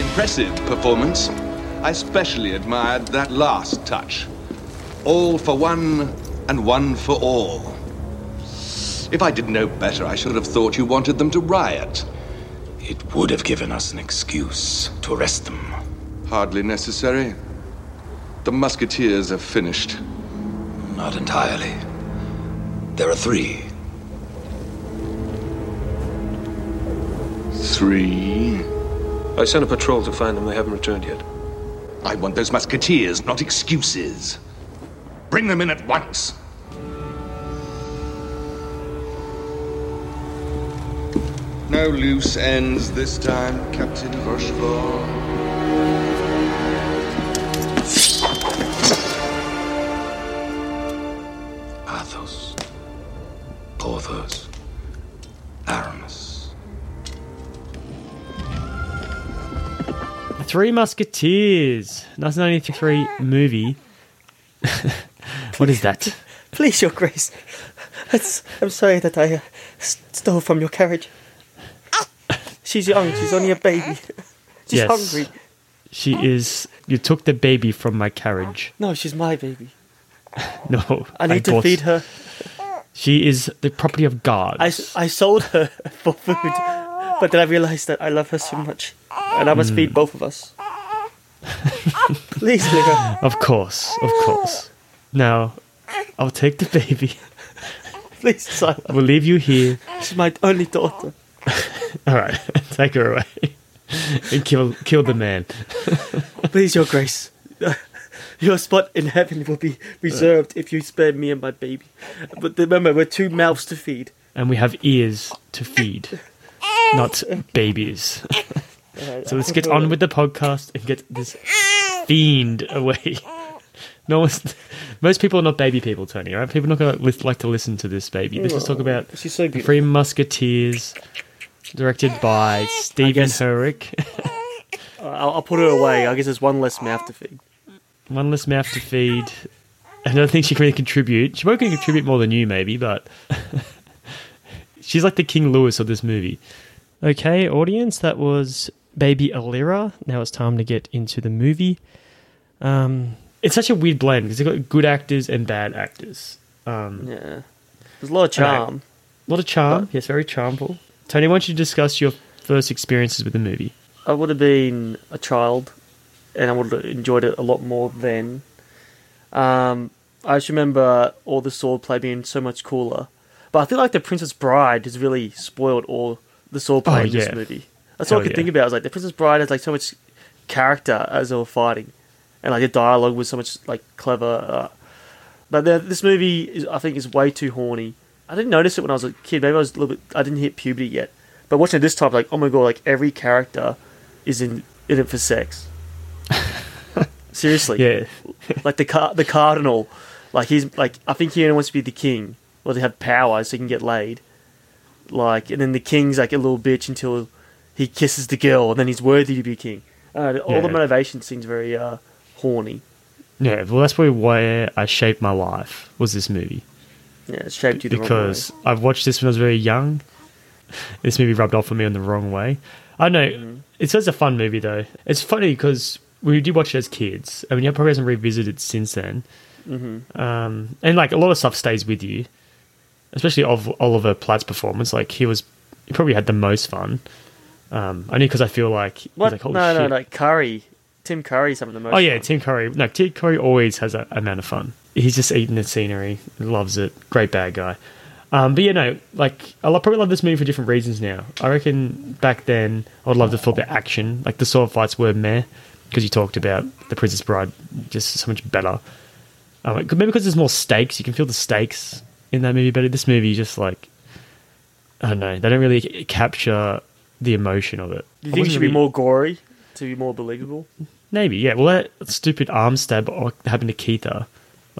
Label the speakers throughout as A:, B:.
A: impressive performance. I especially admired that last touch. All for one and one for all. If I did know better, I should have thought you wanted them to riot.
B: It would have given us an excuse to arrest them.
A: Hardly necessary. The musketeers are finished.
B: Not entirely. There are three.
A: Three.
C: I sent a patrol to find them. They haven't returned yet.
A: I want those musketeers, not excuses. Bring them in at once. No loose ends this time, Captain Rochefort.
B: Athos, Porthos, Aramis.
D: The Three Musketeers, 1993 movie. what is that?
E: Please, Your Grace. It's, I'm sorry that I uh, s- stole from your carriage. She's young. She's only a baby. She's
D: Yes.
E: hungry.
D: She is. You took the baby from my carriage.
E: No, she's my baby.
D: No,
E: I need to
D: bought-
E: feed her.
D: She is the property of God.
E: I, s- I sold her for food, but then I realized that I love her so much, and I must feed both of us. Please, Lyra.
D: Of course, of course. Now, I'll take the baby.
E: Please, Sila.
D: We'll leave you here.
E: She's my only daughter.
D: All right, take her away and kill kill the man.
E: Please, Your Grace. Your spot in heaven will be reserved if you spare me and my baby. But remember, we're two mouths to feed.
D: And we have ears to feed, not babies. So let's get on with the podcast and get this fiend away. No one's, most people are not baby people, Tony. Right? People are not going to like to listen to this baby. Let's just talk about
E: She's so
D: the
E: beautiful.
D: Three Musketeers, directed by Stephen
E: guess-
D: Herrick.
E: I'll, I'll put her away. I guess there's one less mouth to feed.
D: One less mouth to feed. I don't think she can really contribute. She won't really contribute more than you, maybe, but she's like the King Louis of this movie. Okay, audience, that was Baby Alira. Now it's time to get into the movie. Um, it's such a weird blend because you've got good actors and bad actors. Um,
E: Yeah. There's a lot of charm.
D: a lot of charm. Yes, very charmful. Tony, why don't you discuss your first experiences with the movie?
E: I would have been a child, and I would have enjoyed it a lot more then. Um, I just remember all the swordplay being so much cooler, but I feel like the Princess Bride has really spoiled all the
D: Oh,
E: swordplay in this
D: yeah.
E: movie. That's all I
D: Hell
E: could
D: yeah.
E: think about. I was like, the Princess Bride has like so much character as they were fighting, and like the dialogue was so much like clever. Uh, but the, this movie, is, I think, is way too horny. I didn't notice it when I was a kid. Maybe I was a little bit. I didn't hit puberty yet. But watching it this time, like, oh my god, like every character is in in it for sex. Seriously,
D: Yeah,
E: Like the car, the cardinal, like he's like I think he only wants to be the king, or to have power so he can get laid. Like, and then the king's like a little bitch until he kisses the girl, and then he's worthy to be king. Uh, all the
D: Yeah.
E: motivation seems very uh, horny.
D: yeah. Well, that's probably where I shaped my life was this movie.
E: Yeah, it's shaped you the
D: because I've watched this when I was very young. This movie rubbed off on me in the wrong way. I know
E: Mm-hmm.
D: it's such a fun movie though. It's funny because we did watch it as kids. I mean, you probably hasn't revisited since then. Mm-hmm. Um, and like a lot of stuff stays with you, especially of Oliver Platt's performance. Like he was, he probably had the most fun. Um, only because I feel like he's
E: What?
D: like, holy
E: no, no,
D: shit.
E: no. Curry. Tim Curry. Some of the most.
D: Oh yeah,
E: fun.
D: Tim Curry. No, Tim Curry always has a amount of fun. He's just eating the scenery, loves it. Great bad guy. Um, but you know, like I lo- probably love this movie for different reasons now. I reckon back then I would love to feel the action. Like the sword fights were meh because you talked about the Princess Bride, just so much better. Um, like, maybe because there's more stakes, you can feel the stakes in that movie better. This movie just like I don't know, they don't really c- capture the emotion of it.
E: Do
D: I
E: you think it
D: wasn't
E: should be
D: really-
E: more gory to be more believable?
D: Maybe, yeah. Well, that stupid arm stab o- happened to Keitha.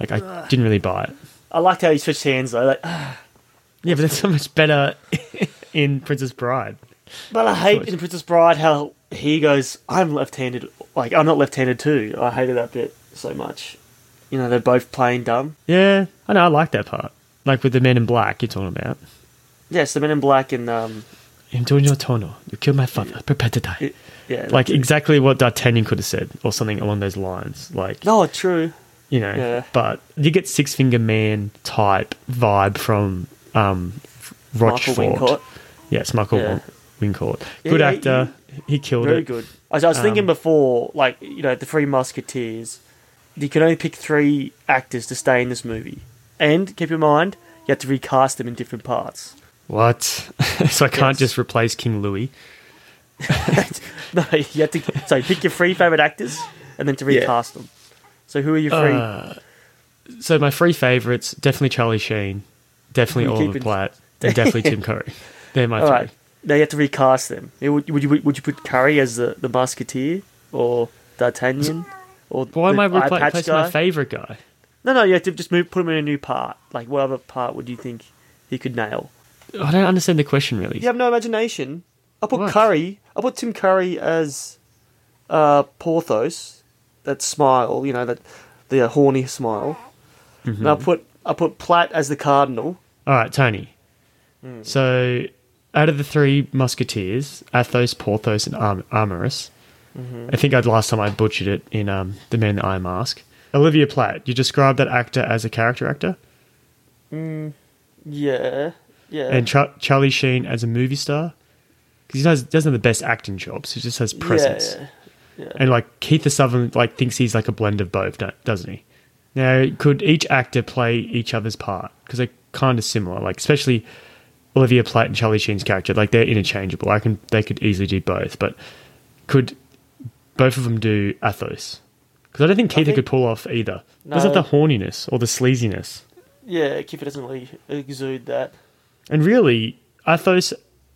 D: Like, I didn't really buy it.
E: I liked how he switched hands though. Like, "Ah,
D: Yeah, but that's so much better in Princess Bride.
E: but I hate
D: Choice.
E: in Princess Bride how he goes, "I'm left-handed." Like, I'm not left-handed too. I hated that bit so much. You know, they're both playing dumb.
D: Yeah, I know, I like that part. Like with the man in black you're talking about.
E: Yes, the Men in Black and um,
D: I'm doing your tono. You killed my father. Prepare to die.
E: it, Yeah,
D: like exactly what D'Artagnan could have said, or something along those lines. Like,
E: No, true.
D: you know,
E: yeah.
D: but you get Six Finger Man type vibe from um,
E: Michael
D: Rochefort.
E: Wincott.
D: Yes, Michael
E: Yeah.
D: Win- Wincott.
E: Yeah,
D: good
E: yeah,
D: actor. He killed
E: Very
D: it. Um,
E: good. I was, I was thinking before, like, you know, the Three Musketeers, you can only pick three actors to stay in this movie. And keep in mind, you have to recast them in different parts.
D: What? so I can't
E: Yes.
D: just replace King Louis.
E: no, you have to. So you pick your three favourite actors and then to recast them. So who are your three?
D: Ah. So my three favorites definitely Charlie Sheen, definitely
E: You
D: Oliver
E: keep it-
D: Platt, and definitely Tim Curry. They're my
E: All
D: three.
E: right. Now you have to recast them. Yeah, Would, would, you, would you put Curry as the, the Musketeer or D'Artagnan? Or
D: Why am
E: the
D: I
E: eye
D: repla-
E: patch
D: replacing my favorite guy?
E: No, no, you have to just move, put him in a new part. Like, what other part would you think he could nail?
D: I don't understand the question really.
E: You have no imagination. I put
D: What?
E: Curry. I put Tim Curry as uh, Porthos. That smile, you know, that the uh, horny smile.
D: Mm-hmm.
E: And I put I put Platt as the Cardinal.
D: All right, Tony.
E: Hmm.
D: So, out of the three musketeers, Athos, Porthos, and Arm- Armorous,
E: Mm-hmm.
D: I think I'd last time I butchered it in um, The Man in the Iron Mask. Olivia Platt, you described that actor as a character actor,
E: Yeah, yeah.
D: and Char- Charlie Sheen as a movie star, because he does, doesn't have the best acting jobs. He just has presence.
E: Yeah,
D: And like Keith Sutherland, like thinks he's like a blend of both, don't- doesn't he? Now, could each actor play each other's part? Because they're kind of similar, like especially Olivia Platt and Charlie Sheen's character, like they're interchangeable. I can they could easily do both, but could both of them do Athos? Because I don't think Keith
E: think-
D: could pull off either. Doesn't
E: No.
D: have the horniness or the sleaziness?
E: yeah. yeah Kiefer doesn't really exude that.
D: And really, Athos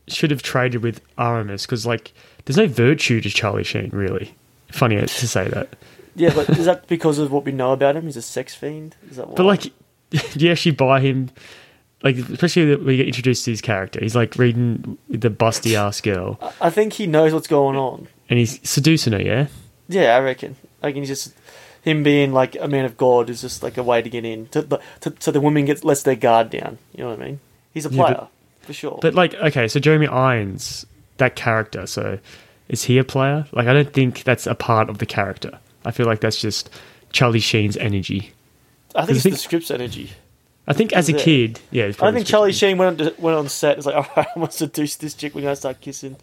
D: should have traded with Aramis because like there's no virtue to Charlie Sheen, really. Funny to say that.
E: Yeah, but is that because of what we know about him? He's a sex fiend. Is that why?
D: But like, do you actually buy him? Like, especially when you get introduced to his character, he's like reading the busty ass girl,
E: I think he knows what's going on.
D: and he's seducing her. Yeah,
E: Yeah, I reckon. I can just him being like a man of God is just like a way to get in. To, the- to, so the woman gets lets their guard down. You know what I mean? He's a
D: Yeah,
E: player
D: but-
E: for sure.
D: but like, okay, so Jeremy Irons, that character. So, is he a player? Like, I don't think that's a part of the character. I feel like that's just Charlie Sheen's energy.
E: I think it's
D: think-
E: the script's energy.
D: I think as a
E: Yeah.
D: kid, yeah, it's
E: I
D: probably
E: think Charlie Sheen went on, went on set. It's like, "Oh, all right, I'm gonna seduce this chick. We're gonna start kissing.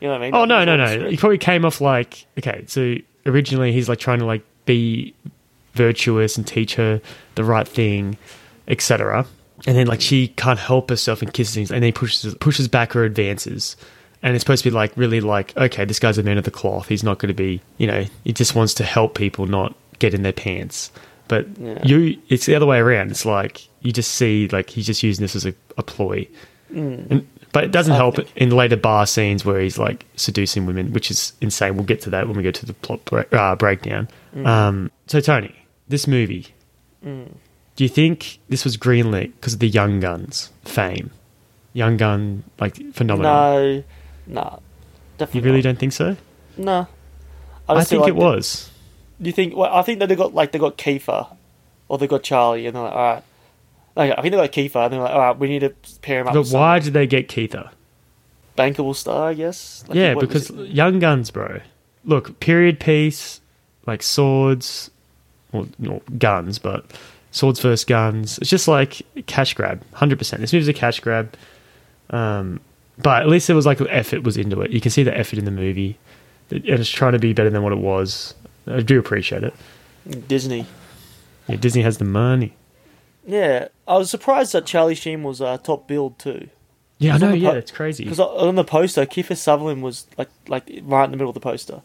E: You know what I mean?
D: Oh no,
E: That's
D: no,
E: not the
D: no! He
E: script.
D: probably came off like okay. So originally, he's like trying to like be virtuous and teach her the right thing, etc. And then like she can't help herself and kisses him, and then he pushes pushes back her advances. And it's supposed to be like really like okay, this guy's a man of the cloth. He's not going to be you know he just wants to help people, not get in their pants. But
E: Yeah.
D: you, it's the other way around. It's like you just see like he's just using this as a, a ploy. And, but it doesn't help in later bar scenes where he's like seducing women, which is insane. We'll get to that when we go to the plot bre- uh, breakdown. Um, so, Tony, this movie, do you think this was greenlit because of the Young Guns fame? Young Gun, like, phenomenon.
E: No, nah, definitely.
D: you really
E: not.
D: don't think so?
E: No,
D: I,
E: just feel
D: think
E: like
D: it was.
E: Do you think? Well, I think that they got like they got Kiefer, or they got Charlie, and they're like, all right. Like, I think they got Kiefer, and they're like, all right, we need to pair him up.
D: But
E: with someone.
D: why did they get Keitha?
E: bankable star, I guess. Like,
D: yeah,
E: what was
D: because
E: it?
D: Young Guns, bro. Look, period piece, like swords, or well, guns, but swords versus guns. It's just like cash grab, hundred percent. This movie's a cash grab, um, but at least it was like effort was into it. You can see the effort in the movie, and it's trying to be better than what it was. I do appreciate it.
E: Disney.
D: Yeah, Disney has the money.
E: Yeah, I was surprised that Charlie Sheen was uh, top billed too.
D: Yeah, I
E: It's on
D: know.
E: the
D: Yeah,
E: po-
D: it's crazy.
E: Because on the poster, Kiefer Sutherland was like like right in the middle of the poster.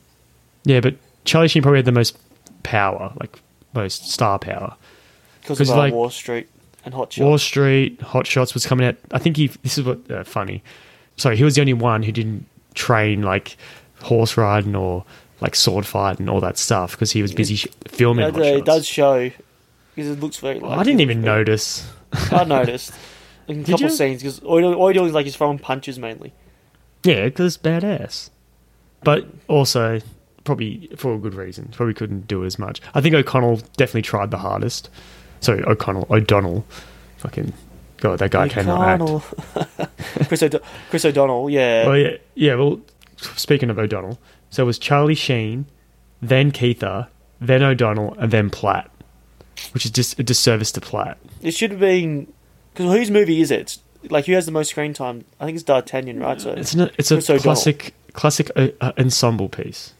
D: Yeah, but Charlie Sheen probably had the most power, like most star power.
E: Because
D: 'Cause,
E: of uh,
D: like-
E: Wall Street and Hot Shot.
D: Wall Street, Hot Shots was coming out. I think he. This is what uh, funny. Sorry, he was the only one who didn't train like horse riding or like sword fight and all that stuff because he was busy sh- filming.
E: Yeah,
D: Hot
E: it
D: Shots.
E: uh, does show because it looks very. Like,
D: I didn't even notice.
E: I noticed in a
D: Did
E: couple
D: you?
E: scenes because all he's like he's throwing punches mainly.
D: Yeah, because badass. But also, probably for a good reason. Probably couldn't do it as much. I think O'Connell definitely tried the hardest. Sorry, O'Connell, O'Donnell. Fucking God, that guy cannot act.
E: O'Connell. Chris, O'Do- Chris O'Donnell, yeah.
D: Well, yeah, yeah. Well, speaking of O'Donnell, so it was Charlie Sheen, then Keitha, then O'Donnell, and then Platt, which is just a disservice to Platt.
E: It should have been because whose movie is it? It's, like who has the most screen time? I think it's D'Artagnan, right? So
D: It's an, it's a
E: It's O'Donnell.
D: classic classic uh, uh, ensemble piece.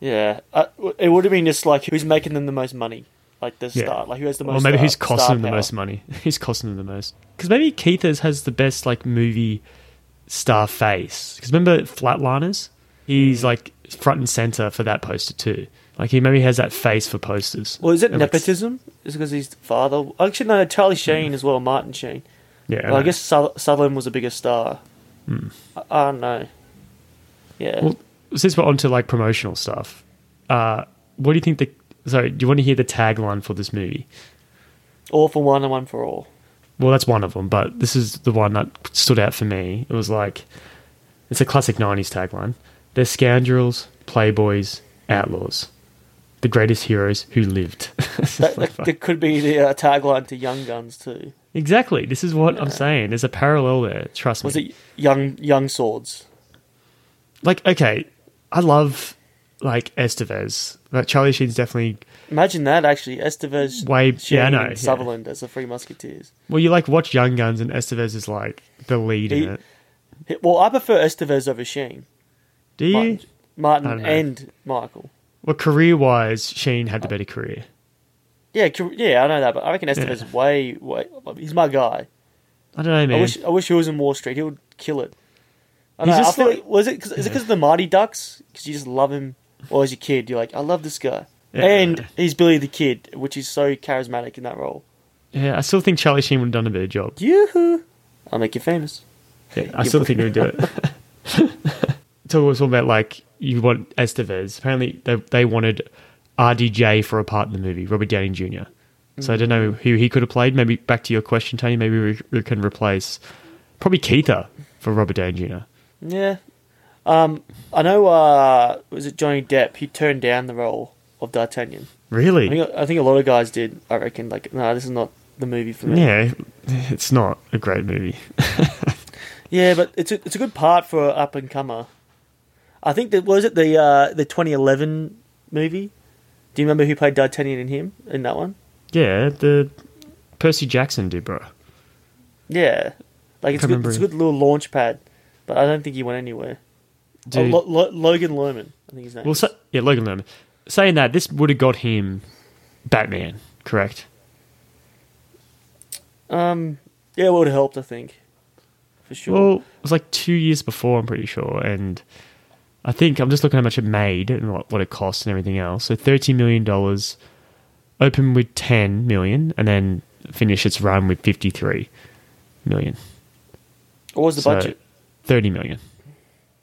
E: yeah, uh, it would have been just like who's making them the most money, like the
D: Yeah.
E: start, like who has the
D: or
E: most.
D: maybe who's
E: star-
D: costing
E: star
D: them the
E: power.
D: most money? Who's costing them the most? Because maybe Keithers has the best like movie star face. Because remember Flatliners? He's like front and center for that poster too. Like he maybe has that face for posters.
E: Well, is it
D: And, like,
E: nepotism? Is it because he's the father? Actually, no,
D: Hmm.
E: Charlie Sheen as well, Martin Sheen.
D: Yeah,
E: Well, I guess Suther- Sutherland was a bigger star. I, I don't know. Yeah.
D: Hmm. Well, since we're onto like promotional stuff, uh, what do you think the? Sorry, do you want to hear the tagline for this movie?
E: all for one and one for all.
D: Well, that's one of them, but this is the one that stood out for me. It was like, it's a classic 90s tagline. They're scoundrels, playboys, outlaws. The greatest heroes who lived.
E: That, that, that could be the uh, tagline to Young Guns too.
D: exactly. This is what I'm saying. There's a parallel there. Trust
E: Was
D: me.
E: it Young Young Swords?
D: Like, okay, I love like Estevez. Like Charlie Sheen's definitely.
E: Imagine that actually, Estevez,
D: Way- yeah,
E: Sheen,
D: I know,
E: and
D: yeah.
E: Sutherland as the Three Musketeers.
D: Well, you like watch Young Guns, and Estevez is like the lead
E: He-
D: in it.
E: He- Well, I prefer Estevez over Sheen,
D: Do you?
E: Martin,
D: I don't
E: Martin
D: know.
E: and Michael.
D: Well, career wise, Sheen had the better career.
E: Yeah, Car- yeah, I know that, but I reckon Estevez is way, way. He's my guy.
D: I don't know, man.
E: I wish, I wish he was in Wall Street. He would kill it. I,
D: He's
E: know, I
D: just
E: feel
D: like-
E: like, was it? Cause, is it because of the Marty Ducks? Because you just love him, or as a kid, you're like, I love this guy,
D: Yeah.
E: and he's Billy the Kid, which is so charismatic in that role.
D: yeah, I still think Charlie Sheen would have done a better job.
E: Yoo-hoo. I'll make you famous.
D: Yeah, I still think he would do it. so we were talking about like you want Estevez. Apparently, they they wanted RDJ for a part in the movie, Robert Downey Jr. So I don't know who he could have played. Maybe back to your question, Tony. Maybe we, we can replace probably Keitha for Robert Downey Jr.
E: Yeah. Um, I know. Uh, was it Johnny Depp? He turned down the role of D'Artagnan. I
D: Really?
E: think, I think a lot of guys did. I reckon. Like, no, this is not the movie for me.
D: Yeah, it's not a great movie.
E: Yeah, but it's a, it's a good part for an up and comer. I think that was it the uh, the 2011 movie. Do you remember who played D'Artagnan in him in that one?
D: Yeah, the Percy Jackson did, bro.
E: Yeah, like it's
D: I
E: a good, it's
D: remember.
E: a good little launch pad, but I don't think he went anywhere. Oh,
D: Dude.
E: Lo- Lo- Logan Lerman, I think his name.
D: Well,
E: is.
D: so, yeah, Logan Lerman. Saying that, this would have got him Batman, correct?
E: um, yeah, it would have helped, I think, for sure.
D: Well, it was like two years before, I'm pretty sure, and I think I'm just looking how much it made and what, what it cost and everything else. So thirty million dollars, open with ten million, and then finish its run with fifty three million.
E: what was the
D: so
E: budget?
D: thirty million.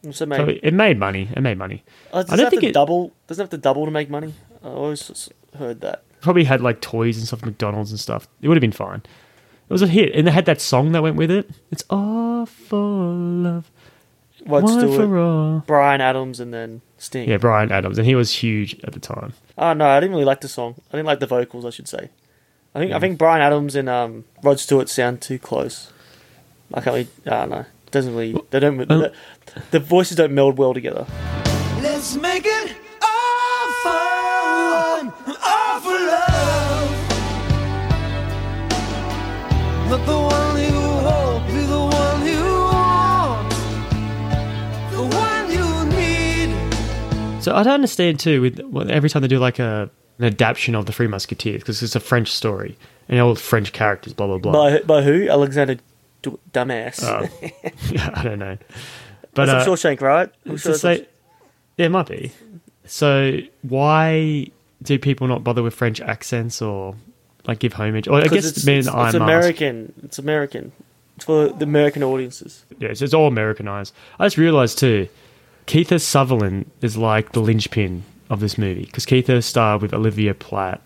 E: So
D: So
E: maybe
D: it it made money. It made money.
E: oh, does
D: I
E: I
D: don't
E: have
D: think
E: to
D: it-
E: double. Doesn't have to double to make money. I always s- heard that.
D: Probably had like toys and stuff, McDonald's and stuff. It would have been fine. It was a hit, and they had that song that went with it. It's all for love,
E: Won't
D: one
E: do
D: for
E: it.
D: all.
E: Brian Adams and then Sting.
D: Yeah, Brian Adams, and he was huge at the time.
E: Oh no, I didn't really like the song. I didn't like the vocals, I should say. I think I think Brian Adams and um, Rod Stewart sound too close. I can't really. I don't know. Doesn't really. They don't.
D: Oh.
E: the, the voices don't meld well together.
F: Let's make it all for one, all for love. Not the one you hope, be the one you want, the one you need.
D: So I don't understand too with well, every time they do like a an adaptation of the Three Musketeers because it's a French story and all French characters, blah blah blah.
E: By by who? Alexander Du- Dumbass.
D: Uh, I don't know, but
E: that's
D: uh,
E: from Shawshank, right? I'm
D: it's
E: sure
D: just
E: that's-
D: like- yeah, it might be. So why do people not bother with French accents or like give homage? Or I
E: 'cause
D: guess it's, Man in
E: it's,
D: the Iron
E: it's
D: Mask.
E: American. It's American. It's for the American audiences.
D: Yeah, it's, it's all Americanized. I just realized too, Keitha Sutherland is like the linchpin of this movie because Keitha starred with Olivia Platt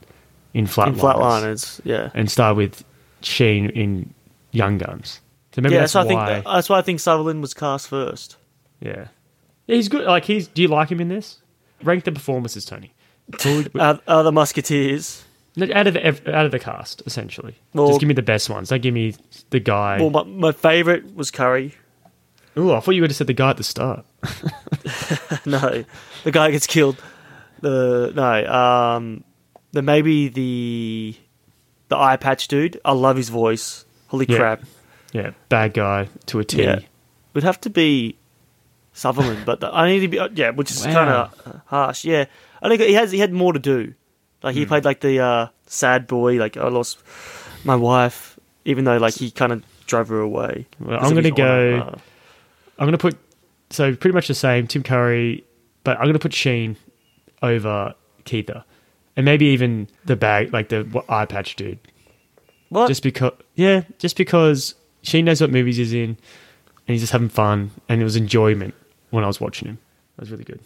D: in Flatliners.
E: In Flatliners, yeah.
D: and start with Sheen in Young Guns. So maybe
E: yeah,
D: that's,
E: that's why I think
D: why.
E: that's why I think Sutherland was cast first.
D: yeah. yeah, he's good. Like he's. Do you like him in this? Rank the performances, Tony. Who would-
E: Uh, uh, the Musketeers.
D: no, out of ev- out of the cast, essentially.
E: Well-
D: Just give me the best ones. Don't give me the guy.
E: Well, my, my favorite was Curry.
D: Ooh, I thought you would have said the guy at the start.
E: no, the guy gets killed. The no, um, the maybe the the eye patch dude. I love his voice. Holy
D: Yeah.
E: crap!
D: Yeah, bad guy to a T.
E: Yeah, would have to be Sutherland, but the, I need to be uh, yeah, which is
D: Wow.
E: kind of harsh. Yeah, I think he has he had more to do. Like
D: Hmm.
E: he played like the uh, sad boy. Like I lost my wife, even though like he kind of drove her away.
D: Well,
E: Because
D: I'm gonna
E: of his uh, honor.
D: go- I'm gonna put so pretty much the same Tim Curry, but I'm gonna put Sheen over Keitha, and maybe even the bag like the what, eye patch dude.
E: What?
D: Just because, yeah, just because Sheen knows what movies he's in, and he's just having fun, and it was enjoyment when I was watching him. That was really good.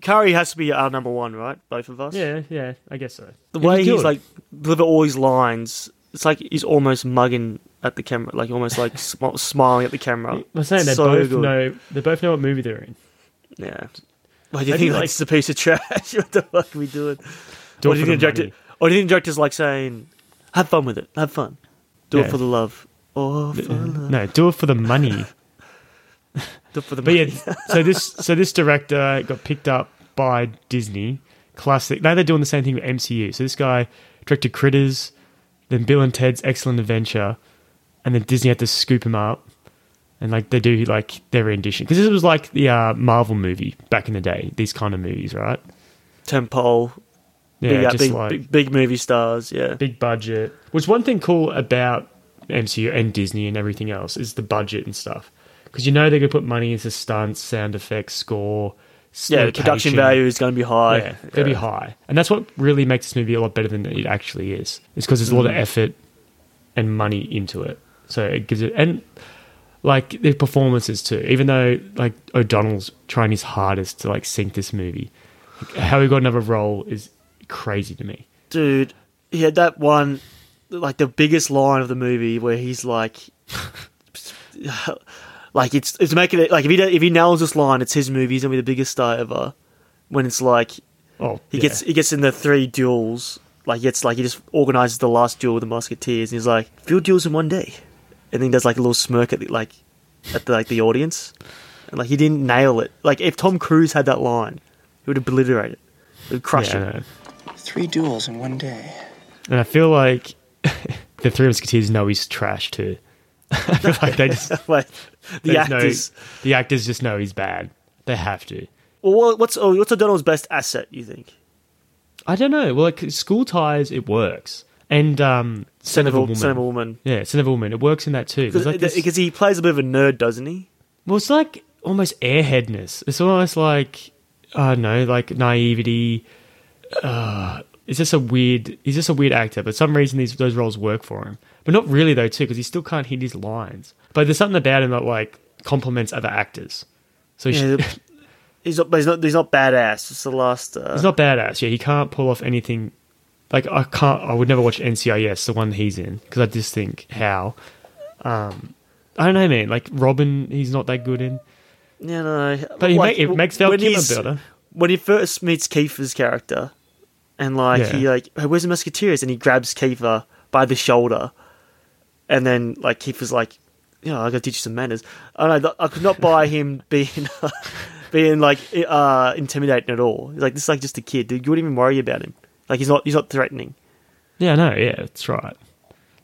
E: Curry has to be our number one, right? Both of us.
D: Yeah, yeah, I guess so.
E: the way he's like deliver all his lines, it's like he's almost mugging at the camera, like almost like sm- smiling at the camera.
D: I'm saying they
E: Uh, So
D: both
E: good.
D: know they both know what movie they're in.
E: Yeah. Why do you
D: Maybe, like-
E: think like it's a piece of trash? what the fuck are we doing?
D: Do it
E: or do
D: for the
E: you think the director?
D: money.
E: Or do you think the director's like saying, "Have fun with it. Have fun. Do
D: Yeah.
E: it for the love. Or for love.
D: No, do it for the money.
E: Do it for the
D: But yeah,
E: money."
D: so this so this director got picked up by Disney. Classic. Now they're doing the same thing with MCU. So this guy directed Critters, then Bill and Ted's Excellent Adventure, and then Disney had to scoop him up, and like they do like their rendition because this was like the uh, Marvel movie back in the day. These kind of movies, right?
E: Temple.
D: Yeah,
E: big, uh,
D: just
E: big,
D: like big,
E: big, big movie stars. Yeah.
D: budget. Which one thing cool about MCU and Disney and everything else is the budget and stuff because you know they're gonna put money into stunts, sound effects, score.
E: yeah. The production
D: location.
E: value is going to be high.
D: yeah, it'll be high, and that's what really makes this movie a lot better than it actually is. It's because there's a lot
E: Mm.
D: of effort and money into it, so it gives it and like the performances too. Even though like O'Donnell's trying his hardest to like sink this movie, like, how he got another role is crazy to me.
E: dude, he had that one, like the biggest line of the movie where he's like, like it's it's making it like if he don't- if he nails this line, it's his movie. He's gonna be the biggest star ever. When it's like he
D: Oh, yeah.
E: gets he gets in the three duels, like he gets like he just organizes the last duel with the musketeers, and he's like few duels in one day, and then he does like a little smirk at the, like at the, like the audience, and like he didn't nail it. Like if Tom Cruise had that line, he would obliterate it, he would crush
D: Yeah, I
E: it.
D: know.
G: Three duels in one day.
D: and I feel like the Three Musketeers know he's trash too. I feel like they just
E: Like the
D: there's no-
E: actors.
D: the actors just know he's bad. They have to.
E: Well, what- what's oh, what's O'Donnell's best asset? You think?
D: I don't know. Well, like school ties, it works, and um, son of a woman.
E: Son of a woman.
D: Yeah, son of a woman. It works in that too. 'Cause
E: Because
D: like this-
E: he plays a bit of a nerd, doesn't he?
D: well, it's like almost airheadness. It's almost like I don't know, like naivety. Uh, it's just a weird. He's just a weird actor, but some reason these those roles work for him. But not really though, too, because he still can't hit his lines. But there's something about him that like complements other actors. So he
E: Yeah,
D: should,
E: he's not. But he's not. He's not badass. It's the last. Uh,
D: He's not badass. Yeah, he can't pull off anything. Like I can't. I would never watch NCIS, the one he's in, because I just think how. Um, I don't know, man. Like Robin, he's not that good in.
E: you know,
D: But he
E: like,
D: ma- it makes Val
E: when
D: Kilmer
E: he's-
D: better.
E: When he first meets Kiefer's character, and like
D: Yeah.
E: he like, hey, where's the Musketeers? And he grabs Kiefer by the shoulder, and then like Kiefer's like, you know, I got to teach you some manners. I don't know. I could not buy him being. Being like uh, intimidating at all. He's like this is like just a kid, dude. You wouldn't even worry about him. Like he's not he's not threatening.
D: Yeah, no, yeah, that's right.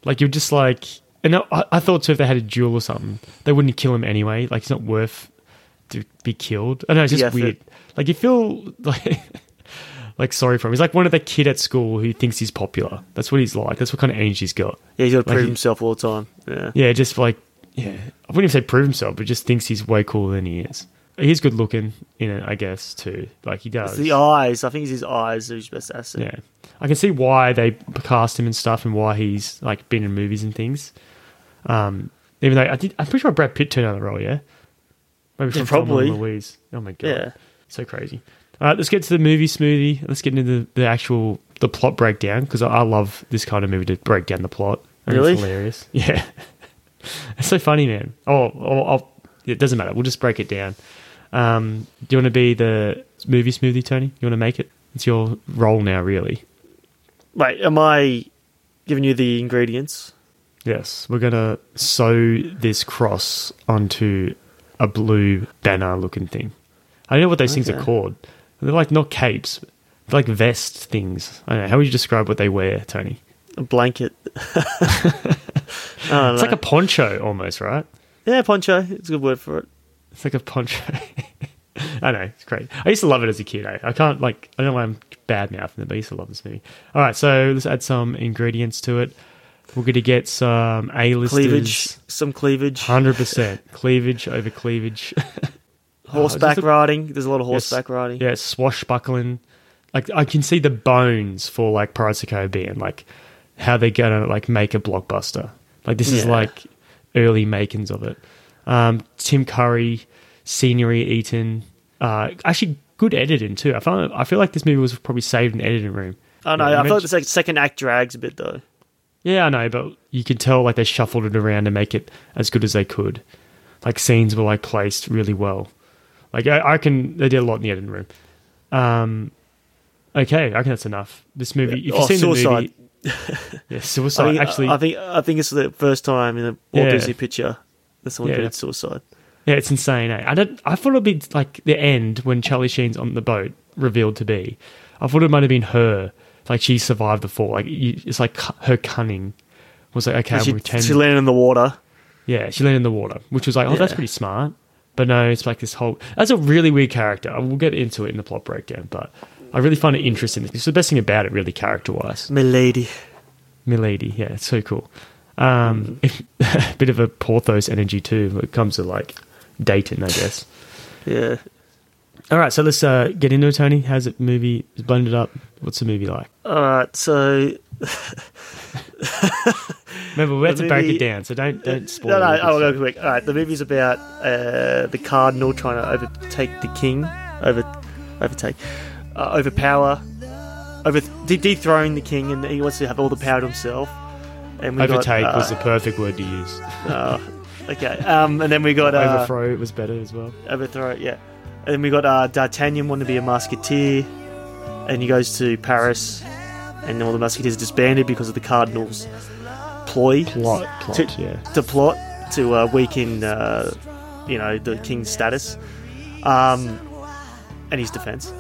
D: Like you're just like, and I, I thought too if they had a duel or something, they wouldn't kill him anyway. Like he's not worth to be killed. I don't know, it's
E: The
D: just
E: effort.
D: weird. Like you feel like like sorry for him. He's like one of the kid at school who thinks he's popular. That's what he's like. That's what kind of energy he's got.
E: Yeah, he's got to
D: Like
E: prove
D: he-
E: himself all the time. Yeah.
D: Yeah, just like yeah, I wouldn't even say prove himself, but just thinks he's way cooler than he is. He's good looking in it, I guess, too. Like he does.
E: It's the eyes. I think it's his eyes are his best asset.
D: yeah, I can see why they cast him and stuff, and why he's like been in movies and things. Um, even though I did, I'm pretty sure Brad Pitt turned out the role. Yeah, maybe
E: Yeah,
D: from Thelma
E: probably.
D: and Louise. Oh my god,
E: Yeah.
D: so crazy. All right, let's get to the movie smoothie. Let's get into the, the actual the plot breakdown because I, I love this kind of movie to break down the plot. I think
E: Really?
D: it's hilarious. Yeah, it's so funny, man. Oh, oh, oh, it doesn't matter. We'll just break it down. Um, do you want to be the movie smoothie, Tony? You want to make it? It's your role now, really.
E: Wait, am I giving you the ingredients?
D: Yes, we're gonna sew this cross onto a blue banner-looking thing. I don't know what those things are
E: Okay.
D: called. They're like not capes, they're like vest things. I don't know. How would you describe what they wear, Tony?
E: A blanket.
D: It's like a poncho almost, right?
E: Yeah, poncho. It's a good word for it.
D: It's like a poncho. I know it's great. I used to love it as a kid. eh? I, I can't like I don't know why I'm bad mouthing it, but I used to love this movie. All right, so let's add some ingredients to it. We're going to get some A-listers.
E: Cleavage. Some cleavage.
D: Hundred percent cleavage over cleavage.
E: horseback
D: just Oh, a-
E: riding. There's a lot of
D: Yes.
E: horseback riding.
D: yeah, swashbuckling. Like I can see the bones for like Pirates of the Caribbean, like how they're gonna like make a blockbuster. Like this is
E: Yeah.
D: like early makings of it. Um, Tim Curry, scenery eaten. Uh, actually, good editing too. I found I feel like this movie was probably saved in the editing room.
E: I don't know.
D: Yeah, you
E: I feel like the
D: mentioned-
E: sec- second act drags a bit though.
D: Yeah, I know, but you can tell like they shuffled it around to make it as good as they could. Like scenes were like placed really well. Like I, I can, they did a lot in the editing room. Um, okay, I think that's enough. This movie, if you've
E: Oh,
D: seen
E: Suicide.
D: the movie, yeah,
E: I
D: suicide.
E: think, uh,
D: actually,
E: I think I think it's the first time in a Walt
D: Yeah.
E: Disney picture that someone
D: Yeah.
E: committed suicide.
D: yeah, it's insane. Eh? I don't. I thought it'd be like the end when Charlie Sheen's on the boat revealed to be. I thought it might have been her. Like she survived the fall. Like you, it's like cu- her cunning was like okay,
E: And
D: I'm
E: she,
D: returning-
E: she landed in the water.
D: Yeah, she landed in the water, which was like, oh, that's
E: Yeah.
D: pretty smart. But no, it's like this whole. That's a really weird character. I will get into it in the plot breakdown, but I really find it interesting. It's the best thing about it, really, character wise.
E: Milady.
D: Milady, yeah, it's so cool. Um,
E: Mm-hmm.
D: a bit of a Porthos energy too when it comes to like dating, I guess.
E: Yeah.
D: All right, so let's uh, get into it, Tony. How's it movie is blended up? What's the movie like?
E: All right. So
D: Remember, we have
E: The
D: to break it
E: movie- Uh,
D: down, so don't don't spoil.
E: no, oh, no,
D: it.
E: I will go quick. All right, the movie's about uh, the cardinal trying to overtake the king, over, overtake, uh, overpower, over de- dethrone the king, and he wants to have all the power to himself. And we
D: Overtake
E: got, uh,
D: was the perfect word to use.
E: okay. Um, and then we got uh,
D: Overthrow was better as well.
E: overthrow, it, yeah. And then we got uh, D'Artagnan wanting to be a musketeer, and he goes to Paris, and all the musketeers are disbanded because of the cardinal's ploy.
D: Plot, plot,
E: to,
D: yeah.
E: to plot to uh, weaken, uh, you know, the king's status, um, and his defense.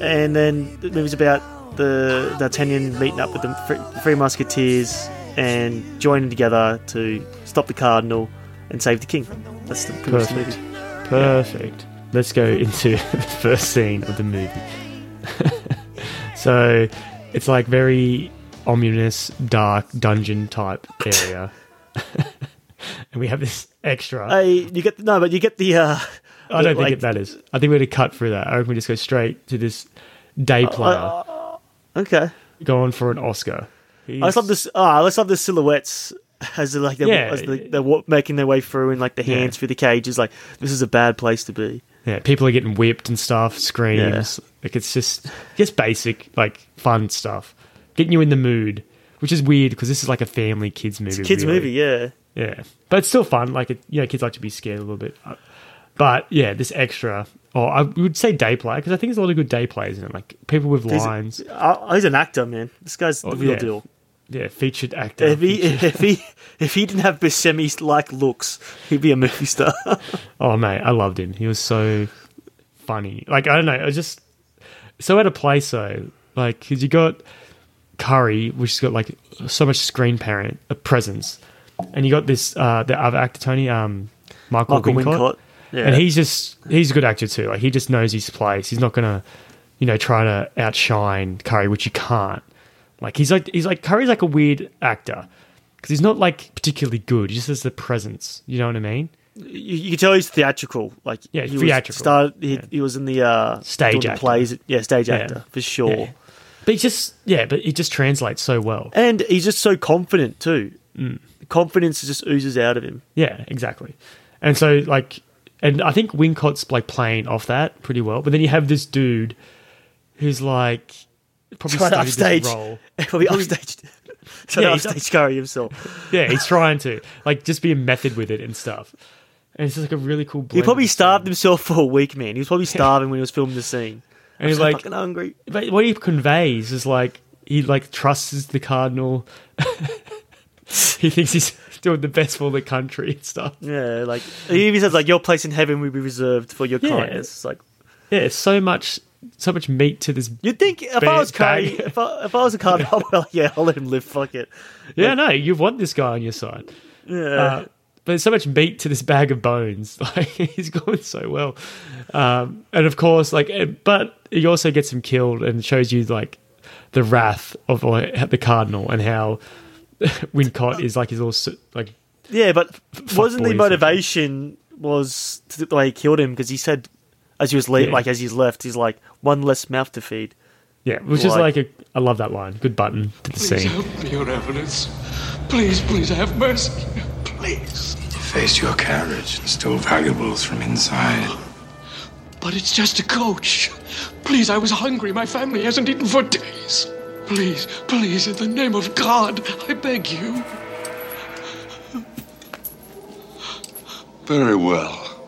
E: And then the movie's about the D'Artagnan meeting up with the Fre- Three Musketeers and joining together to stop the cardinal and save the king. That's the premise of the
D: Perfect.
E: movie.
D: Perfect. Let's go into the first scene of the movie. so it's like very ominous, dark dungeon type area. and we have this extra. I,
E: Hey, you get no, but you get the. Uh,
D: don't think
E: like-
D: it that is. I think we're going to cut through that. I reckon we just go straight to this
E: Uh,
D: day player
E: Okay,
D: going for an Oscar.
E: I just love this. Ah, I just love the silhouettes as they're like they're,
D: Yeah.
E: as they- they're, wa- making their way through and like the
D: Yeah.
E: hands through the cages. Like this is a bad place to be.
D: Yeah, people are getting whipped and stuff, screams. Like it's just just basic, like fun stuff, getting you in the mood, which is weird because this is like a family kids movie.
E: Kids
D: really.
E: movie, yeah.
D: yeah, but it's still fun. Like it, you know, kids like to be scared a little bit. But yeah, this extra, or I would say day play because I think there's a lot of good day plays in it, like people with
E: He's-
D: lines.
E: Oh, he's an actor, man. This guy's the
D: Oh,
E: real
D: yeah.
E: deal.
D: Yeah, featured actor.
E: If he if he if he didn't have Buscemi's like looks, he'd be a movie star.
D: Oh mate, I loved him. He was so funny. Like I don't know, I was just so out of place though. Like 'cause you got Curry, which has got like so much screen parent uh, presence, and you got this uh, the other actor Tony um, Michael,
E: Michael
D: Wincott,
E: Wincott. Yeah.
D: and he's just he's a good actor too. Like he just knows his place. He's not gonna you know try to outshine Curry, which you can't. Like he's like he's like Curry's like a weird actor because he's not like particularly good. He just has the presence. You know what I mean?
E: you, you can tell he's theatrical. Like
D: Yeah,
E: he Was
D: theatrical.
E: started, he, he was in the uh,
D: Stage
E: doing the
D: actor.
E: plays. Yeah, stage
D: Yeah.
E: actor for sure.
D: Yeah. But he just yeah, but it just translates so well.
E: And he's just so confident too.
D: Mm.
E: Confidence just oozes out of him.
D: Yeah, exactly. And so like and I think Wincott's like playing off that pretty well. But then you have this dude who's like probably
E: Trying to
D: studied
E: upstage,
D: this role.
E: probably upstaged. Trying
D: Yeah,
E: to
D: he's
E: upstage Curry himself.
D: Yeah, he's trying to like just be a method with it and stuff. And it's just like a really cool
E: He
D: blend.
E: probably
D: of
E: starved himself for a week, man. He was probably starving when he was filming the scene.
D: stuff. and he's
E: So
D: like
E: fucking hungry.
D: but what he conveys is like he like trusts the cardinal. he thinks he's doing the best for the country and stuff.
E: Yeah, like he even says like your place in heaven will be reserved for your
D: Yeah.
E: kindness. It's like
D: Yeah, it's so much, so much meat to this.
E: You'd think if I
D: Bang-
E: was Cody,
D: bang.
E: if I, if I was a Cody, I'd be like, yeah, I'll let him live. Fuck it.
D: Yeah, no, you want this guy on your side.
E: Yeah.
D: Uh, but there's so much meat to this bag of bones. Like he's going so well, um, and of course, like, eh, but he also gets him killed and shows you like the wrath of uh, the cardinal and how Wincott is like his all s- like
E: yeah, but wasn't the
D: boys,
E: motivation was to the way he killed him because he said as he was le-
D: Yeah.
E: like as he's left, he's like one less mouth to feed.
D: yeah, which is
E: Like-
D: like a, I love that line. Good button to the
H: Please
D: scene.
H: help me, Your Eminence. Please, please, have mercy. Please.
B: Defaced your carriage and stole valuables from inside.
H: But it's just a coach. Please, I was hungry. My family hasn't eaten for days. Please, please, in the name of God, I beg you.
A: Very well.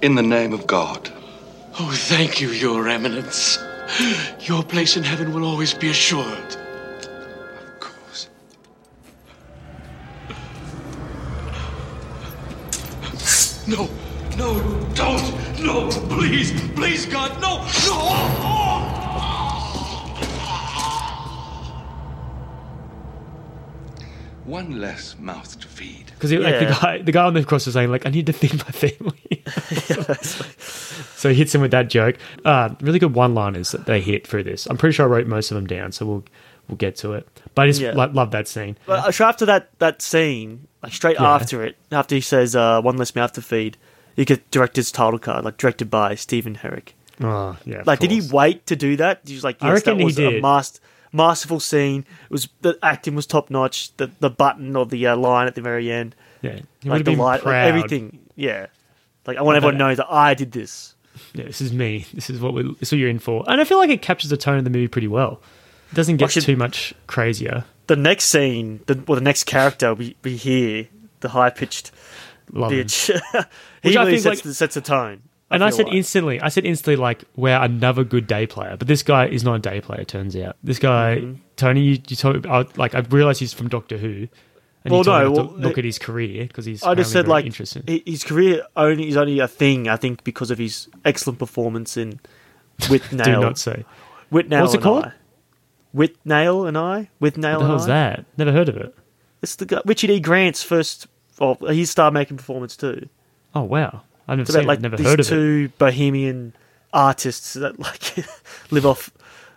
A: In the name of God.
H: Oh, thank you, Your Eminence. Your place in heaven will always be assured.
B: Of course.
H: No, no, don't, no, please, please, God, no, no!
A: One less mouth to feed.
D: Because like the
E: Yeah.
D: guy, the guy on the cross was saying like, "I need to feed my family," so he hits him with that joke. Uh, really good one-liners that they hit through this. I'm pretty sure I wrote most of them down, so we'll we'll get to it. But I just
E: Yeah.
D: lo- love that scene.
E: But uh, so after that that scene, like straight
D: Yeah.
E: after it, after he says uh, one less mouth to feed, you get director's title card, like directed by Stephen Herrick.
D: Oh yeah, of
E: Like, did he
D: course.
E: wait to do that? He was like, yes,
D: I reckon
E: that
D: he
E: was a
D: did.
E: mas- masterful scene. It was the acting was top notch. The the button or the uh, line at the very end,
D: Yeah, he would
E: like
D: have
E: the
D: been
E: light, like
D: proud.
E: everything. Yeah, like I want everyone to know that I did this.
D: Yeah, this is me. This is what we. This is what you're in for. And I feel like it captures the tone of the movie pretty well. It doesn't get
E: Actually-
D: too much crazier.
E: The next scene, the, well, the next character we we hear the high pitched
D: Love him.
E: bitch. he
D: Um, Which I
E: really
D: think,
E: sets,
D: like-
E: the sets the tone.
D: And I,
E: feel
D: said
E: like.
D: instantly, I said instantly, like, we're another good day player. But this guy is not a day player, it turns out. This guy,
E: Mm-hmm.
D: Tony, you, you told me, I, like, I realised he's from Doctor Who. And
E: Well,
D: you told
E: no,
D: me to
E: well,
D: look
E: it-
D: at his career because he's
E: I just
D: apparently
E: said
D: very
E: like
D: interesting.
E: hi- his career only is only a thing I think because of his excellent performance in with nail.
D: Do not say.
E: With nail.
D: What's it
E: and
D: called?
E: I. With nail and I. With nail.
D: What the
E: and
D: hell's
E: I.
D: that? Never heard of it.
E: It's the guy, Richard E. Grant's first. Well, his star-making performance too.
D: Oh, wow. I've never
E: It's
D: seen
E: about like
D: it, never
E: these
D: heard of it.
E: two bohemian artists that like live off.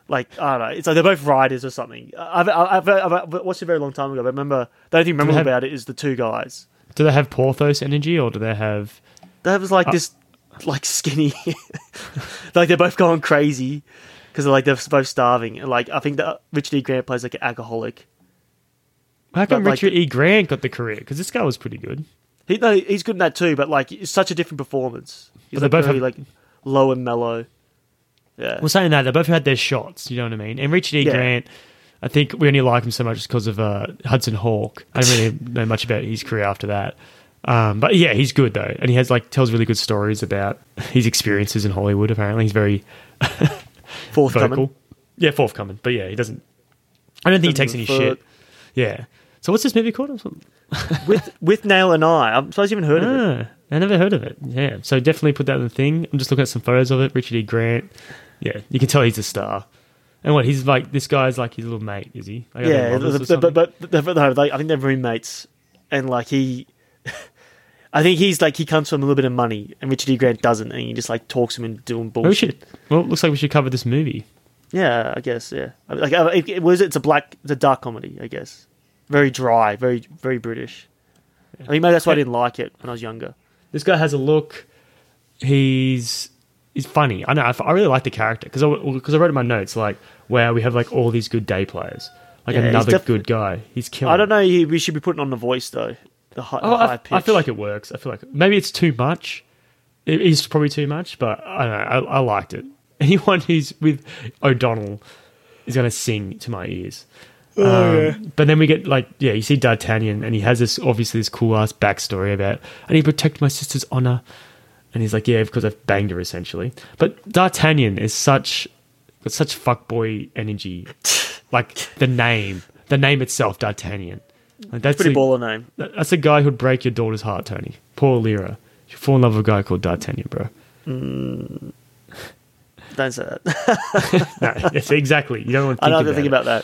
E: Like I don't know, it's like they're both writers or something. I've, I've, I've, I've watched it a very long time ago. But I remember the only thing memorable
D: have-
E: about it is the two guys.
D: Do they have Porthos energy or do they have.
E: That was
D: Uh,
E: like this, like skinny, like they're both going crazy because like they're both starving. And like I think that Richard E. Grant plays like an alcoholic.
D: How come
E: But, like-
D: Richard E. Grant got the career? Because this guy was pretty good.
E: He no, he's good in that too, but like it's such a different performance.
D: But
E: He's
D: they
E: like,
D: both
E: very,
D: have-
E: like low and mellow. Yeah,
D: Well, saying that, they both had their shots. You know what I mean. And Richard E.
E: Yeah.
D: Grant, I think we only like him so much because of uh, Hudson Hawk. I don't really know much about his career after that. Um, but yeah, he's good though, and he has like tells really good stories about his experiences in Hollywood. Apparently, he's very
E: forthcoming.
D: vocal. Yeah, forthcoming. But yeah, he doesn't. I don't think he takes any
E: Doesn't give a
D: shit.
E: fuck.
D: Yeah. So what's this movie called? I'm so-
E: with with nail and eye. I'm surprised you haven't heard of it.
D: Ah, I never heard of it. Yeah. So definitely put that in the thing. I'm just looking at some photos of it. Richard E. Grant. Yeah, you can tell he's a star. And what he's like, this guy's like his little mate, is he? Like, are they
E: Yeah,
D: models or
E: but but,
D: something?
E: but, but but no, like, I think they're roommates, and like he. I think he's like he comes from a little bit of money, and Richard E. Grant doesn't, and he just like talks him into doing bullshit.
D: Well, we should. Oh, Well, it looks like we should cover this movie.
E: Yeah, I guess. Yeah, I mean, like uh, it, it was. It's a black, it's a dark comedy. I guess. Very dry. Very, very British. I mean, maybe that's why I didn't like it when I was younger.
D: This guy has a look. He's he's funny. I know. I, f- I really like the character because I because I wrote in my notes like, wow, we have like all these good day players. Like
E: Yeah, he's
D: another
E: def-
D: good guy. He's killing.
E: I don't know. He, we should be putting on the voice though. The high,
D: Oh,
E: the high
D: I,
E: pitch.
D: I feel like it works. I feel like maybe it's too much. It is probably too much, but I don't know. I, I liked it. Anyone who's with O'Donnell is going to sing to my ears. Um, But then we get like, yeah, you see D'Artagnan, and he has this obviously this cool ass backstory about, and he protected my sister's honor, and he's like, yeah, because I've banged her essentially. But D'Artagnan is such got such fuckboy energy, like the name, the name itself, D'Artagnan. Like, that's
E: pretty
D: the-
E: baller name.
D: that- That's a guy who'd break your daughter's heart, Tony. Poor Lyra. She'll fall in love with a guy called D'Artagnan, bro.
E: Don't say that.
D: No, yes, exactly. You don't want to
E: I
D: think,
E: don't have
D: about,
E: to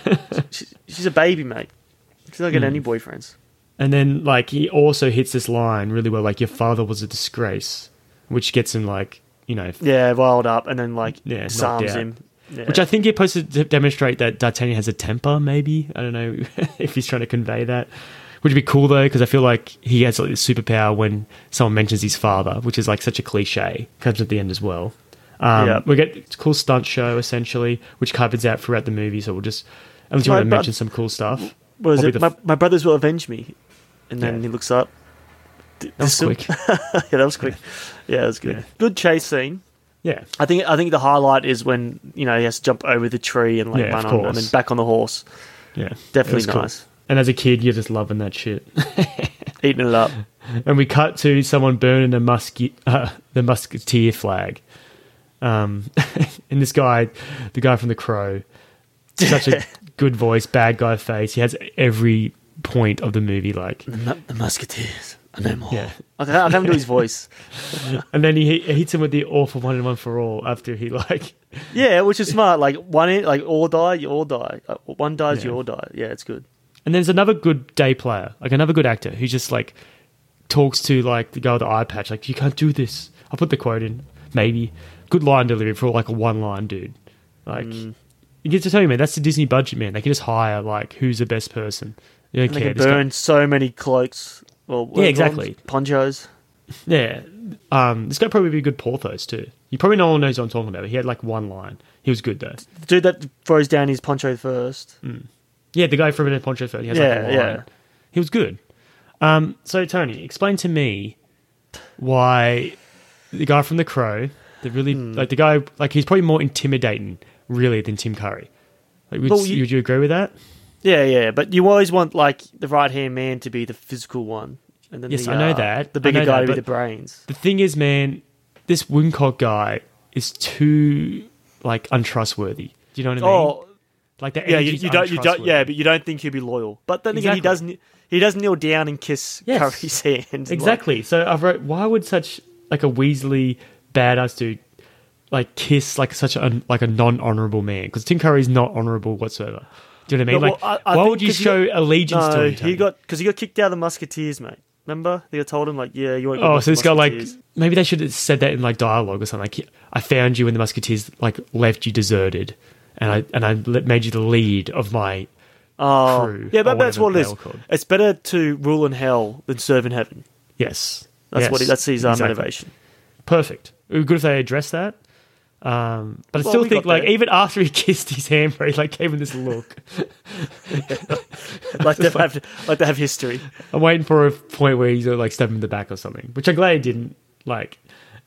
E: think
D: it.
E: about that. she, she's a baby, mate. She's not
D: Hmm.
E: getting any boyfriends.
D: And then, like, he also hits this line really well, like, your father was a disgrace, which gets him, like, you know,
E: Yeah, riled up and then like
D: Yeah, knocked
E: psalms
D: out.
E: him. Yeah.
D: Which um, I think it posted to demonstrate that D'Artagnan has a temper, maybe. I don't know if he's trying to convey that. Which would be cool, though, because I feel like he has like, this superpower when someone mentions his father, which is like such a cliche. Comes at the end as well. Um,
E: Yeah.
D: We get it's a cool stunt show, essentially, which carpets out throughout the movie. So we'll just, unless you
E: My
D: want to
E: bad.
D: mention some cool stuff.
E: what is
D: I'll be
E: it?
D: the
E: My,
D: f-
E: my brothers will avenge me. And then
D: Yeah.
E: he looks up. That
D: That was quick.
E: yeah, that was quick. Yeah, that was good. Good chase scene.
D: yeah.
E: I think I think the highlight is when you know he has to jump over the tree and like
D: Yeah, of
E: run on and then
D: course.
E: back on the horse,
D: Yeah. It
E: Definitely
D: was cool.
E: nice.
D: And as a kid, you're just loving that shit.
E: eating it up.
D: and we cut to someone burning the musket uh, the musketeer flag. Um, and this guy, the guy from The Crow, such a good voice, bad guy face. He has every point of the movie, like
E: the musketeers are no more.
D: yeah.
E: I can't, I can't do his voice.
D: And then he, he hits him with the awful one and one for all after he like
E: Yeah, which is smart. Like one, in, like all die, you all die. Uh, One dies, you
D: Yeah.
E: all die. Yeah, it's good.
D: And there's another good day player, like another good actor who just like talks to like the guy with the eye patch, like you can't do this. I'll put the quote in, maybe. Good line delivery for like a one line dude. Like
E: Mm.
D: you get to tell you, man, that's the Disney budget, man. They can just hire like who's the best person. They don't
E: And they
D: care.
E: can
D: this guy-
E: burn so many cloaks. Well, what are they called?
D: exactly.
E: Ponchos.
D: yeah, um, this guy probably be a good Porthos too. You probably no one knows what I'm talking about. But he had like one line. He was good though.
E: The dude that throws down his poncho first.
D: Mm. Yeah, the guy from Red Poncho Thirty has like
E: Yeah,
D: a line.
E: yeah.
D: He was good. Um, so Tony, explain to me why the guy from The Crow, the really
E: Hmm.
D: like the guy like he's probably more intimidating really than Tim Curry. Like, would,
E: Well,
D: you,
E: you-
D: would you agree with that?
E: Yeah, yeah. But you always want like the right hand man to be the physical one, and then
D: Yes,
E: the,
D: I know
E: uh,
D: that.
E: the
D: I
E: bigger
D: know
E: guy
D: that,
E: to be the
D: but-
E: brains.
D: The thing is, man, this Wincock guy is too like untrustworthy. Do you know what I mean?
E: Oh,
D: like that.
E: yeah, you, you don't, you don't, yeah, but you don't think he'll be loyal. But then again, he
D: Exactly.
E: doesn't. He doesn't kneel down and kiss
D: Yes.
E: Curry's hand. and, like-
D: Exactly. so I wrote, why would such like a Weasley badass dude like kiss like such a like a non honorable man? Because Tim Curry's not honorable whatsoever. Do you know what I mean?
E: No,
D: like,
E: well, I- I
D: why
E: think
D: would you
E: 'cause he
D: show
E: got-
D: allegiance to
E: no,
D: him?
E: he
D: Tony?
E: got because he got kicked out of the Musketeers, mate. Remember, they told him like, yeah, you won't. go
D: Oh, so
E: back to
D: this guy like
E: Musketeers.
D: maybe they should have said that in like dialogue or something. Like, I found you when the musketeers like left you deserted, and I and I le- made you the lead of my
E: Oh,
D: crew.
E: yeah,
D: or
E: but that's
D: whatever
E: what it
D: they
E: is.
D: were called.
E: It's better to rule in hell than serve in heaven.
D: Yes,
E: That's
D: Yes.
E: what. He, that's his uh,
D: Exactly.
E: motivation.
D: perfect. It would be good if they addressed that. Um, but I
E: Well,
D: still
E: we
D: think,
E: got
D: like,
E: there.
D: even after he kissed his hand, bro, he, like, gave him this look.
E: Like to have, like to have history.
D: I'm waiting for a point where he's, uh, like, stabbing him in the back or something, which I'm glad he didn't. Like,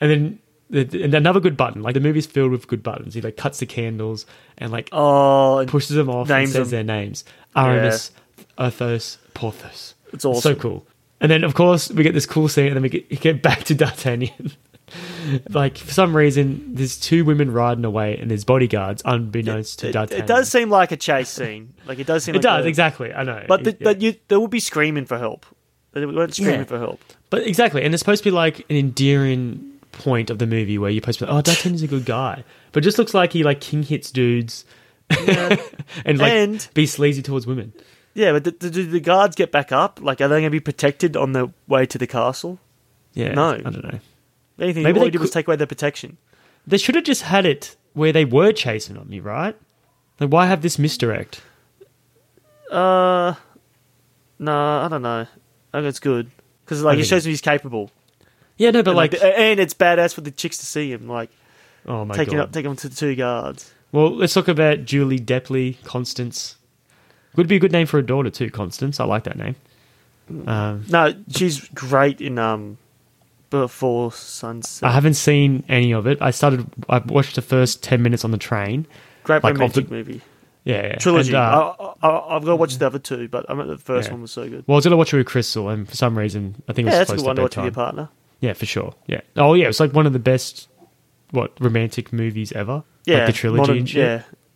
D: and then the, the- and another good button. Like, the movie's filled with good buttons. He, like, cuts the candles and, like,
E: Oh, and
D: pushes them off and
E: Names
D: says
E: them.
D: their names. Aramis, Athos, Porthos.
E: It's awesome.
D: So cool. And then, of course, we get this cool scene, and then we get, we get back to D'Artagnan. like, for some reason, there's two women riding away, and there's bodyguards, unbeknownst to
E: it,
D: D'Artagnan.
E: it does seem like a chase scene. Like it does seem.
D: It
E: like
D: does,
E: a-
D: exactly. I know.
E: But the,
D: It- yeah.
E: but you, they will be screaming for help. They weren't screaming
D: Yeah.
E: for help.
D: But exactly, and it's supposed to be like an endearing point of the movie where you're supposed to be like, oh, D'Artagnan's a good guy. But it just looks like he, like, king hits dudes and, like,
E: And-
D: be sleazy towards women.
E: Yeah, but th- th- do the guards get back up? Like, are they going to be protected on the way to the castle?
D: Yeah.
E: No.
D: I don't know.
E: Anything
D: Maybe
E: all
D: they
E: you did was
D: could-
E: take away their protection.
D: They should have just had it where they were chasing on me, right? Like, why have this misdirect?
E: Uh, no, I don't know. I think it's good because like
D: I
E: it
D: think-
E: shows him he's capable.
D: Yeah, no, but
E: And,
D: like,
E: like, and it's badass for the chicks to see him like
D: oh my
E: taking
D: god.
E: up, taking him to the two guards.
D: well, let's talk about Julie Depley, Constance. Would be a good name for a daughter too, Constance. I like that name.
E: No, she's great in um, before sunset.
D: I haven't seen any of it. I started. I watched the first ten minutes on the train.
E: great
D: like, of
E: romantic
D: the-
E: movie
D: Yeah, yeah.
E: trilogy. Oh.
D: And, uh,
E: I, I, I've got to watch the other two, but I remember the first
D: Yeah.
E: one was so good.
D: well, I was gonna watch it with Crystal, and for some reason, I think it was
E: yeah, that's a
D: close
E: good
D: to
E: one to watch
D: bedtime.
E: with your partner.
D: Yeah, for sure. Yeah. Oh yeah, it's like one of the best, what romantic movies ever.
E: Yeah,
D: like the trilogy
E: modern,
D: and shit.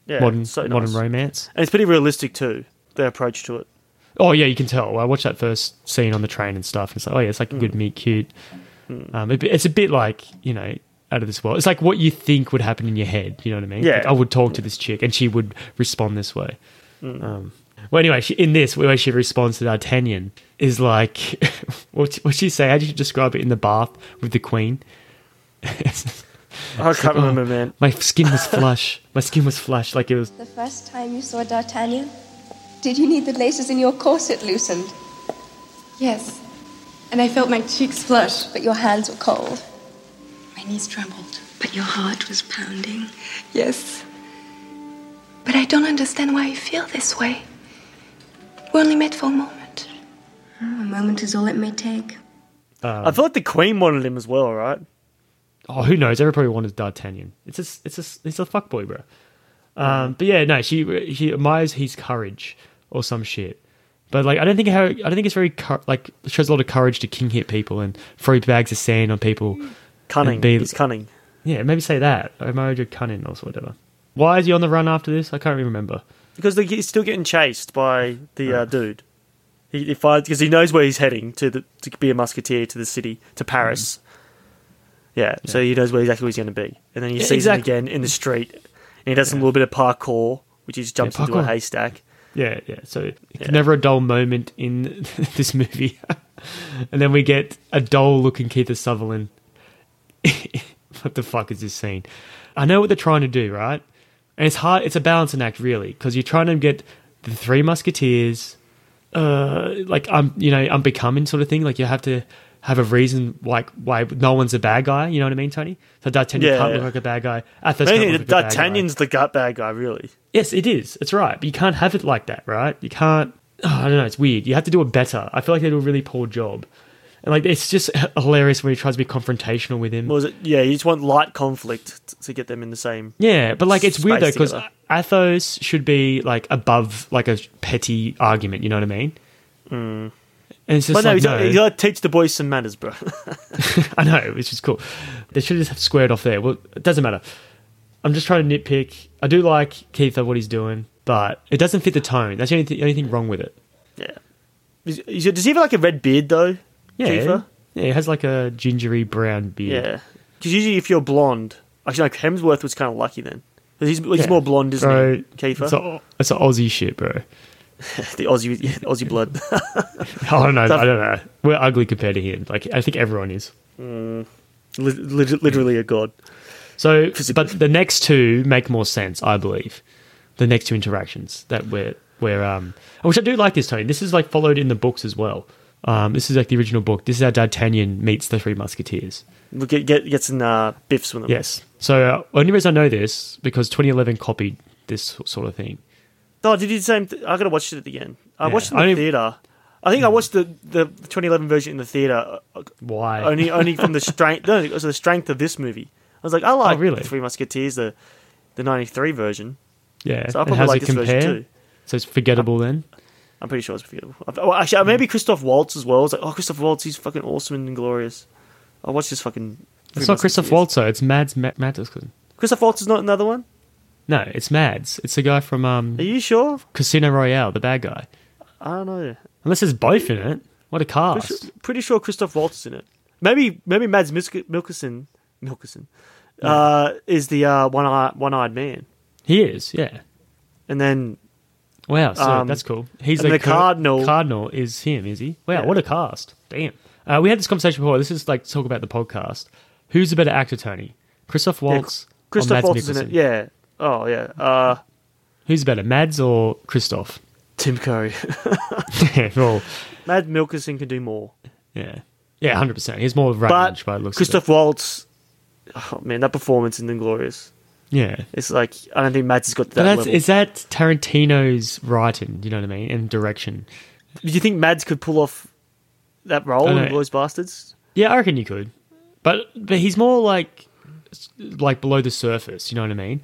E: Yeah, yeah,
D: modern
E: so
D: modern
E: nice.
D: romance.
E: And it's pretty realistic too. Their approach to it. Hmm.
D: Oh yeah, you can tell. I watched that first scene on the train and stuff. And it's like, oh yeah, it's like a good meet cute. Um, it, it's a bit like you know out of this world. It's like what you think would happen in your head. You know what I mean?
E: Yeah. Hmm.
D: Like, I would talk to this chick and she would respond this way. Um, well, anyway, she, in this, the way she responds to D'Artagnan is like, what what she say? How did you describe it in the bath with the queen?
E: I can't remember, man.
D: My skin was flush. My skin was flush. Like it was.
I: The first time you saw D'Artagnan, did you need the laces in your corset loosened?
J: Yes. And I felt my cheeks flush.
I: But your hands were cold.
J: My knees trembled. But your heart was pounding. Yes. But I don't understand why you feel this way. We only met for a moment.
I: Oh,
J: a moment is all it may take.
D: um,
E: I feel like the Queen wanted him as well, right?
D: Oh, who knows? Everybody wanted D'Artagnan. It's a, it's a, it's a fuckboy, bro. Um, but yeah, no, she she admires his courage or some shit. But like, I don't think how I don't think it's very cou- like it shows a lot of courage to king hit people and throw bags of sand on people.
E: Cunning.
D: And be-
E: He's cunning.
D: Yeah, maybe say that. Omarojo Cunning or whatever. Why is he on the run after this? I can't really remember.
E: Because they- he's still getting chased by the uh, dude. He, he finds because he knows where he's heading to the, to be a musketeer to the city to Paris. Yeah, so he knows where exactly where he's going to be, and then he
D: Mm-hmm. Yeah,
E: sees
D: exact-
E: him again in the street, and he does some little bit of parkour, which is jumps into a
D: parkour.
E: haystack.
D: Yeah, yeah. So it's never a dull moment in this movie. and then we get a dull looking Keith Sutherland. what the fuck is this scene? I know what they're trying to do, right? And it's hard. It's a balancing act, really, because you're trying to get the Three Musketeers, uh, like I'm, you know, unbecoming sort of thing. Like you have to have a reason, like why no one's a bad guy. You know what I mean, Tony? So D'Artagnan
E: Yeah,
D: can't
E: yeah.
D: look like a bad guy. Athos can't look
E: Mainly,
D: like a bad guy.
E: D'Artagnan's the gut bad guy, really.
D: Yes, it is. It's right. But you can't have it like that, right? You can't. Oh, I don't know. It's weird. You have to do it better. I feel like they do a really poor job. And like, it's just hilarious when he tries to be confrontational with him.
E: What was it? Yeah, you just want light conflict t- to get them in the same.
D: yeah, but like, it's weird though
E: Space
D: because
E: together.
D: Athos should be like above like a petty argument. You know what I mean? And it's just
E: But Mm. no,
D: like,
E: he's
D: no,
E: got- he's got to teach the boys some manners, bro.
D: I know, which is cool. They should just have squared off there. Well, it doesn't matter. I'm just trying to nitpick. I do like Keith of what he's doing, but it doesn't fit the tone. That's the only, th- only thing wrong with it.
E: yeah. Is- is- Does he have like a red beard though?
D: Yeah.
E: Kiefer?
D: Yeah, he has like a gingery brown beard.
E: Yeah. Because usually if you're blonde, actually, no, Hemsworth was kind of lucky then. 'Cause he's, he's
D: Yeah.
E: more blonde, isn't
D: Bro,
E: he? Kiefer?
D: It's a, it's a Aussie shit, bro.
E: the Aussie, yeah, the Aussie blood.
D: I don't know. I don't know. We're ugly compared to him. Like I think everyone is.
E: Lit- lit- Literally a god.
D: So, but the next two make more sense, I believe. The next two interactions that we're we're um, which I do like this Tony. This is like followed in the books as well. Um, this is like the original book. This is how D'Artagnan meets the Three Musketeers.
E: We'll get, get, get some uh, biffs with him.
D: Yes. So uh, only reason I know this because 2011 copied this sort of thing.
E: Oh, did you the same? Th- I gotta watch it again. I
D: Yeah.
E: watched it
D: I
E: in the
D: don't-
E: theater. I think I watched the, the 2011 version in the theater uh,
D: Why?
E: only only from the strength no, it was the strength of this movie. I was like, I like
D: Oh, really?
E: the Three Musketeers, the the '93 version.
D: yeah.
E: So I
D: and
E: probably
D: how's
E: like
D: it
E: this
D: compare?
E: version too.
D: So it's forgettable then.
E: I'm pretty sure it's forgettable. I've- Oh, actually, uh,
D: Hmm.
E: maybe Christoph Waltz as well. I was like, oh, Christoph Waltz, he's fucking awesome and glorious. I watched this fucking. Three
D: It's not Christoph
E: Musketeers.
D: Waltz, though. It's Mads Ma- Mikkelsen.
E: Christoph Waltz is not another one.
D: No, it's Mads. It's the guy from um,
E: Are you sure?
D: Casino Royale, the bad guy.
E: I don't know.
D: Unless there's both in it. What a
E: Pretty
D: cast.
E: sure, pretty sure Christoph Waltz is in it. Maybe maybe Mads Misk- Mikkelsen Mikkelsen uh, is the uh, one eye one eyed man,
D: He is, yeah.
E: and then
D: Wow, so
E: Um,
D: that's cool. He's
E: and the
D: cur-
E: Cardinal-
D: Cardinal is him, is he? Wow,
E: Yeah.
D: what a cast. Damn. Uh, we had this conversation before. This is like talk about the podcast. Who's the better actor, Tony? Christoph
E: yeah,
D: Waltz or
E: Christoph
D: Mads
E: Waltz is
D: Mikkelsen?
E: in it. Yeah. Oh yeah. Uh,
D: Who's better, Mads or Christoph?
E: Tim Curry.
D: yeah, well,
E: Mads Mikkelsen can do more,
D: yeah. Yeah, 100%. He's more
E: but
D: range by the looks of it.
E: Christoph Waltz. Oh man, that performance in Inglorious.
D: Yeah.
E: It's like I don't think Mads has got to
D: But
E: that
D: that's,
E: level.
D: is that Tarantino's writing, you know what I mean, and direction?
E: Do you think Mads could pull off that role
D: I
E: in
D: know.
E: Inglorious Bastards?
D: Yeah, I reckon you could, but but he's more like like below the surface. You know what I mean?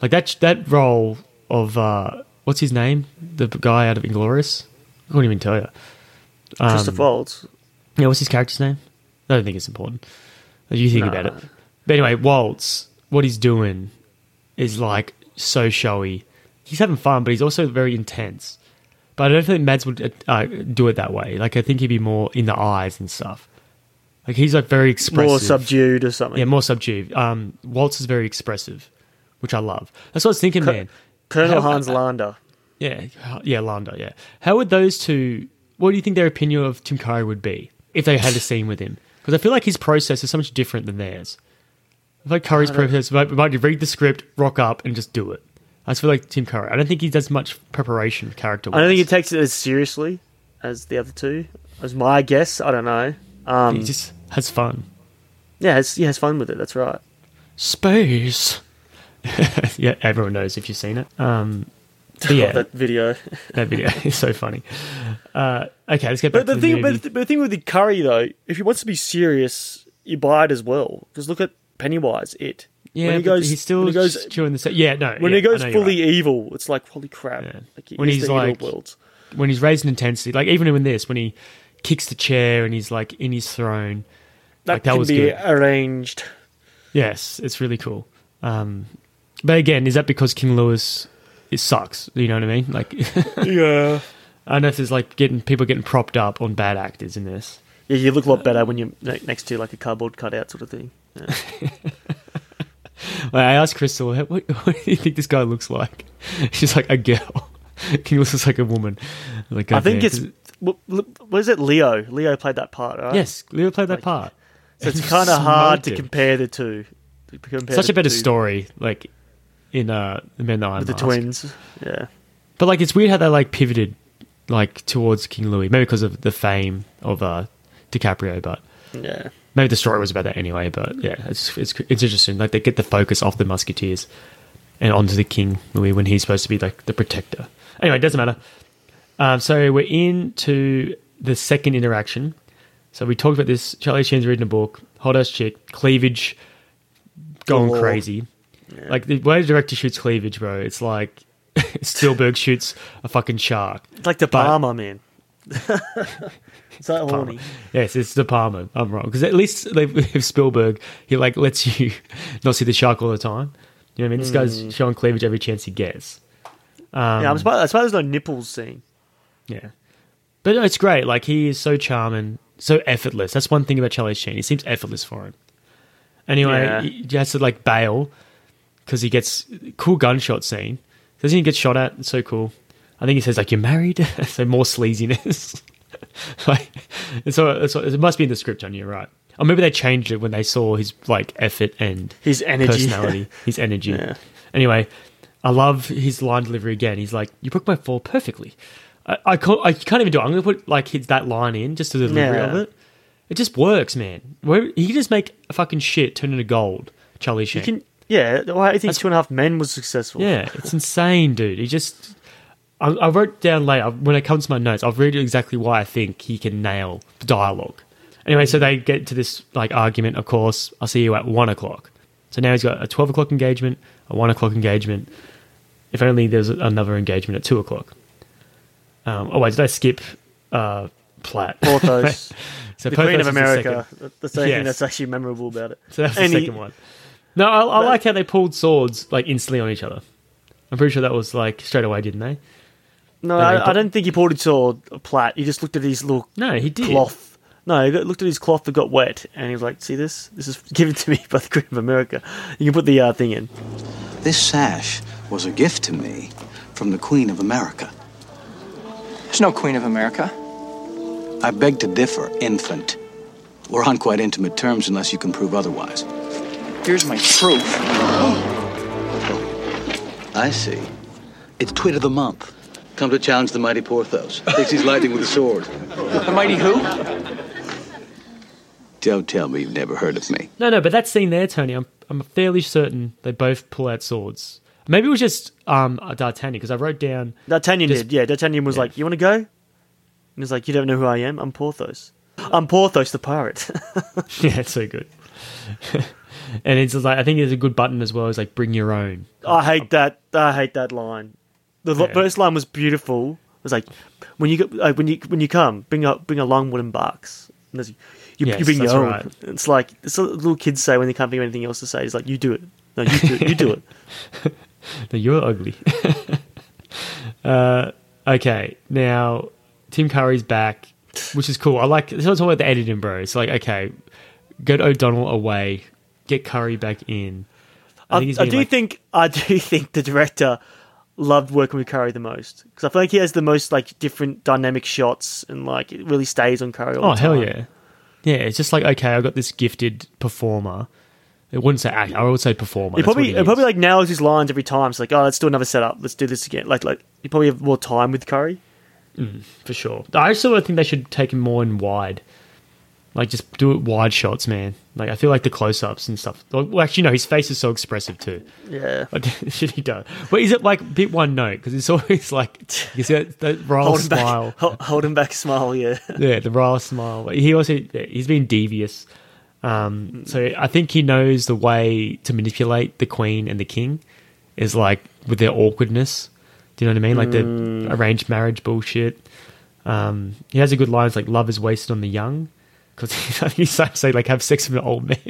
D: Like that that role of uh, what's his name, the guy out of Inglorious. I couldn't even tell you. Um,
E: Christoph Waltz.
D: Yeah, what's his character's name? I don't think it's important. You think about it. But anyway, Waltz, what he's doing is like so showy. He's having fun, but he's also very intense. uh, But I don't think Mads would uh, do it that way. Like I think he'd be more in the eyes and stuff. Like he's like very expressive,
E: More subdued or something.
D: Yeah, more subdued. Um, Waltz is very expressive, which I love. That's what I was thinking,
E: Co-
D: man.
E: Colonel
D: How-
E: Hans Lander.
D: Yeah, yeah, Landa. Yeah. How would those two? What do you think their opinion of Tim Curry would be if they had a scene with him? Because I feel like his process is so much different than theirs. I feel like Curry's process might, might be read the script, rock up, and just do it. I just feel like Tim Curry. I don't think he does much preparation character.
E: I don't think he takes it as seriously as the other two. As my guess, I don't know. Um,
D: he just has fun.
E: yeah, has- he has fun with it. That's right.
D: Space. yeah, everyone knows if you've seen it. Um, but yeah,
E: that video.
D: that video is so funny. Uh, okay, let's get back
E: But the,
D: to the
E: thing,
D: movie.
E: but, the, but the thing with the curry though, if he wants to be serious, you buy it as well. Because look at Pennywise. It.
D: yeah,
E: when he
D: but
E: goes,
D: he's still
E: when he goes,
D: just chewing the. sa- Yeah, no.
E: when
D: yeah,
E: he
D: I
E: goes
D: know you're
E: fully evil. It's like holy crap.
D: Yeah.
E: Like,
D: When
E: when
D: he's
E: he's the
D: like-
E: evil world.
D: when he's raised in intensity, like even in this, when he kicks the chair and he's like in his throne.
E: That,
D: like, that
E: can
D: was
E: be
D: good.
E: arranged.
D: Yes, it's really cool. Um, but again, is that because King Lewis it sucks? You know what I mean? Like,
E: yeah.
D: I don't know if there's like getting people getting propped up on bad actors in this.
E: Yeah, you look a lot better when you're ne- next to like a cardboard cutout sort of thing. Yeah.
D: Like, I asked Crystal, what, what do you think this guy looks like? She's like a girl. King Lewis is like a woman. Like,
E: I think
D: okay,
E: it's what, what is it? Leo. Leo played that part, right?
D: yes, Leo played that
E: Like,
D: part.
E: So it's kind of hard to
D: Smoked it.
E: compare the two. to compare
D: Such
E: the
D: a better
E: two
D: story, like in uh, the Men that Iron
E: with the
D: Mask.
E: twins. Yeah.
D: But like, it's weird how they like pivoted like towards King Louis, maybe because of the fame of uh, DiCaprio. But
E: Yeah.
D: maybe the story was about that anyway. But yeah, it's it's it's interesting. Like they get the focus off the Musketeers and onto the King Louis when he's supposed to be like the protector. Anyway, it doesn't matter. Um, so we're into the second interaction. So we talked about this. Charlie Sheen's reading a book. Hot ass chick. Cleavage going
E: Galore.
D: crazy. Like the way the director shoots cleavage, bro, it's like Spielberg shoots a fucking shark.
E: It's like the
D: But-
E: Palmer man. it's that horny.
D: Yes, it's De Palma. I'm wrong because at least they- with Spielberg, he like lets you not see the shark all the time. You know what I mean? This guy's showing cleavage every chance he gets.
E: yeah,
D: Um,
E: I'm surprised, I'm surprised there's no nipples scene.
D: Yeah, but no, it's great. Like he is so charming, so effortless. That's one thing about Charlie Sheen. He seems effortless for him. Anyway,
E: Yeah.
D: he he has to like bail because he gets cool gunshot scene. Doesn't he get shot at? It's so cool. I think he says like you're married, so more sleaziness. like, it's, all- it's, all- it must be in the script, John. You're right. Or maybe they changed it when they saw his like effort and
E: His energy.
D: personality, his energy.
E: Yeah.
D: Anyway, I love his line delivery again. He's like, "You broke my fall perfectly." I, I can't. I can't even do. it. I'm gonna put like his that line in just to the delivery
E: Yeah.
D: of it. It just works, man. Where, he can just make a fucking shit turn into gold, Charlie Sheen.
E: You can, yeah, well, I think Two and a Half Men was successful.
D: Yeah, it's insane, dude. He just. I, I wrote down later when it comes to my notes. I've read exactly why I think he can nail the dialogue. Anyway, so they get to this like argument. Of course, I'll see you at one o'clock. So now he's got a twelve o'clock engagement, a one o'clock engagement. If only there's another engagement at two o'clock. Um, oh wait, did I skip uh, Platt?
E: Porthos,
D: so
E: the Queen
D: Porthos
E: of
D: is the second.
E: America. That's the only
D: Yes.
E: thing that's actually memorable about it.
D: So that's the
E: And he-
D: second one. No, I, I like how they pulled swords like instantly on each other. I'm pretty sure that was like straight away, didn't they? No,
E: No,
D: he
E: I, I
D: put-
E: don't think he poured it sword plat. He just looked at his little
D: No, he did.
E: cloth. No, he got, looked at his cloth that got wet, and he was like, "See this? This is given to me by the Queen of America. You can put the uh, thing in."
K: This sash was a gift to me from the Queen of America.
G: There's no Queen of America.
K: I beg to differ, infant. We're on quite intimate terms unless you can prove otherwise.
G: Here's my proof.
K: I see. It's twit of the month. Come to challenge the mighty Porthos. Thinks he's lightning with a sword.
G: The mighty who?
K: Don't tell me you've never heard of me.
D: No, no, but that scene there, Tony, I'm, I'm fairly certain they both pull out swords. Maybe it was just um, D'Artagnan, because I wrote down.
E: D'Artagnan
D: Just-
E: did. Yeah, D'Artagnan was like, "You want to go?" And he's like, "You don't know who I am. I'm Porthos. I'm Porthos the pirate."
D: Yeah, it's so good. and it's just like, I think there's a good button as well. It's like, bring your own.
E: I hate that. I hate that line. The lo-
D: Yeah.
E: first line was beautiful. It was like, "When you go, like, when you when you come, bring a bring a long wooden box." And there's- you,
D: Yes,
E: you bring
D: that's
E: your own.
D: right.
E: It's like it's what little kids say when they can't think of anything else to say. It's like, "You do it. No, you do it. You do it."
D: No, you're ugly. uh, okay, now Tim Curry's back. which is cool. I like this is all about the editing, bro. It's like okay, get O'Donnell away, get Curry back in.
E: I,
D: he's
E: I
D: being,
E: do
D: like-
E: think I do think the director loved working with Curry the most because I feel like he has the most like different dynamic shots and like it really stays on Curry. All
D: oh
E: the
D: hell
E: time.
D: yeah, yeah. It's just like okay, I got this gifted performer. It wouldn't say act. I would say performer.
E: He
D: That's what
E: probably
D: he
E: he
D: is.
E: probably like nails his lines every time. It's like oh, let's do another setup. Let's do this again. Like like you probably have more time with Curry.
D: Mm, for sure. I still think they should take him more in wide. Like, just do it wide shots, man. Like, I feel like the close ups and stuff. Like, Well, actually, no, his face is so expressive, too.
E: Yeah.
D: should he do? But is it like a bit one note? Because it's always like, you see that, that Ryle
E: Hold him
D: Oh, smile.
E: back. Hold, hold him back. Smile. Yeah.
D: Yeah, the Ryle smile. Like, He also, he's been devious. Um, so I think he knows the way to manipulate the queen and the king is like with their awkwardness. Do you know what I mean? Like
E: Mm.
D: the arranged marriage bullshit. Um, he has a good lines like "love is wasted on the young," because he starts to say like "have sex with an old man."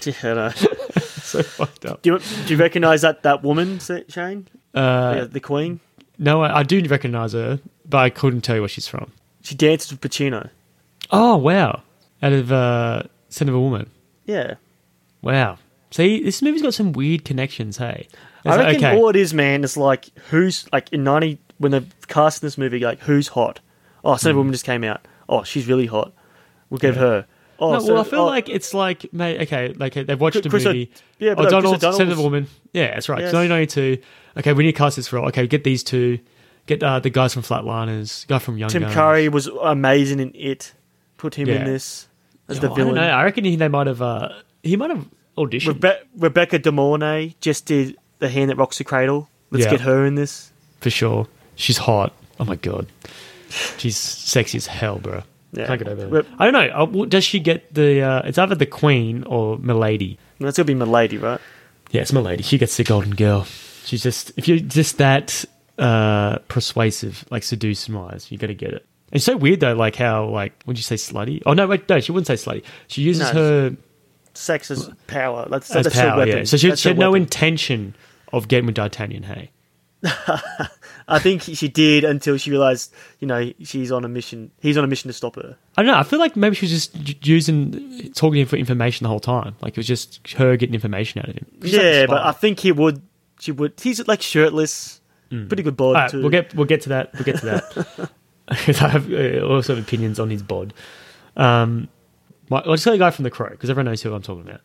E: yeah no.
D: so fucked up.
E: Do you, do you recognize that that woman, Sa- Shane?
D: Uh,
E: Yeah, the Queen.
D: No, I, I do recognize her, but I couldn't tell you where she's from.
E: She danced with Pacino.
D: Oh wow! Out of uh, Son of a Woman.
E: Yeah.
D: Wow. See, this movie's got some weird connections. Hey, It's
E: I
D: like,
E: reckon all it is, man, is like who's like in ninety when they're casting this movie, like who's hot? Oh, Son of a
D: Mm.
E: Woman just came out. Oh, she's really hot. We'll give her. Oh,
D: no,
E: Son
D: well, I
E: of-
D: feel
E: oh,
D: like it's like, mate, okay, like uh, they've watched a
E: Chris O-
D: movie. Oh,
E: yeah, but no,
D: O'Donnell,
E: Chris O'Donnell's-
D: Senator Woman. Yeah, that's right.
E: Yes.
D: 1992. Okay, we need to cast this role. Okay, get these two. Get uh, the guys from Flatliners, guy from Young
E: Tim
D: Guns.
E: Curry was amazing in it. Put him in
D: Yeah.
E: this as
D: Yo,
E: the villain.
D: Oh, I, don't know. I reckon he, they might have. Uh, he might have auditioned.
E: Rebe- Rebecca De Mornay just did the hand that rocks the cradle. Let's
D: Yeah.
E: get her in this.
D: for sure. She's hot. Oh my god, she's sexy as hell, bro.
E: Yeah.
D: Can't get over that.
E: Rep-
D: I don't know. Uh, w- Does she get the? Uh, it's either the Queen or Milady.
E: That's gonna be Milady, right?
D: Yeah, it's Milady. She gets the golden girl. She's just if you're just that uh, persuasive, like seducing wise, you got to get it. It's so weird though, like how like would you say slutty? Oh no, wait, no, she wouldn't say slutty. She uses
E: No,
D: her
E: Sex is power. That's,
D: as
E: that's her
D: power.
E: weapon.
D: Yeah. So she,
E: That's
D: she
E: her
D: had no
E: weapon.
D: intention of getting with D'Artagnan. Hey,
E: I think she did until she realized, you know, she's on a mission. He's on a mission to stop her.
D: I don't know. I feel like maybe she was just j- using talking to him for information the whole time. Like it was just her getting information out of him. She's like a
E: yeah,
D: spy.
E: but I think he would. She would. He's like shirtless, pretty good bod
D: Mm. All right,
E: too.
D: we'll get we'll get to that. We'll get to that. 'Cause I have uh, also have opinions on his bod. Um, my, I'll just say the guy from The Crow because everyone knows who I'm talking about.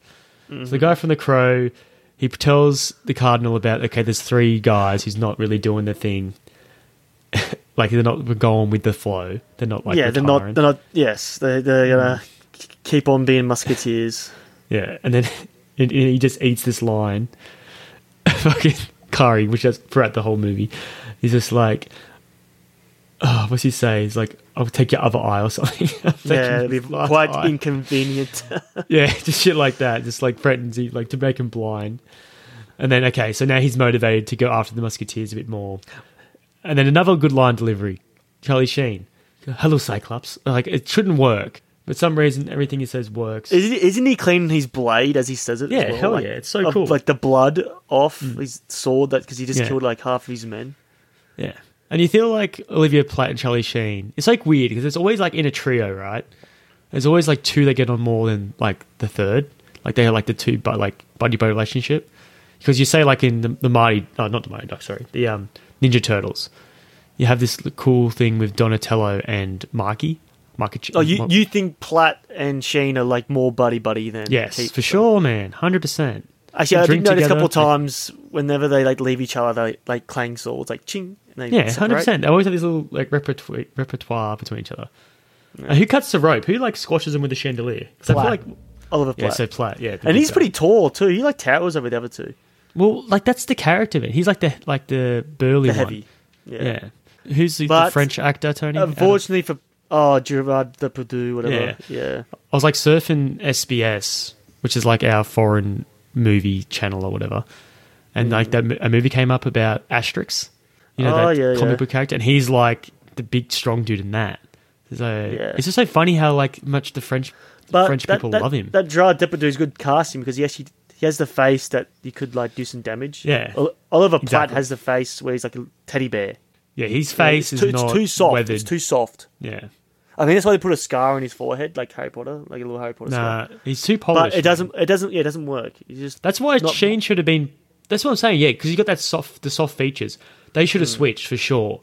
D: So the
E: Mhm.
D: guy from The Crow, he tells the cardinal about okay, there's three guys who's not really doing the thing. like they're not going with the flow. They're not like
E: yeah, they're not.
D: retiring.
E: They're not. Yes, they they're
D: Mm.
E: gonna k- keep on being musketeers.
D: Yeah, and then and- and he just eats this line. Fucking Kari, which is throughout the whole movie, he's just like, oh, what's he say? He's like, I'll take your other eye or something. I'm taking
E: yeah, it'd be
D: his last
E: quite
D: eye.
E: inconvenient.
D: yeah, just shit like that. Just like threatens he like to make him blind. And then okay, so now he's motivated to go after the musketeers a bit more. And then another good line delivery, Charlie Sheen. Hello, Cyclops. Like it shouldn't work, but some reason everything he says works.
E: isn't, isn't he cleaning his blade as he says it? as
D: Yeah,
E: well?
D: hell
E: Like,
D: yeah, it's so
E: of,
D: cool.
E: Like the blood off his sword, that because he just
D: Yeah.
E: killed like half of his men.
D: Yeah. And you feel like Olivia Platt and Charlie Sheen. It's like weird because it's always like in a trio, right? There's always like two that get on more than like the third. Like they have like the two but like buddy buddy relationship. Because you say like in the, the Marty, oh, not the Marty Duck, sorry, the um, Ninja Turtles, you have this l- cool thing with Donatello and Marky. Marky
E: Oh, you
D: Mar-
E: you think Platt and Sheen are like more buddy buddy than
D: yes,
E: Keith?
D: for sure, man, hundred percent.
E: Actually, I did notice a couple of times whenever they like leave each other, they like clang swords, like ching. And they
D: Yeah, hundred
E: separate.
D: percent. They always have this little like repertoire, repertoire between each other. And who cuts the rope? Who like squashes him with the chandelier? 'Cause I feel
E: Platt.
D: like
E: Oliver Platt.
D: Yeah, so Platt. Yeah, the
E: and
D: big
E: he's
D: guy.
E: pretty tall too. He like towers over the other two.
D: well. Like that's the character of it. He's like the like the burly one.
E: The heavy. Yeah.
D: Yeah. Who's the, the
E: But-
D: French actor Tony? Adam-
E: Unfortunately for oh Gerard the Purdue, whatever. Yeah.
D: I was like surfing SBS, which is like our foreign movie channel or whatever, and like that mo- a movie came up about Asterix, you know
E: Hmm. Oh,
D: that
E: yeah,
D: comic
E: yeah.
D: book character, and he's like the big strong dude in that. So
E: Yeah.
D: it's just so funny how like much the French
E: But
D: French
E: that,
D: people
E: that-
D: love him.
E: That Gerard Depardieu is good casting because he actually he has the face that he could like do some damage.
D: Yeah.
E: Ol- Oliver Platt
D: Exactly.
E: has the face where he's like a teddy bear.
D: yeah, his
E: You know,
D: face
E: it's
D: is
E: too,
D: not
E: it's too soft.
D: weathered.
E: It's too soft.
D: yeah.
E: I think that's why they put a scar on his forehead, like Harry Potter, like a little Harry Potter
D: Nah,
E: scar.
D: he's too
E: But
D: polished,
E: it doesn't. It doesn't. Yeah, it doesn't work. He's just
D: That's why
E: not-
D: Sheen should have been. That's what I'm saying. Yeah, because you got that soft, the soft features. They should have switched for sure.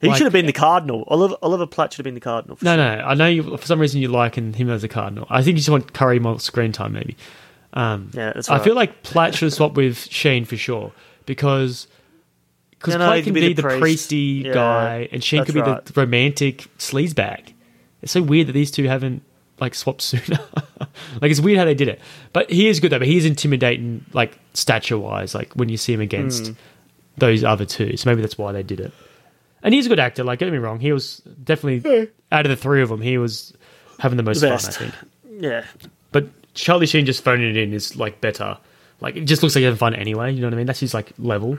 E: He
D: Like-
E: should have been the cardinal. Oliver Oliver Platt should have been the cardinal.
D: No, no. I know you, for some reason you liking him as a cardinal. I think you just want Curry more screen time, maybe. Um,
E: Yeah, that's
D: I
E: right.
D: feel like Platt should have swapped with Sheen for sure because because
E: No, no, he
D: Platt can
E: could
D: be, the,
E: priest.
D: priesty
E: Yeah,
D: guy and Sheen could be
E: that's right.
D: the romantic sleazebag. It's so weird that these two haven't like swapped sooner. like it's weird how they did it. But he is good though. But he is intimidating, like stature wise. Like when you see him against
E: Mm.
D: those other two, so maybe that's why they did it. And he's a good actor. Like, don't get me wrong. He was definitely out of the three of them. He was having the most
E: The
D: fun, I
E: best.
D: think.
E: Yeah.
D: But Charlie Sheen just phoning it in is like better. Like, it just looks like he's having fun anyway. You know what I mean? That's his like level.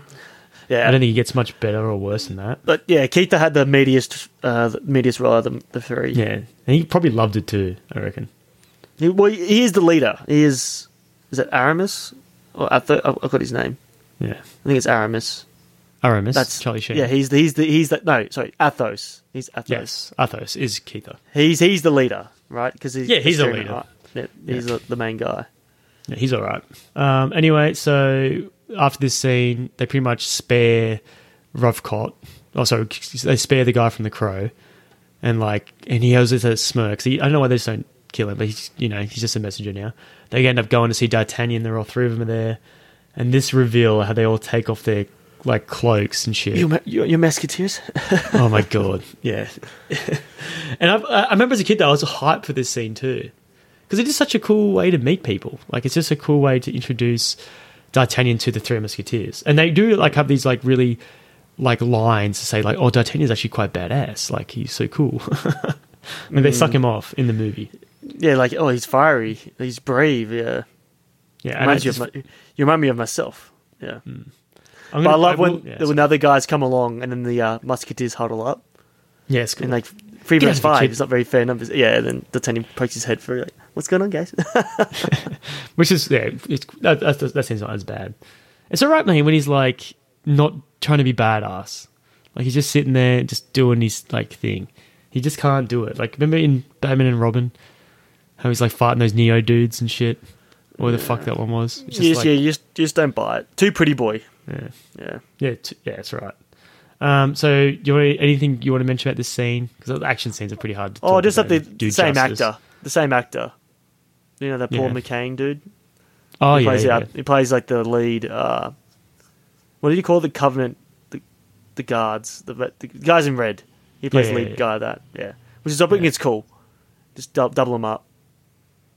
E: Yeah.
D: I don't think he gets much better or worse than that.
E: But yeah, Keita had the meatiest, uh, the meatiest role of the, the three.
D: Yeah, and he probably loved it too. I reckon.
E: He, well, he is the leader. He is. Is it Aramis? Or I thought I got his name.
D: Yeah,
E: I think it's Aramis.
D: Aramis. Charlie Sheen.
E: Yeah, he's the, he's the he's the no sorry Athos. He's Athos.
D: Yes, Athos is Keita.
E: He's he's the leader, right? Because
D: Yeah, he's the leader.
E: Yeah, he's
D: Yeah.
E: The, the main guy.
D: Yeah, he's all right. Um, anyway, so after this scene, they pretty much spare Rovcott. Oh, sorry, they spare the guy from the Crow, and like, and he has this uh, smirk. So he, I don't know why they just don't kill him, but he's you know he's just a messenger now. They end up going to see D'Artagnan. There, all three of them are there, and this reveal how they all take off their like cloaks and shit.
E: You ma- you your musketeers.
D: oh my god, yeah. and I, I remember as a kid though, I was hyped for this scene too, because it is such a cool way to meet people. Like it's just a cool way to introduce D'Artagnan to the Three Musketeers, and they do like have these like really like lines to say like, "Oh, D'Artagnan's actually quite badass. Like he's so cool." I mean, they suck
E: Mm.
D: him off in the movie.
E: Yeah, like oh, he's fiery. He's brave. Yeah.
D: Yeah, and I
E: Reminds you, of
D: just- Hmm.
E: my, you remind me of myself. Yeah.
D: I'm
E: but
D: gonna-
E: I love
D: I will-
E: when
D: yeah,
E: when the other guys come along and then the uh, musketeers huddle up.
D: Yeah, it's cool.
E: And like three
D: Get
E: versus
D: out of here,
E: five
D: kid.
E: is not very fair numbers. Yeah, and then D'Artagnan pokes his head through. Like, what's going on, guys?
D: which is yeah, it's, that, that, that seems not as bad. It's all right, man, when he's like not trying to be badass, like he's just sitting there just doing his like thing. He just can't do it. Like remember in Batman and Robin, how he's like fighting those Neo dudes and shit, or the fuck that one was. It's
E: Yes,
D: just like-
E: yeah, you just, you just don't buy it. Too pretty boy.
D: Yeah,
E: yeah,
D: yeah, t- yeah. That's right. Um, so, do you want anything you want to mention about this scene? Because the action scenes are pretty hard. to
E: Oh,
D: talk
E: just
D: about
E: that the
D: and do
E: same
D: justice.
E: actor, the same actor. You know that Paul
D: Yeah.
E: McCain dude.
D: Oh,
E: he
D: yeah,
E: plays
D: yeah,
E: the-
D: yeah.
E: he plays like the lead. Uh, what do you call the Covenant? The, the guards, the, vet- the guys in red. He plays
D: Yeah,
E: the
D: yeah,
E: lead
D: yeah.
E: guy. That yeah, which is I think it's cool. Just dou- double him up.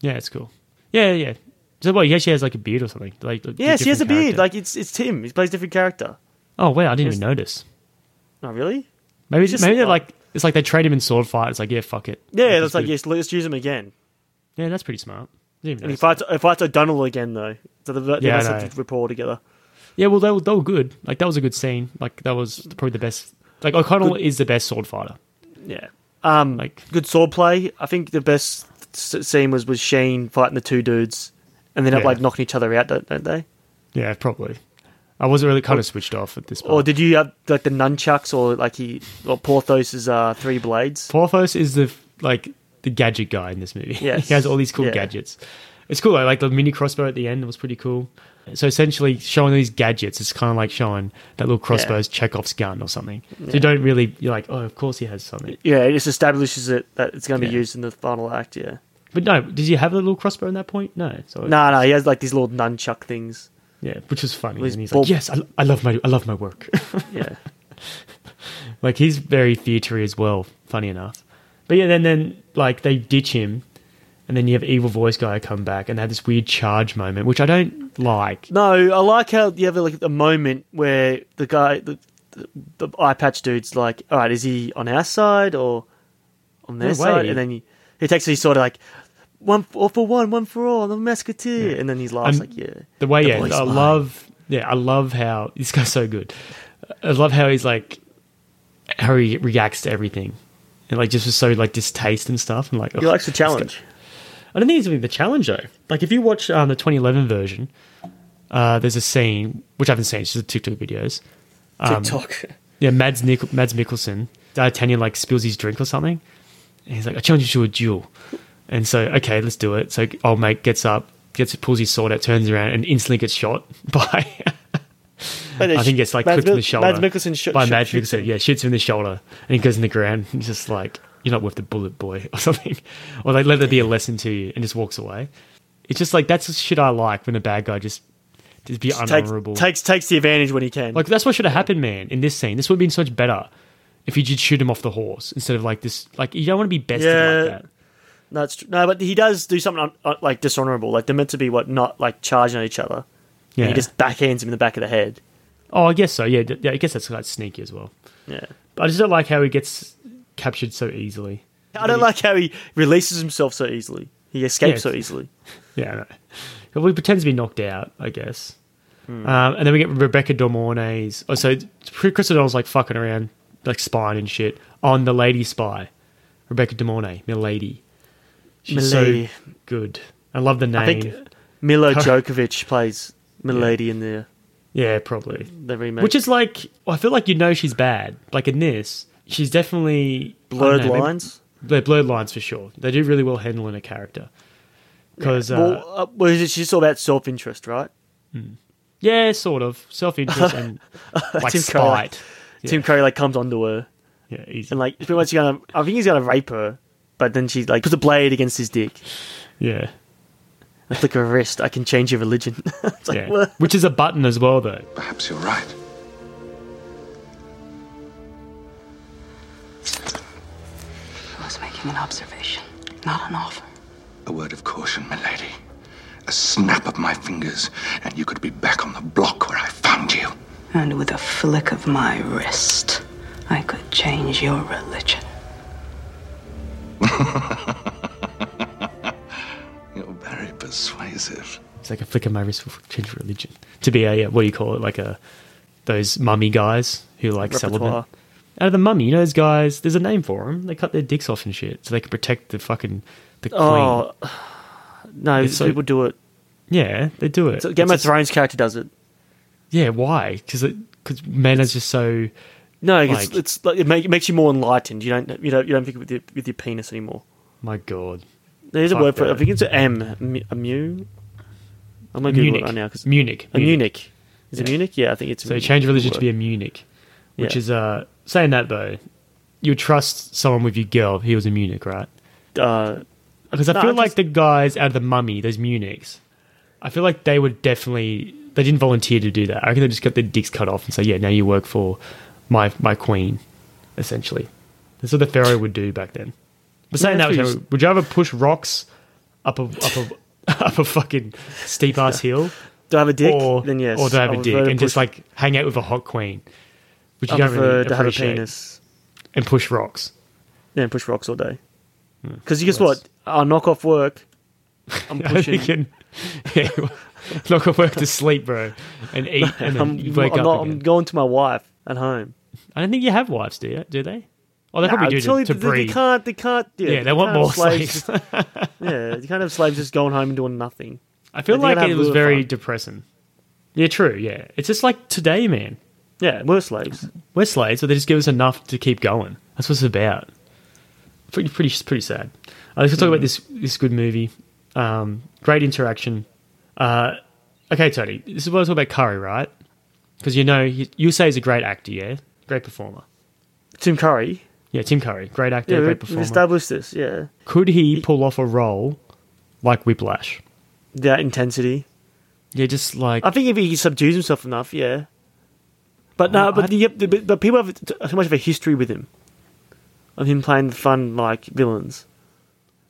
D: Yeah, it's cool. Yeah, yeah. So, what? He actually has like a beard or something. Like, a
E: Yes, he has a
D: different
E: beard.
D: character.
E: Like it's it's him. He plays different character.
D: oh wow, I didn't
E: Yes.
D: even notice.
E: Oh really?
D: Maybe
E: Just
D: maybe they're like it's like they trade him in sword fight. It's like yeah, fuck it.
E: Yeah,
D: just
E: that's like
D: do-
E: yes. Let's use him again.
D: yeah, that's pretty smart. Didn't even
E: And he
D: notice.
E: fights. He fights O'Donnell again though. So the, they
D: Yeah, I
E: must
D: know.
E: have rapport together.
D: yeah, well they were, they were good. Like that was a good scene. Like that was probably the best. Like O'Connell
E: Good-
D: is the best sword fighter.
E: Yeah. Um, good sword play. I think the best s- scene was was Sheen fighting the two dudes, and they end up
D: Yeah.
E: like knocking each other out, don't, don't they?
D: Yeah, probably. I wasn't really kind of switched off at this point.
E: Or did you have like the nunchucks, or like he or Porthos's uh, three blades?
D: Porthos is the like the gadget guy in this movie.
E: Yes.
D: he has all these cool
E: Yeah.
D: gadgets. It's cool. I like the mini crossbow at the end was pretty cool. So essentially, showing these gadgets is kind of like showing that little crossbow's Chekhov's gun or something. So
E: Yeah.
D: you don't really you're like, oh, of course he has something.
E: Yeah, it just establishes it that it's going to be
D: Yeah.
E: used in the final act. Yeah.
D: But no, did you have a little crossbow in that point? No. So
E: No, no, he has like these little nunchuck things.
D: Yeah, which is funny.
E: With
D: And he's
E: ball-
D: like, yes, I, lo- I love my I love my work.
E: Yeah.
D: like he's very theatery as well. Funny enough, but yeah, then then like they ditch him, and then you have evil voice guy come back, and they have this weird charge moment, which I don't like.
E: No, I like how you have like a moment where the guy, the, the, the eye patch dude's like, all right, is he on our side or on their
D: No way.
E: side? And then he, he takes his sort of like one f- all for one, one for all, the musketeer, and then he laughs
D: I'm-
E: like, yeah,
D: the way yeah,
E: boy's
D: I
E: mine.
D: love yeah, I love how this guy's so good. I love how he's like how he reacts to everything, and like just was so like distaste and stuff, and like
E: He
D: ugh,
E: likes the
D: this guy-
E: challenge.
D: I don't think it's even the challenge though. Like if you watch um, the 2011 version, uh, there's a scene which I haven't seen. It's just TikTok videos.
E: TikTok.
D: Um, Yeah, Mads Nic- Mads Mikkelsen. D'Artagnan like spills his drink or something, And he's like, I challenge you to a duel. And so, okay, let's do it. So old mate gets up, gets pulls his sword out, turns around, and instantly gets shot by.
E: But they
D: I think
E: sh-
D: it's like
E: Mads
D: clipped in
E: Mil-
D: the shoulder.
E: Mads Mikkelsen sh-
D: by
E: sh-
D: Mads
E: shoots
D: Mikkelsen, yeah, shoots him in the shoulder, and he goes in the ground. And he's just like, "You're not worth a bullet, boy," or something. Or they let there be a lesson to you, and just walks away. It's just like that's the shit I like when a bad guy just just be
E: takes,
D: unhonorable.
E: takes takes the advantage when he can.
D: Like that's what should have happened, man. In this scene, this would have been so much better if you did shoot him off the horse instead of like this. Like you don't want to be bested like that.
E: No, it's true. No, but he does do something un- un- like dishonorable. Like they're meant to be what not like charging at each other. Yeah.
D: Yeah.
E: he just backhands him in the back of the head.
D: Oh, I guess so. Yeah, d- yeah. I guess that's like sneaky as well.
E: Yeah.
D: But I just don't like how he gets captured so easily.
E: I don't like how he releases himself so easily. He escapes
D: Yeah.
E: so easily.
D: Yeah, I know. Well, he pretends to be knocked out, I guess.
E: Hmm.
D: Um, and then we get Rebecca De Mornay's. Oh, so Chris O'Donnell's like fucking around, like spying and shit on the lady spy, Rebecca De Mornay, Milady. She's
E: Milady.
D: so good. I love the name.
E: I think Milo Djokovic plays Milady in the
D: yeah, probably
E: the remake,
D: Which is like, I feel like you know she's bad. Like in this, she's definitely
E: Blurred
D: I don't know, maybe-
E: lines?
D: They're blurred lines for sure. They do really well handling a character. Because uh,
E: well, uh, well, is it- she's all about self interest, right?
D: yeah, sort of self interest and like
E: Tim Curry, like-
D: spite. Yeah.
E: Tim Curry like comes onto her,
D: yeah,
E: and like pretty much he's gonna. I think he's gonna rape her, but then she like puts a blade against his dick.
D: Yeah.
E: I flick her wrist. I can change your religion. it's like,
D: yeah.
E: what?
D: Which is a button as well, though.
A: Perhaps you're right.
J: I was making an observation, not an offer.
A: A word of caution, milady. A snap of my fingers, and you could be back on the block where I found you.
J: And with a flick of my wrist, I could change your religion.
A: You're very persuasive.
D: It's like a flick of my wrist will change religion. To be a, yeah, what do you call it? Like a, those mummy guys who like
E: Repertoire.
D: celibate. Out of the mummy, you know those guys, there's a name for them. They cut their dicks off and shit so they can protect the fucking, the queen.
E: Oh no,
D: It's so-
E: people do it.
D: Yeah, they do it.
E: So Game
D: It's
E: of
D: just-
E: Thrones character does it.
D: Yeah, why? Because because men are just so.
E: No,
D: like,
E: it's, it's like, it, make, it makes you more enlightened. You don't you don't you don't pick it with your with your penis anymore.
D: my god.
E: There's a
D: Fuck
E: word for it. I
D: that.
E: think it's a M. mu- A mu. I'm gonna Google it
D: Munich.
E: right now because
D: Munich.
E: A Munich. Is it
D: Yeah.
E: Munich? Yeah, I think it's.
D: So you change religion to be a Munich, which
E: Yeah.
D: is uh saying that though, you would trust someone with your girl. if He was a Munich, right?
E: Because
D: I
E: no,
D: feel
E: I
D: like
E: just-
D: the guys out of the Mummy, those Munichs, I feel like they would definitely they didn't volunteer to do that. I reckon they just got their dicks cut off and say, yeah, now you work for my my queen, essentially. That's what the pharaoh would do back then. But saying
E: Yeah,
D: that,
E: that's
D: was,
E: pretty-
D: would you ever push rocks up a up a up a fucking steep ass hill?
E: Do I have a dick?
D: Or,
E: then yes.
D: Or do I have a
E: would
D: dick
E: prefer
D: and
E: to
D: just
E: push-
D: like hang out with a hot queen, which you
E: I
D: don't
E: prefer
D: really
E: to have a
D: appreciate,
E: penis.
D: and push rocks.
E: Yeah, and push rocks all day. Because guess what? I'll knock off work. I'm
D: Hmm. I
E: pushing.
D: think yeah, knock off work to sleep, bro, and eat, and then
E: I'm,
D: you wake
E: I'm
D: up
E: not- I'm
D: again.
E: going to my wife at home.
D: I don't think you have wives, do you? Do they? Oh, they
E: Nah,
D: probably do
E: totally-
D: to, to
E: they- they,
D: breed.
E: can't. They can't. Yeah,
D: Yeah, they
E: you
D: want
E: can't have
D: more slaves.
E: just- yeah, you can't have slaves just going home and doing nothing.
D: I feel
E: They
D: like
E: gotta have
D: it
E: a
D: was
E: little
D: very
E: fun.
D: depressing. Yeah, true. Yeah, it's just like today, man.
E: Yeah, we're slaves.
D: We're slaves, but they just give us enough to keep going. That's what it's about. Pretty, pretty, pretty sad. Uh, let's talk
E: Mm.
D: about this this good movie. Um, great interaction. Uh, okay, Tony, this is what I was talking about Curry, right? Because you know, you, you say he's a great actor, yeah, great performer.
E: Tim Curry.
D: Yeah, Tim Curry, great actor,
E: Yeah, we-
D: great
E: we've
D: performer.
E: established this. Yeah,
D: Could he pull off a role like Whiplash?
E: that intensity.
D: Yeah, just like
E: I think if he subdues himself enough, yeah. But no,
D: Oh,
E: but,
D: I-
E: yep, but but people have t- so much of a history with him, of him playing the fun like villains.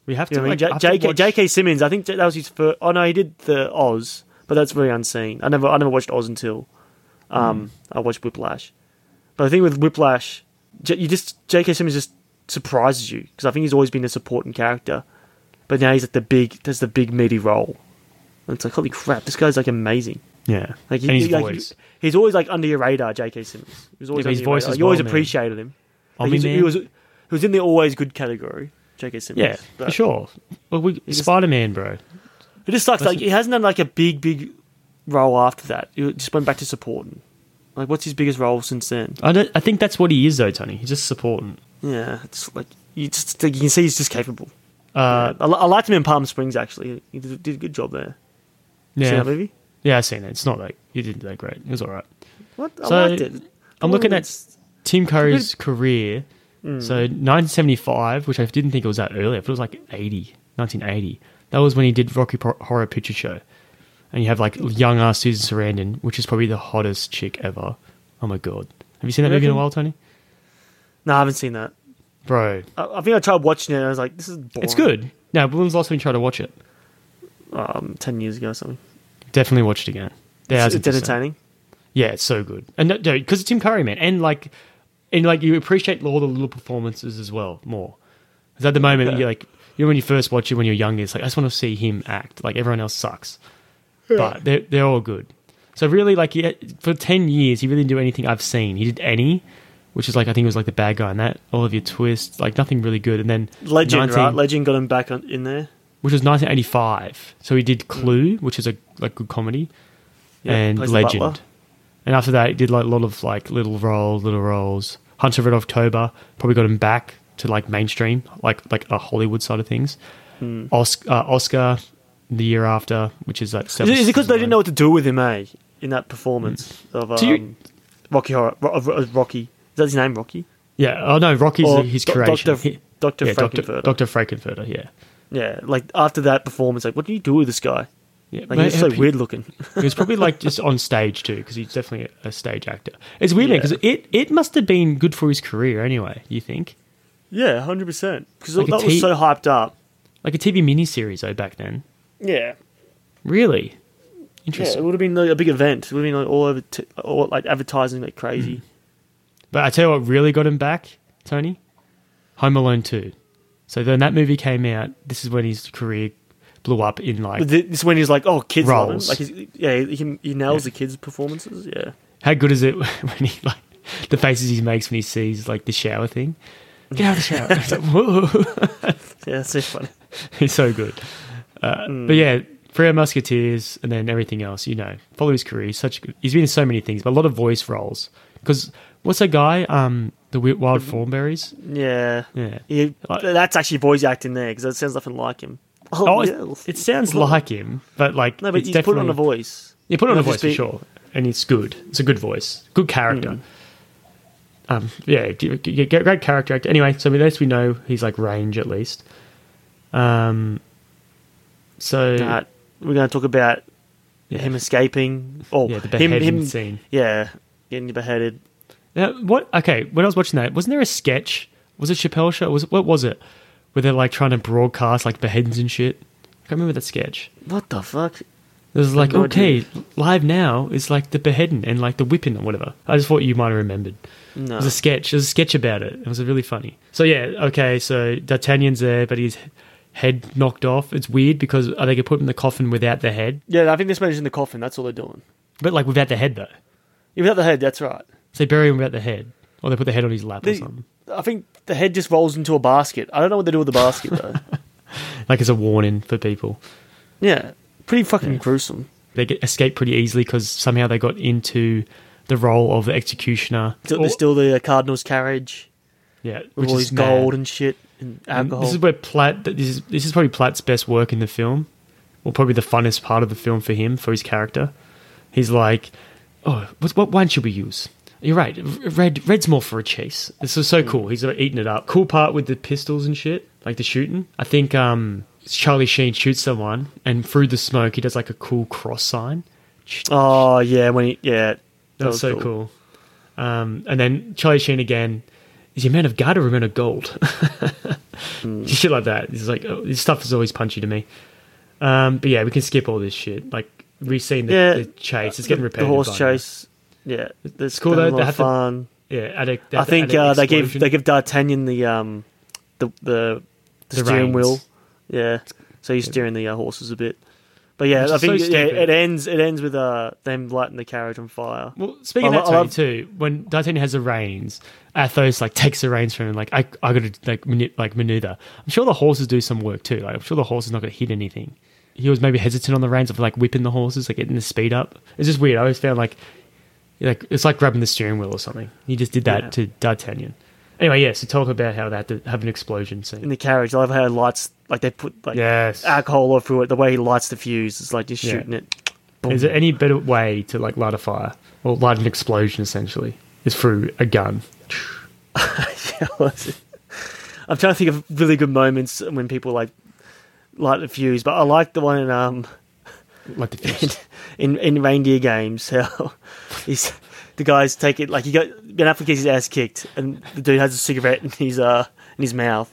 D: we have to.
E: You know what I mean,
D: like,
E: J-
D: I have to
E: J.K.
D: watch-
E: J.K. Simmons. I think that was his first. Oh no, he did the Oz, but that's very unseen. I never, I never watched Oz until um, I watched Whiplash. But the thing with Whiplash, J- you just J.K. Simmons just surprises you because I think he's always been a supporting character, but now he's at the big, that's the big meaty role. And it's like holy crap, this guy's like amazing.
D: yeah,
E: Like, he,
D: and his
E: he- like,
D: voice.
E: he- he's always like under your radar, J.K. Simmons. He was always
D: Yeah, but his
E: under your
D: voice
E: radar.
D: as
E: you always
D: well, man.
E: appreciated him.
D: I
E: Like,
D: mean,
E: he,
D: man.
E: was, he was he was in the always good category, J.K. Simmons.
D: yeah, for
E: But-
D: sure. Well, we,
E: just-
D: Spider-Man, bro.
E: it just sucks.
D: That's
E: Like
D: it.
E: he hasn't done like a big, big role after that. He just went back to supporting. Like, what's his biggest role since then?
D: I, don't, I think that's what he is, though, Tony. He's just supporting.
E: Yeah, it's like you just you can see he's just capable. Uh, I, li- I liked him in Palm Springs actually. He did, did a good job there. You seen that movie?
D: Yeah, I've seen it. It's not like you didn't do that great. It was all right.
E: What I
D: So,
E: liked it.
D: I'm looking at Tim Curry's career.
E: Mm.
D: So 1975, which I didn't think it was that early. I thought it was like 80, 1980. That was when he did Rocky Por- Horror Picture Show. And you have like young ass Susan Sarandon, which is probably the hottest chick ever. Oh my god. Have you seen that
E: You
D: movie in a
E: reckon?
D: while, Tony?
E: No, I haven't seen that.
D: Bro,
E: I, I think I tried watching it. and I was like, this is boring.
D: it's good. No, but when was the last time you tried to watch it?
E: Um, ten years ago or something.
D: Definitely watch it again.
E: It's,
D: Thousand
E: it's
D: percent.
E: entertaining.
D: Yeah, it's so good. And no, because it's Tim Curry, man, and like, and like you appreciate all the little performances as well more. Because at the moment,
E: Yeah.
D: you're like, you know, when you first watch it when you're younger, it's like I just want to see him act. Like everyone else sucks, but they're they're all good. So really, like, yeah, for ten years, he really didn't do anything I've seen. He did any, which is like I think it was like the bad guy and that Olivia Twist, like nothing really good. And then
E: Legend,
D: 19
E: right? Legend got him back on, in there.
D: which was 1985. So he did Clue, which is a like good comedy,
E: Mm. Yeah,
D: and
E: plays the butler.
D: Legend. And after that, he did like a lot of like little roles, little roles. Hunter Red October probably got him back to like mainstream, like like a Hollywood side of things.
E: Mm.
D: Os- uh, Oscar the year after, which is like
E: Is it- is it because they didn't know what to do with him, eh? In that performance of um,
D: Do you-
E: Rocky Horror Ro- of, of Rocky. Is that his name, Rocky?
D: Yeah. Oh no, Rocky's
E: Or
D: his
E: Doc-
D: creation.
E: Doctor-
D: He-
E: Doctor
D: yeah,
E: Frankenfurter.
D: Doctor Frankenfurter. Yeah.
E: Yeah, like after that performance, like what do you do with this guy?
D: Yeah,
E: like he's
D: but-
E: so weird looking.
D: He was probably like just on stage too, because he's definitely a stage actor. It's weird because it it must have been good for his career anyway. You think?
E: Yeah, hundred percent. Because
D: Like a
E: that
D: tea-
E: was so hyped up.
D: Like a TV miniseries though back then.
E: Yeah,
D: Really
E: yeah.
D: interesting.
E: It would have been like, a big event. It would have been like all over, t- all, like advertising like crazy.
D: But I tell you what really got him back, Tony. Home Alone two. So then that movie came out. This is when his career blew up in like
E: But thi- this is when he's like, oh, kids love him.
D: Roles.
E: Like, he's, yeah, he, he nails the kids' performances. Yeah,
D: How good is it when he like the faces he makes when he sees like the shower thing? Get out of the shower! It's like, Whoa.
E: yeah, that's so funny.
D: He's so good. Uh,
E: Hmm.
D: But yeah, Three Musketeers and then everything else. You know, follow his career. He's such good. he's been in so many things, but a lot of voice roles. Because what's that guy? Um, the Wi- Wild Thornberries.
E: Yeah,
D: Yeah.
E: He, that's actually voice acting there because that sounds nothing like him.
D: Oh, it-
E: yeah.
D: it, sounds like him, but like
E: No, but
D: it's
E: he's put on
D: definitely-
E: a voice.
D: You put on
E: Not
D: a voice
E: just
D: for
E: be-
D: sure, and it's good. It's a good voice, good character.
E: Hmm.
D: Um, yeah, g- g- g- great character actor. Anyway, so at least we know he's like range at least. Um, so
E: Nah, we're going to talk about
D: Yeah.
E: him escaping. Oh,
D: Yeah, the
E: him,
D: beheading
E: him,
D: scene.
E: Yeah, getting beheaded.
D: now, what? Okay, when I was watching that, wasn't there a sketch? Was it Chappelle Show? Was it, what was it? Where they're like trying to broadcast like beheadings and shit. I can't remember that sketch.
E: What the fuck?
D: It was like,
E: no
D: okay, live now is like the beheading and like the whipping or whatever. I just thought you might have remembered.
E: No.
D: It was a sketch. It was a sketch about it. It was really funny. So yeah, okay, so D'Artagnan's there, but his head knocked off. It's weird because are they gonna put him in the coffin without the head?
E: Yeah, I think this man's in the coffin. That's all they're doing.
D: But like without the head though.
E: Yeah, without the head, that's right.
D: So they bury him without the head. Or they put the head on his lap or
E: The,
D: something.
E: I think the head just rolls into a basket. I don't know what they do with the basket, though.
D: Like as a warning for people.
E: yeah, pretty fucking gruesome.
D: They get escape pretty easily because somehow they got into the role of the executioner.
E: Still, they
D: Or-
E: steal the uh, Cardinals' carriage
D: yeah,
E: with
D: which
E: all
D: is
E: his
D: mad.
E: gold and shit and
D: And
E: alcohol.
D: This is where Platt. th- This is this is probably Platt's best work in the film, or probably the funnest part of the film for him for his character. He's like, oh, what, what wine should we use? You're right. r- Red red's more for a chase. This is
E: Mm.
D: so cool. He's like, eating it up. Cool part with the pistols and shit, like the shooting. I think um Charlie Sheen shoots someone, and through the smoke, he does like a cool cross sign.
E: oh yeah, when he yeah, that
D: That was so cool. Um, and then Charlie Sheen again is he a man of God or a man of gold?
E: Hmm.
D: Shit like that. It's like oh, this stuff is always punchy to me. Um, but yeah, we can skip all this shit. Like we've seen the,
E: Yeah,
D: the chase. It's getting
E: the, the
D: repetitive.
E: horse
D: by now.
E: chase. Yeah,
D: It's cool though.
E: A lot
D: They
E: of
D: have
E: fun.
D: To, yeah, at a,
E: I think uh, they give they give D'Artagnan the um the the, the,
D: The
E: steering
D: reins.
E: wheel. Yeah, so he's steering the uh, horses a bit. But yeah,
D: Which
E: I
D: is so
E: think yeah,
D: stupid.
E: it ends it ends with uh them lighting the carriage on fire.
D: Well, Speaking
E: I,
D: of that,
E: I
D: Tony,
E: love-
D: too, when D'Artagnan has the reins, Athos like takes the reins from him. Like I, I got to like manu- like maneuver. I'm sure the horses do some work too. Like I'm sure the horse is not going to hit anything. He was maybe hesitant on the reins of like whipping the horses, like getting the speed up. It's just weird. I always found like, like it's like grabbing the steering wheel or something. He just did that
E: Yeah.
D: to D'Artagnan. Anyway, yeah, so talk about how they had to have an explosion scene.
E: in the Ah, carriage. I love how it lights like they put like
D: Yes.
E: alcohol all through it. The way he lights the fuse, it's like just
D: Yeah.
E: shooting it.
D: Is there any better way to like light a fire or light an explosion? Essentially, is through a gun.
E: I'm trying to think of really good moments when people like light the fuse, but I like the one in um
D: like the fuse.
E: in, in reindeer games how he's the guys take it like he got Ben Affleck gets his ass kicked and the dude has a cigarette in his uh in his mouth.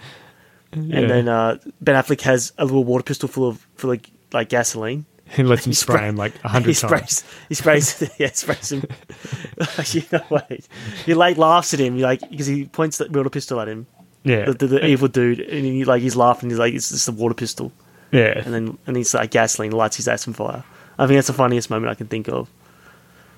D: Yeah.
E: And then uh, Ben Affleck has a little water pistol full of full of like gasoline.
D: He lets him spray him like a
E: he
D: hundred times.
E: sprays, he sprays, yeah, sprays him. you know, wait. He like laughs at him, he, like because he points the water pistol at him.
D: Yeah.
E: the, the, the evil dude, and he like he's laughing. He's like, "It's just a water pistol."
D: Yeah.
E: and then and he's like gasoline lights his ass on fire. I think that's the funniest moment I can think of.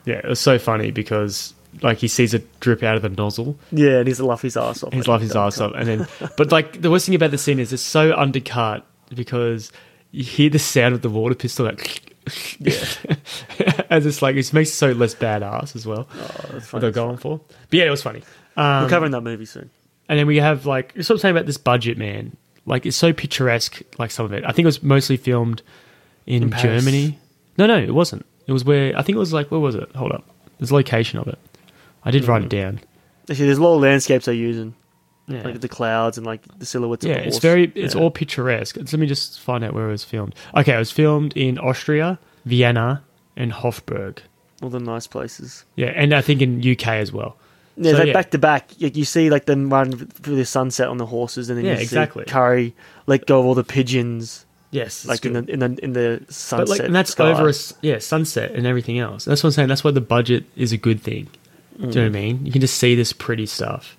D: Yeah, it was so funny because like he sees it drip out of the nozzle.
E: Yeah, and he's laugh his ass off.
D: He's laughing his ass off, and then but like the worst thing about the scene is it's so undercut because you hear the sound of the water pistol like yeah, as it's like it makes it so less badass as well.
E: Oh,
D: what they're going for, but yeah, it was funny. Um,
E: We're covering that movie soon.
D: And then we have like it's what I'm saying about this budget, man. Like it's so picturesque. Like some of it, I think it was mostly filmed in,
E: In Paris.
D: Germany. No, no, it wasn't. It was where I think it was like where was it? Hold up, there's a location of it. I did write it down.
E: Actually, there's a lot of landscapes they're using,
D: Yeah.
E: like the clouds and like the silhouettes.
D: yeah,
E: of the
D: it's
E: horse.
D: very it's
E: Yeah.
D: all picturesque. Let me just find out where it was filmed. Okay, it was filmed in Austria, Vienna, and Hofburg.
E: all the nice places.
D: Yeah, and I think in UK as well.
E: Yeah,
D: So,
E: it's like back to back. Like you see, like them run through the sunset on the horses, and then
D: Yeah,
E: you see
D: exactly.
E: Curry let go of all the pigeons.
D: Yes, it's
E: like in the, in the in the sunset.
D: But like, and that's
E: sky.
D: over a s- yeah sunset and everything else. That's what I'm saying. That's why the budget is a good thing. Do you know what I mean? You can just see this pretty stuff.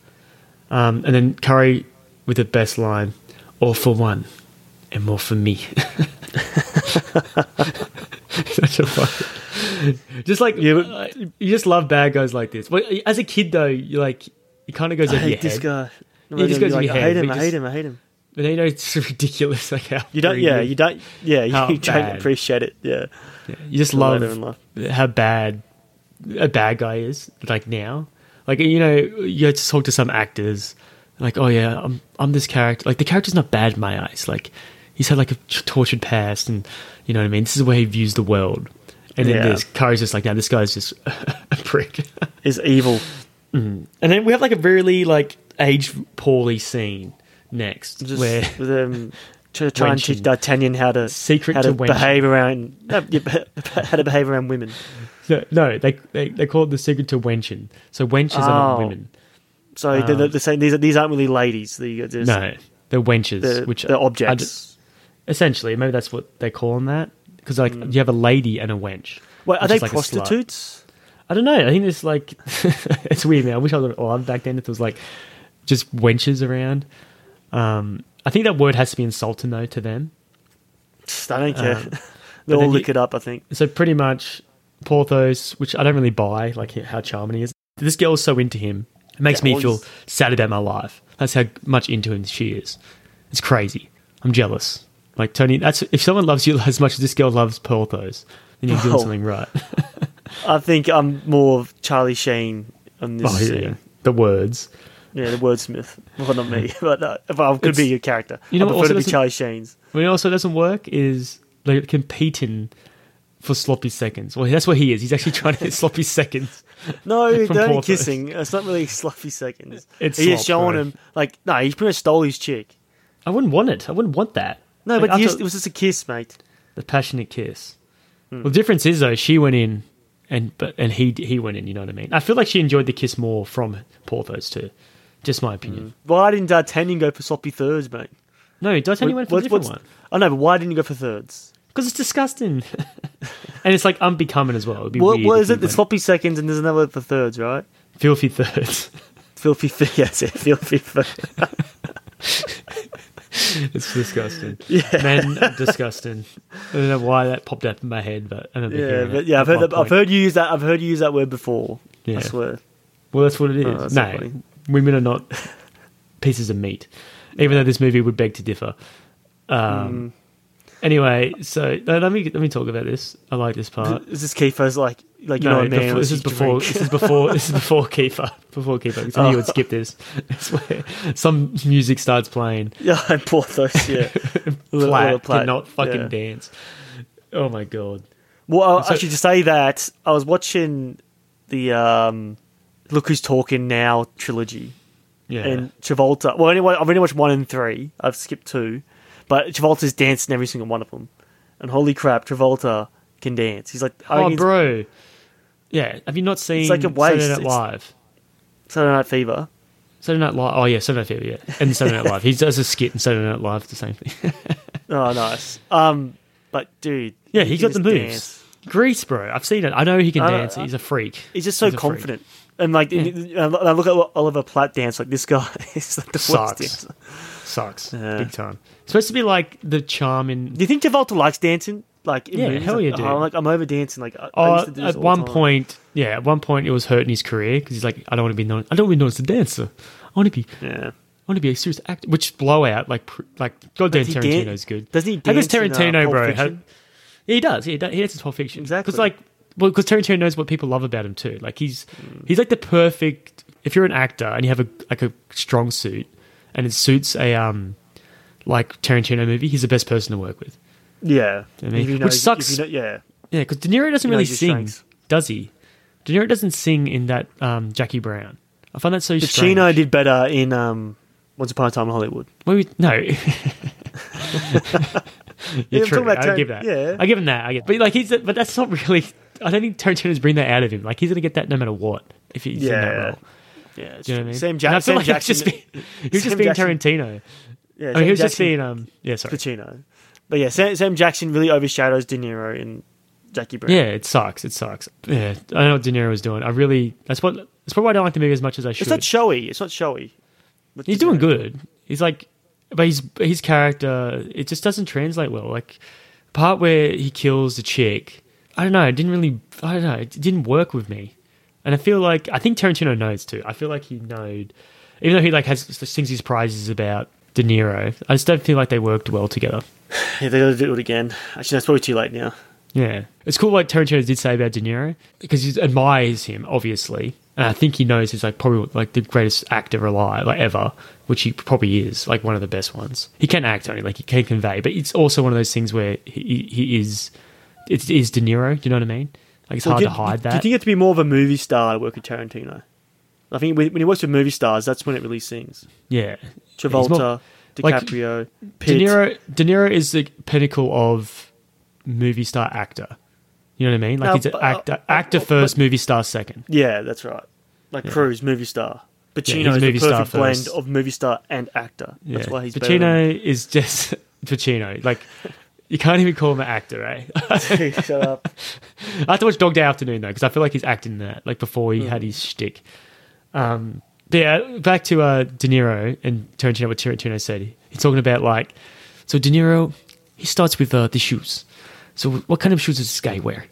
D: Um, and then Curry with the best line: "All for one, and more for me." Such a fucking- just like you, you just love bad guys like this. Well, as a kid though, you like it kind of goes
E: I
D: over your
E: hate this
D: head.
E: guy. No,
D: Yeah, it just
E: they're
D: goes
E: gonna
D: over
E: be
D: your
E: like, I
D: head,
E: hate him.
D: but
E: I
D: just-
E: hate him. I hate him.
D: But then you know it's ridiculous. Like how
E: You don't. Yeah, you don't. Yeah,
D: How
E: you, you don't
D: bad.
E: appreciate it. Yeah,
D: You just
E: Till
D: love
E: later in life.
D: how bad a bad guy is. Like now, like you know, you just talk to some actors, like, oh yeah, I'm I'm this character. Like the character's not bad in my eyes. Like he's had like a t- tortured past, and you know what I mean. This is the way he views the world. And then
E: Yeah.
D: this Kari's just like, now this guy's just a prick.
E: Is evil.
D: Mm. And then we have like a really like aged poorly scene next,
E: Just
D: where
E: with, um, to try and teach
D: Wenching.
E: D'Artagnan how to
D: Secret
E: how to,
D: to wenching.
E: behave around no, yeah, how to behave around women.
D: no, no, they, they they call it the secret to Wenchin. So Wenches are not
E: Oh.
D: women.
E: So they're,
D: Um,
E: they're they're saying these are, these aren't really ladies. They are just,
D: No, they're wenches,
E: They're-
D: which
E: they're
D: are-
E: objects.
D: are just- essentially, maybe that's what they call them that because like you have a lady and a wench.
E: Well, are
D: which
E: they
D: is like a slut.
E: prostitutes?
D: I don't know. I think it's like it's weird, man. I wish I was alive back then. If there was like just wenches around, um, I think that word has to be insulting though to them.
E: I don't care.
D: Um, but
E: they all
D: then
E: look
D: you-
E: it up. I think.
D: So pretty much Porthos, which I don't really buy, like how charming he is. This girl's so into him. It makes
E: Yeah,
D: me
E: all
D: feel
E: these-
D: sad about my life. That's how much into him she is. It's crazy. I'm jealous. Like Tony, that's if someone loves you as much as this girl loves Porthos, then you're doing
E: Well,
D: something right.
E: I think I'm more of Charlie Sheen on this
D: Oh, yeah.
E: scene.
D: The words.
E: Yeah, the wordsmith. Well, not me, but uh, if I could be
D: It's-
E: your character.
D: you know what
E: I prefer
D: also
E: to be
D: doesn't-
E: Charlie Sheen's.
D: What also doesn't work is they're competing for sloppy seconds. Well, that's what he is. He's actually trying to get sloppy seconds.
E: No,
D: From
E: they're only
D: Porthos.
E: kissing. It's not really sloppy seconds.
D: It's
E: he is
D: slop,
E: showing
D: bro.
E: him like no, he pretty much stole his chick.
D: I wouldn't want it. I wouldn't want that.
E: No,
D: Like,
E: but he
D: after-
E: just, it was just a kiss, mate.
D: the passionate kiss.
E: Hmm.
D: Well, the difference is though she went in, and but and he he went in. You know what I mean? I feel like she enjoyed the kiss more from Porthos too. Just my opinion.
E: Why didn't D'Artagnan go for sloppy thirds, mate?
D: No, D'Artagnan went for a different one
E: I know, but why didn't you go for thirds?
D: because it's disgusting, and it's like unbecoming as well. It'd be
E: What,
D: weird
E: what
D: if
E: is
D: he
E: it? The
D: went
E: sloppy seconds, and there's another word for thirds, right?
D: filthy thirds.
E: Filthy, th- yes, yeah, filthy thirds.
D: it's disgusting.
E: Yeah.
D: man, I'm disgusting. I don't know why that popped up in my head, but I remember
E: yeah,
D: hearing
E: but
D: it
E: yeah,
D: at
E: I've heard
D: one
E: that, I've
D: point.
E: heard you use that. I've heard you use that word before.
D: Yeah.
E: I swear.
D: Well, that's what it
E: Oh,
D: is.
E: that's so
D: no,
E: funny.
D: women are not pieces of meat, even though this movie would beg to differ.
E: Hmm.
D: Um, Anyway, so no, let me let me talk about this. I like this part.
E: Is this Kifo's like Like you
D: No,
E: know what I mean?
D: before- this is before. This is before. This is before Kiefer. Before Kiefer, 'cause I knew you would
E: Oh.
D: skip this. It's where some music starts playing.
E: Yeah, I bought those. Yeah, Little-
D: Platt
E: little Platt,
D: cannot fucking
E: yeah.
D: dance. Oh my god.
E: Well, I
D: So-
E: actually, to say that, I was watching the um, Look Who's Talking Now trilogy.
D: Yeah.
E: And Travolta. Well, anyway, I've only watched one and three. I've skipped two. But Travolta's danced in every single one of them. And holy crap, Travolta can dance. He's like, I
D: Oh,
E: think it's
D: bro. Yeah. Have you not seen
E: like a waste.
D: Saturday Night
E: It's-
D: Live?
E: Saturday Night Fever.
D: Saturday Night Live. Oh yeah, Saturday Night Fever. Yeah, and Saturday Night Live. He does a skit in Saturday Night Live. It's the same thing.
E: Oh, nice. Um, But, dude.
D: yeah, he,
E: can
D: got the
E: just
D: moves.
E: dance.
D: Grease, bro. I've seen it. I know he can
E: I know,
D: dance.
E: I-
D: He's a freak.
E: Uh, He's just so
D: He's a freak.
E: confident. And like, and and I look at Oliver Platt dance, like this guy is like the worst
D: Sucks.
E: dancer.
D: Sucks. Big time. supposed to be like the charm in.
E: Do you think Travolta likes dancing? Like, in
D: Yeah,
E: movies?
D: hell
E: like,
D: yeah, dude.
E: I'm like, I'm over dancing. Like, I, I
D: Oh,
E: used to do this
D: at
E: all the
D: one
E: time.
D: point, yeah, at one point, it was hurting his career because he's like, I don't want to be known. I don't want to be known as a dancer. I want to be.
E: Yeah.
D: I want to be a serious actor. Which blowout, like, pr- like goddamn
E: Does he dan-
D: Tarantino's good.
E: doesn't he
D: How good's
E: dance in, uh,
D: Tarantino,
E: Pulp
D: bro? How-
E: Fiction?
D: yeah, he does. Yeah, he, does. he dances Pulp Fiction. Exactly. Because like, well, because Tarantino knows what people love about him too. Like he's he's like the perfect. If you're an actor and you have a like a strong suit, and it suits a um like Tarantino movie, he's the best person to work with.
E: Yeah.
D: You know what I mean?
E: If you know-
D: Which
E: if
D: sucks.
E: you know- yeah.
D: Yeah, because De Niro doesn't
E: You know,
D: really
E: he just
D: sing,
E: shrinks.
D: does he? De Niro doesn't sing in that um, Jackie Brown. I find that so strange.
E: Pacino did better in um, Once Upon a Time in Hollywood.
D: Well, we- no.
E: Yeah,
D: You're
E: I'm talking
D: true.
E: about
D: I
E: Tar-
D: give that.
E: yeah.
D: I give him that. I give, but like he's, but that's not really. I don't think Tarantino's bring that out of him. Like he's gonna get that no matter what. If he's in that
E: Yeah.
D: role. Do
E: Yeah, it's
D: you know
E: true.
D: what I mean?
E: Sam
D: And
E: Jack-
D: I feel
E: Sam
D: like he was just
E: Jackson-
D: being, he was just
E: Sam
D: being
E: Jackson-
D: Tarantino.
E: Yeah,
D: I
E: Sam
D: mean, he was just
E: Jackson-
D: being um, yeah, sorry,
E: Pacino. But yeah, Sam, Sam Jackson really overshadows De Niro in Jackie Brown.
D: yeah. It sucks. It sucks. Yeah, I know what De Niro was doing. I really. That's what. That's probably why I don't like the movie as much as I should.
E: It's not showy. It's not showy. But
D: he's doing good. He's like, but his his character it just doesn't translate well. Like part where he kills the chick, I don't know. It didn't really. I don't know. It didn't work with me, and I feel like I think Tarantino knows too. I feel like he knowed, even though he like has sings his prizes about De Niro. I just don't feel like they worked well together.
E: Yeah, they gotta do it again. Actually, that's probably too late now.
D: Yeah. It's cool what Tarantino did say about De Niro because he admires him, obviously. And I think he knows he's like probably like the greatest actor alive, like ever, which he probably is, like one of the best ones. He can act only, like he can convey, but it's also one of those things where he, he is, it is De Niro. Do you know what I mean? Like it's
E: Well,
D: hard
E: do
D: to
E: you-
D: hide
E: Do
D: that.
E: you think you have to be more of a movie star to work with Tarantino? I think when when he works with movie stars, that's when it really sings.
D: yeah. He's
E: Travolta,
D: more- like,
E: DiCaprio, Pitt.
D: De Niro, De Niro is the pinnacle of movie star actor. You know what I mean? Like
E: No,
D: he's an
E: but-
D: actor, actor first, movie star second.
E: Yeah, that's right. Like
D: Yeah.
E: Cruz, movie star.
D: Yeah,
E: Pacino
D: he's
E: is
D: movie
E: the
D: star
E: perfect blend
D: first.
E: of movie star and actor. That's
D: Yeah.
E: why he's better than-
D: Pacino is just Pacino. Like you can't even call him an actor, right?
E: Shut up.
D: I have to watch Dog Day Afternoon though, because I feel like he's acting that like before he
E: Mm.
D: had his shtick. Um, but yeah, back to uh, De Niro and Tarantino. What Tarantino said, he's talking about like so De Niro. He starts with uh, the shoes. So what kind of shoes does this guy wear?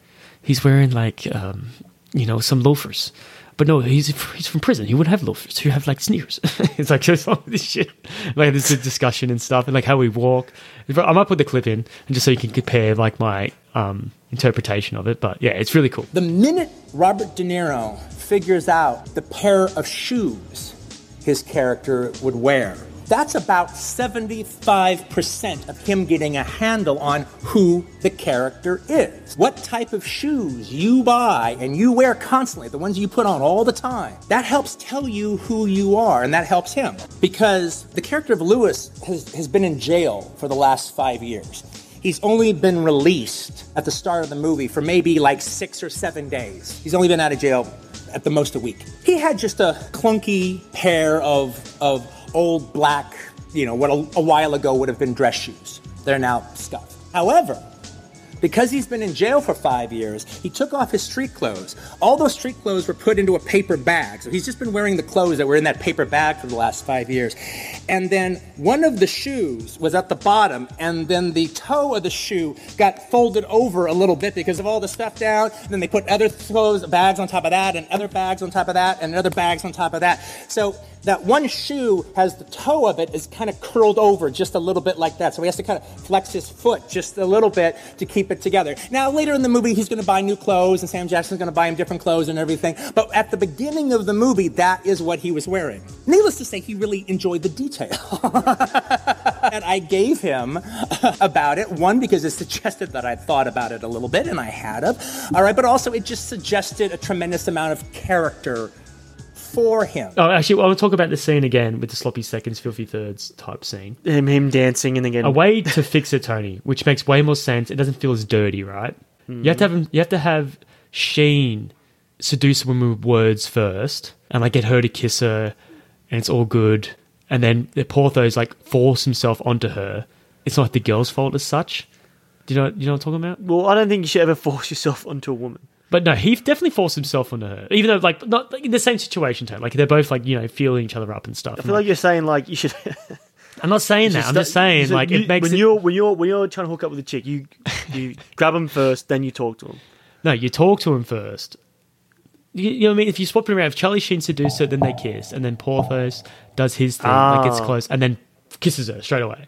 D: He's wearing like um, you know some loafers. But no, he's he's from prison. He wouldn't have loafers. He would have like sneakers. it's like just all this shit. Like this is a discussion and stuff, and like how we walk. I might put the clip in, and just so you can compare like my um, interpretation of it. But yeah, it's really cool.
L: The minute Robert De Niro figures out the pair of shoes his character would wear, that's about 75% of him getting a handle on who the character is. What type of shoes you buy and you wear constantly, the ones you put on all the time, that helps tell you who you are and that helps him. Because the character of Lewis has, has been in jail for the last five years. He's only been released at the start of the movie for maybe like six or seven days. He's only been out of jail at the most a week. He had just a clunky pair of of old black, you know, what a, a while ago would have been dress shoes. They're now scuffed. However, because he's been in jail for five years, he took off his street clothes. All those street clothes were put into a paper bag. So he's just been wearing the clothes that were in that paper bag for the last five years. and then one of the shoes was at the bottom, and then the toe of the shoe got folded over a little bit because of all the stuff down. And then they put other clothes, bags on top of that, and other bags on top of that, and other bags on top of that. So that one shoe has the toe of it is kind of curled over just a little bit like that. So he has to kind of flex his foot just a little bit to keep it together. Now, later in the movie, he's going to buy new clothes, and Sam Jackson's going to buy him different clothes and everything. But at the beginning of the movie, that is what he was wearing. Needless to say, he really enjoyed the detail that I gave him about it. One, because it suggested that I thought about it a little bit, and I had of. All right, but also it just suggested a tremendous amount of character for him.
D: Oh, actually, I will talk about the scene again with the sloppy seconds, filthy thirds type scene.
E: Him, him dancing and then getting
D: A way to fix it, Tony, which makes way more sense. It doesn't feel as dirty, right? You have to have him, you have to have Sheen seduce a woman with words first, and like get her to kiss her, and it's all good. And then the Porthos like force himself onto her. It's not the girl's fault as such. Do you know? Do you know what I'm talking about?
E: Well, I don't think you should ever force yourself onto a woman.
D: But no, he definitely forced himself onto her, even though like not like, in the same situation. Tony, like they're both like you know feeling each other up and stuff.
E: I feel like you're saying like you should.
D: I'm not saying that. I'm just saying like it makes
E: when
D: it-
E: you're when you're when you're trying to hook up with a chick, you you grab him first, then you talk to him.
D: No, you talk to him first. You, you know what I mean? If you swap it around, if Charlie Sheen seduces her, then they kiss, and then Porthos does his thing, like gets
E: Ah.
D: close, and then kisses her straight away.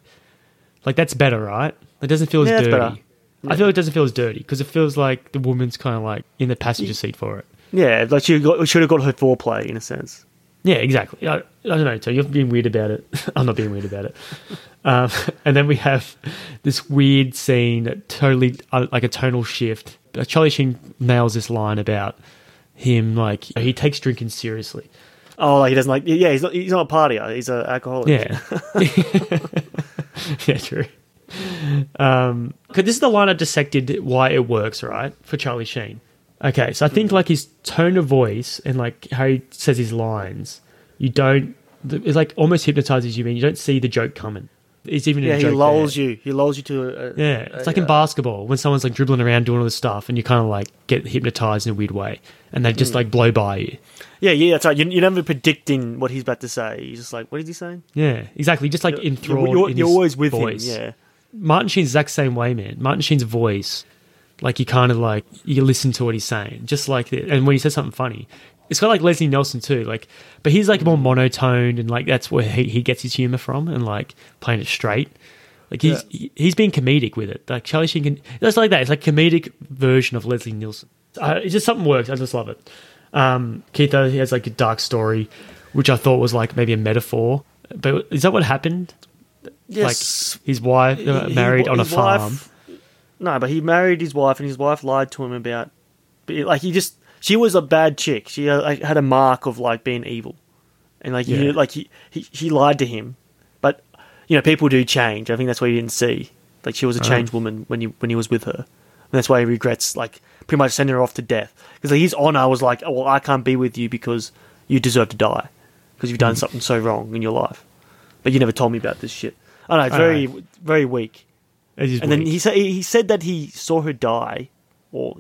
D: Like that's better, right? It doesn't feel as
E: Yeah, that's
D: dirty.
E: better.
D: I feel it doesn't feel as dirty because it feels like the woman's kind of like in the passenger seat for it.
E: Yeah, like she got, should have got her foreplay in a sense.
D: Yeah, exactly. I, I don't know, Tony. You're being weird about it. I'm not being weird about it. Um, and then we have this weird scene, that totally uh, like a tonal shift. Uh, Charlie Sheen nails this line about him, like he takes drinking seriously.
E: Oh, like he doesn't like. Yeah, he's not. He's not a partier. He's an alcoholic.
D: Yeah. yeah, true. Um, 'cause this is the line I dissected why it works, right? For Charlie Sheen. Okay, so I
E: Hmm.
D: think like his tone of voice and like how he says his lines, you don't. It like almost hypnotizes you, and you don't see the joke coming. It's even
E: yeah,
D: a
E: he
D: joke
E: lulls
D: there.
E: you. Uh, He lulls you to. A,
D: Yeah, it's like in basketball when someone's like dribbling around doing all this stuff, and you kind of like get hypnotized in a weird way, and they just
E: Mm.
D: like blow by you.
E: Yeah, yeah, that's right. You're, you're never predicting what he's about to say. You're just like, what is he saying?
D: Yeah, exactly. Just like
E: You're-
D: enthralled.
E: you're-
D: in
E: you're
D: his
E: always with him,
D: voice.
E: yeah.
D: Martin Sheen's the exact same way, man. Martin Sheen's voice, like you kind of like you listen to what he's saying, just like that. And when he says something funny, it's kind of like Leslie Nelson too. Like, but he's like more monotoned, and like that's where he, he gets his humor from, and like playing it straight. Like he's he, he's being comedic with it. Like Charlie Sheen can. That's like that. It's like comedic version of Leslie Nielsen. Uh, it's just something works. I just love it. Um, Keith, uh, he has like a dark story, which I thought was like maybe a metaphor. But is that what happened?
E: Yes.
D: Like his wife uh,
E: His-
D: married on a
E: his wife-
D: farm.
E: No, but he married his wife, and his wife lied to him about. but, Like he just, she was a bad chick. She uh, like, had a mark of like being evil, and like
D: Yeah.
E: you, like he, he, he lied to him. But you know, people do change. I think that's what he didn't see. Like she was a
D: Oh.
E: changed woman when you when he was with her, and that's why he regrets like pretty much sending her off to death because like, his honor was like, oh, well, I can't be with you because you deserve to die because you've done
D: Mm.
E: something so wrong in your life. But you never told me about this shit. I don't know,
D: I
E: very
D: know.
E: very weak.
D: It is
E: and then
D: weak.
E: he said he said that he saw her die, or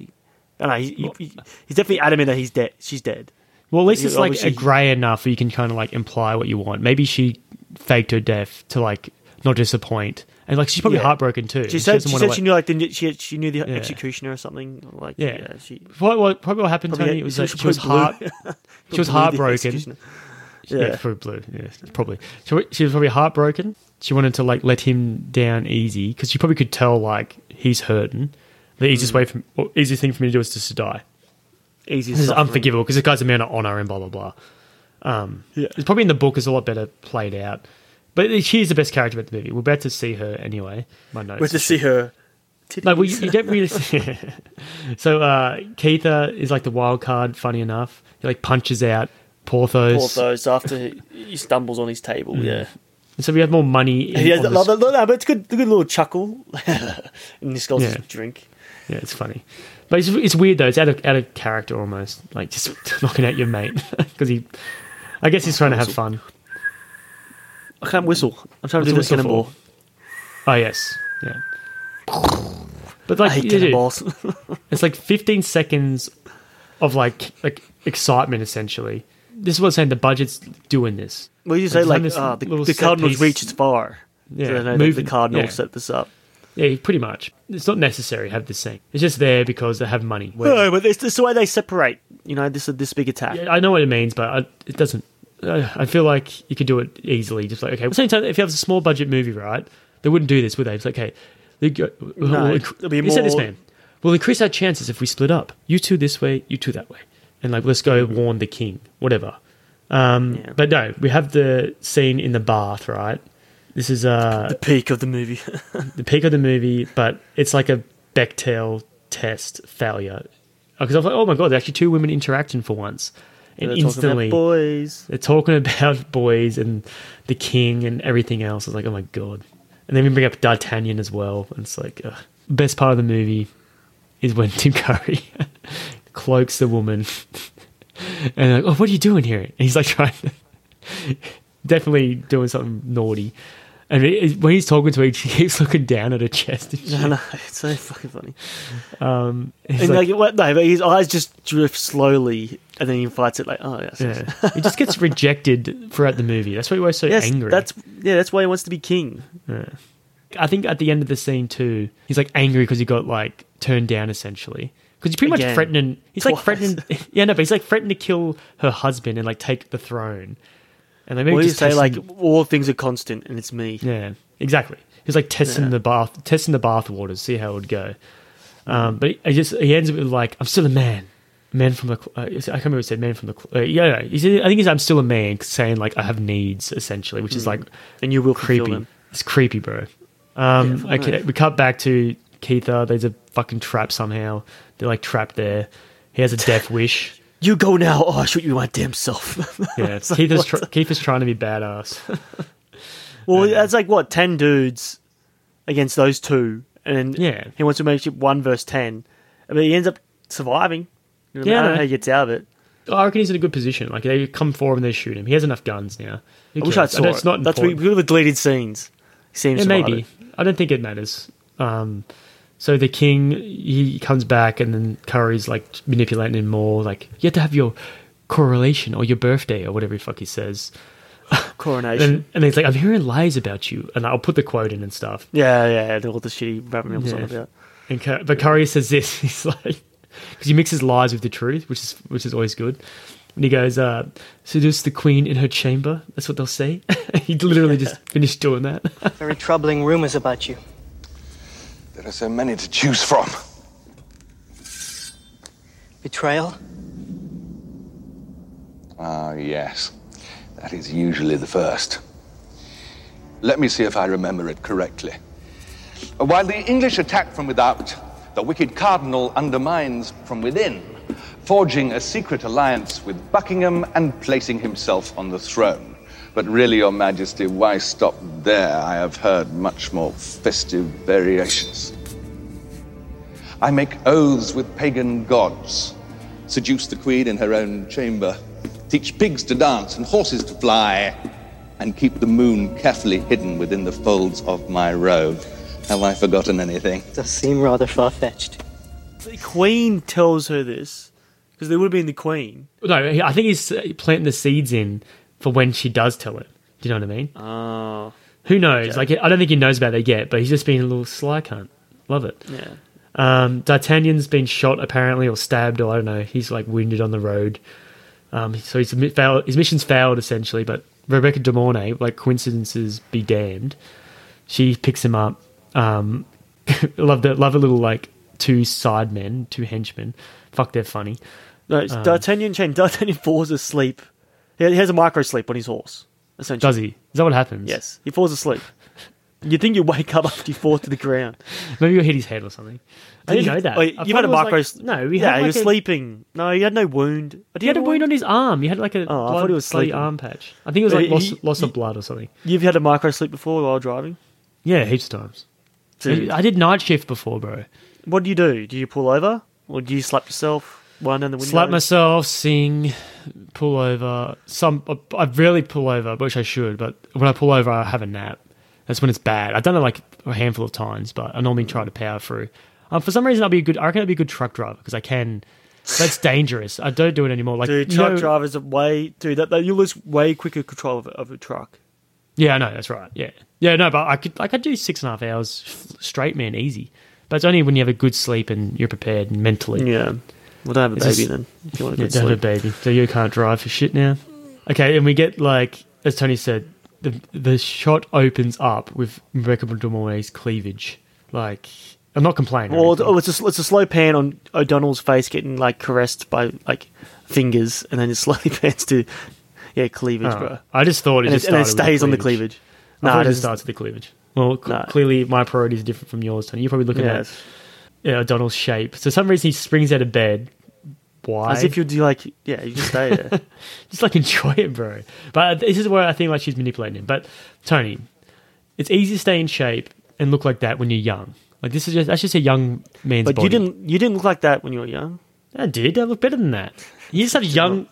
E: I don't know. He, he- he's definitely adamant that he's dead. She's dead.
D: Well, at least it's like
E: Obviously-
D: a grey enough where you can kind of like imply what you want. Maybe she faked her death to like not disappoint, and like she's probably
E: Yeah.
D: heartbroken too.
E: She
D: and
E: said
D: doesn't
E: she,
D: wanna
E: said
D: let-
E: she knew like the, she she knew the
D: Yeah.
E: executioner or something. Like
D: Yeah.
E: yeah, she
D: What, what, probably what happened,
E: Probably
D: Tony,
E: had-
D: was
E: she
D: that
E: was
D: she was
E: probably
D: heart,
E: blue.
D: she was
E: Probably the
D: heartbroken.
E: executioner.
D: Yeah,
E: Yeah.
D: probably blue. Yeah, probably. She, wa- she was probably heartbroken. She wanted to like let him down easy because she probably could tell like he's hurting. The
E: Mm.
D: easiest way from or easiest thing for me to do is just to die.
E: Easy.
D: This is
E: suffering.
D: unforgivable because this guy's a man of honor and blah blah blah. Um, It's probably in the book is a lot better played out, but she is the best character about the movie. We're about to see her anyway. My notes.
E: We're to see her.
D: No, well, you, you don't really see. so uh, Keitha is like the wild card. Funny enough, he like punches out Porthos.
E: Porthos after he, he stumbles on his table.
D: Mm.
E: Yeah.
D: And so we have more money. In,
E: He has
D: on
E: that,
D: this-
E: look, no, but it's good, the good little chuckle, and this girl's
D: Yeah.
E: just drink.
D: Yeah, it's funny, but it's, it's weird though. It's out of out of character almost. Like just knocking out your mate because he. I guess he's trying to have fun.
E: I can't whistle. I'm trying
D: What's
E: to
D: a
E: do the
D: whistle for?
E: cannonball.
D: Oh yes, yeah. But
E: I
D: like,
E: hate
D: you do.
E: cannonballs.
D: it's like 15 seconds of like like excitement essentially, this is what I'm saying. The budget's doing this.
E: Well, you say
D: It's done
E: like
D: this
E: uh, the,
D: little
E: the
D: set
E: Cardinals
D: piece.
E: reach its bar.
D: Yeah,
E: so they know that
D: moving-
E: the Cardinals
D: yeah.
E: set this up.
D: Yeah, pretty much. It's not necessary to have this scene. It's just there because they have money.
E: No, Oh, but it's, it's the way they separate. You know, this this big attack.
D: Yeah, I know what it means, but I, it doesn't. Uh, I feel like you could do it easily. Just like okay. At the same time, if you have a small budget movie, right, they wouldn't do this, would they? It's like okay, they go,
E: No,
D: we'll
E: it'll
D: inc-
E: be
D: they said this
E: more-
D: man. We'll increase our chances if we split up. You two this way, you two that way, and like let's go warn the king, whatever. Um, But no, we have the scene in the bath, right? This is uh, the
E: peak of the movie,
D: the peak of the movie, but it's like a Bechtel test failure because I was like, oh my god, there's actually two women interacting for once, and
E: They're talking about
D: instantly
E: boys.
D: They're talking about boys and the king and everything else. I was like, oh my god, and then we bring up D'Artagnan as well, and it's like ugh. best part of the movie is when Tim Curry cloaks the woman, and like, oh, what are you doing here? And he's like trying to definitely doing something naughty. And it- when he's talking to her, she keeps looking down at her chest. And shit.
E: No, no, it's so fucking funny.
D: Um, he's
E: And
D: like-
E: like, what, no, but his eyes just drift slowly, and then he fights it like, oh yes, yes.
D: Yeah. he just gets rejected throughout the movie. That's why he was so
E: Yes,
D: angry.
E: That's yeah, that's why he wants to be king.
D: Yeah. I think at the end of the scene too, he's like angry because he got like turned down essentially. Because he's pretty
E: Again.
D: much threatening. He's like
E: Twice.
D: threatening. Yeah, no, but he's like threatening to kill her husband and like take the throne. And they maybe
E: Well, you
D: just
E: say
D: test
E: like
D: him-
E: all things are constant, and it's me.
D: yeah, exactly. He's like testing
E: Yeah.
D: the bath, testing the bath waters, see how it would go. Um, but he, he just he ends with like, "I'm still a man, man from the." cl- Uh, I can't remember. He said, "Man from the." Cl- uh, yeah, yeah. He said, I think he's, "I'm still a man," saying like, "I have needs," essentially, which is
E: Mm.
D: like,
E: and you will fulfill
D: creepy.
E: them.
D: It's creepy, bro. Um,
E: Yeah,
D: okay,
E: fine.
D: we cut back to Keitha. There's a fucking trap somehow. They're like trapped there. He has a death wish.
E: You go now, or I shoot you my damn self.
D: Yeah,
E: It's like,
D: Keitha's,
E: what
D: tr- Keitha's trying to be badass.
E: Well, that's like what ten dudes against those two, and
D: Yeah.
E: he wants to make it one versus ten, but he ends up surviving. You know, I
D: Yeah,
E: don't know
D: no.
E: how he gets out of it.
D: I reckon he's in a good position. Like they come forward and they shoot him. He has enough guns now. Who
E: I wish I
D: cares?
E: saw
D: know
E: it.
D: it's not
E: That's we
D: important.
E: we were the deleted scenes. He seems
D: Yeah,
E: to
D: maybe. I don't think it matters. Um, so the king he comes back and then Curry's like manipulating him more. Like you have to have your correlation or your birthday or whatever the fuck he says.
E: coronation.
D: And, and he's like, I'm hearing lies about you, and I'll put the quote in and stuff.
E: yeah, yeah, and all the shitty rap meals on
D: Yeah.
E: about.
D: And Cur- but Curry says this. He's like, because he mixes lies with the truth, which is which is always good. And he goes, uh, "Seduce the queen in her chamber." That's what they'll say. he literally just finished doing that.
M: Very troubling rumors about you.
A: There are so many to choose from.
M: Betrayal?
A: Ah, yes. That is usually the first. Let me see if I remember it correctly. While the English attack from without, the wicked cardinal undermines from within, forging a secret alliance with Buckingham and placing himself on the throne. But really, Your Majesty, why stop there? I have heard much more festive variations. I make oaths with pagan gods, seduce the queen in her own chamber, teach pigs to dance and horses to fly, and keep the moon carefully hidden within the folds of my robe. Have I forgotten anything?
M: Does seem rather far fetched.
E: The queen tells her this because they would have been the queen.
D: no, he- I think he's uh, planting the seeds in for when she does tell him. Do you know what I mean?
E: Oh,
D: Who knows? Like, I don't think he knows about it yet, but he's just being a little sly cunt. Love it.
E: yeah.
D: Um, D'Artagnan's been shot apparently or stabbed or I don't know. He's like wounded on the road. Um, so he's mi- failed, his mission's failed essentially. But Rebecca De Mornay, like coincidences be damned, she picks him up. Um, love the love a little like two sidemen, two henchmen. Fuck, they're funny.
E: No, it's
D: Um,
E: D'Artagnan chain. D'Artagnan falls asleep. He he has a micro sleep on his horse. Essentially,
D: Does he? Is that what happens?
E: Yes, he falls asleep. you think you wake up after you fall to the ground?
D: Maybe you'll hit his head or something. I didn't
E: You-
D: know that.
E: oh,
D: I
E: you've
D: thought
E: had a
D: it was
E: micro.
D: like-
E: sleep.
D: no, we
E: yeah,
D: had
E: he
D: like
E: was
D: a-
E: sleeping. No, he had no wound.
D: He had a wound on his arm. He had like a
E: Oh, I
D: blood-
E: thought he was
D: bloody
E: sleeping.
D: arm patch. I think it was like
E: Uh,
D: loss,
E: he-
D: loss of blood or something.
E: You've had a micro sleep before while driving.
D: Yeah, heaps of times.
E: Dude.
D: I did night shift before, bro.
E: What do you do? Do you pull over or do you slap yourself? One down the window.
D: Slap myself, sing, pull over. Some I- I rarely pull over, which I should, but when I pull over, I have a nap. That's when it's bad. I've done it like a handful of times, but I normally try to power through. Um, for some reason, I'll be a good. I reckon I'll be a good truck driver because I can That's dangerous. I don't do it anymore. Like
E: dude,
D: you
E: truck
D: know-
E: drivers are way dude. That, that you lose way quicker control of, of a truck.
D: Yeah, I know. That's right. Yeah, yeah. No, but I could like I do six and a half hours f- straight, man, easy. But it's only when you have a good sleep and you're prepared mentally.
E: Yeah. Well, don't have a
D: It's
E: baby
D: just-
E: then. If you want a
D: Yeah,
E: good
D: don't have
E: sleep.
D: a baby, so you can't drive for shit now. Okay, and we get like as Tony said, the the shot opens up with Rebecca De Mornay's cleavage. Like I'm not complaining. or
E: Well, oh, it's a it's a slow pan on O'Donnell's face getting like caressed by like fingers, and then it slowly pans to yeah cleavage,
D: Oh,
E: bro.
D: I just thought it
E: and
D: just
E: and it
D: started with
E: stays on the
D: cleavage.
E: cleavage.
D: I thought it just
E: doesn't-
D: starts with the cleavage. Well, c- clearly my priorities are different from yours, Tony. You're probably looking
E: Yes.
D: at yeah, O'Donnell's shape. So for some reason he springs out of bed. Why?
E: As if you'd do like yeah, you just stay there.
D: just like enjoy it, bro. But uh, this is where I think like she's manipulating him. But Tony, it's easy to stay in shape and look like that when you're young. Like this is just that's just a young man's
E: but
D: body.
E: you didn't you didn't look like that when you were young.
D: I did. I look better than that. He just had young.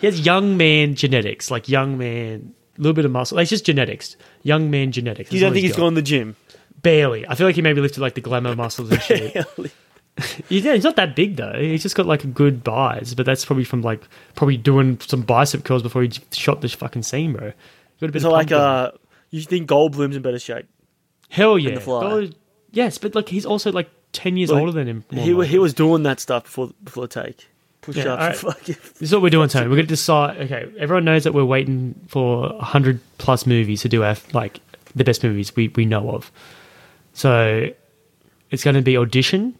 D: He has young man genetics, like young man, little bit of muscle. Like it's just genetics. Young man genetics.
E: You
D: That's
E: don't
D: all
E: think he's
D: got.
E: gone to the gym?
D: Barely. I feel like he maybe lifted like the glamour muscles and shit. yeah, he's not that big though. He's just got like a good buys, but that's probably from like probably doing some bicep curls before he j- shot this fucking scene, bro. Got a bit
E: Is it
D: of
E: like
D: pump going.
E: uh you think Goldblum's in better shape?
D: hell
E: in
D: yeah,
E: The Fly?
D: God, yes, but like he's also like ten years
E: Like,
D: older than him. more
E: He wa-
D: likely.
E: he was doing that stuff before before the take push
D: Yeah,
E: ups.
D: all right. This is what we're doing, Tony. We're going to decide. Okay, everyone knows that we're waiting for hundred plus movies to do our like the best movies we, we know of. So it's going to be audition.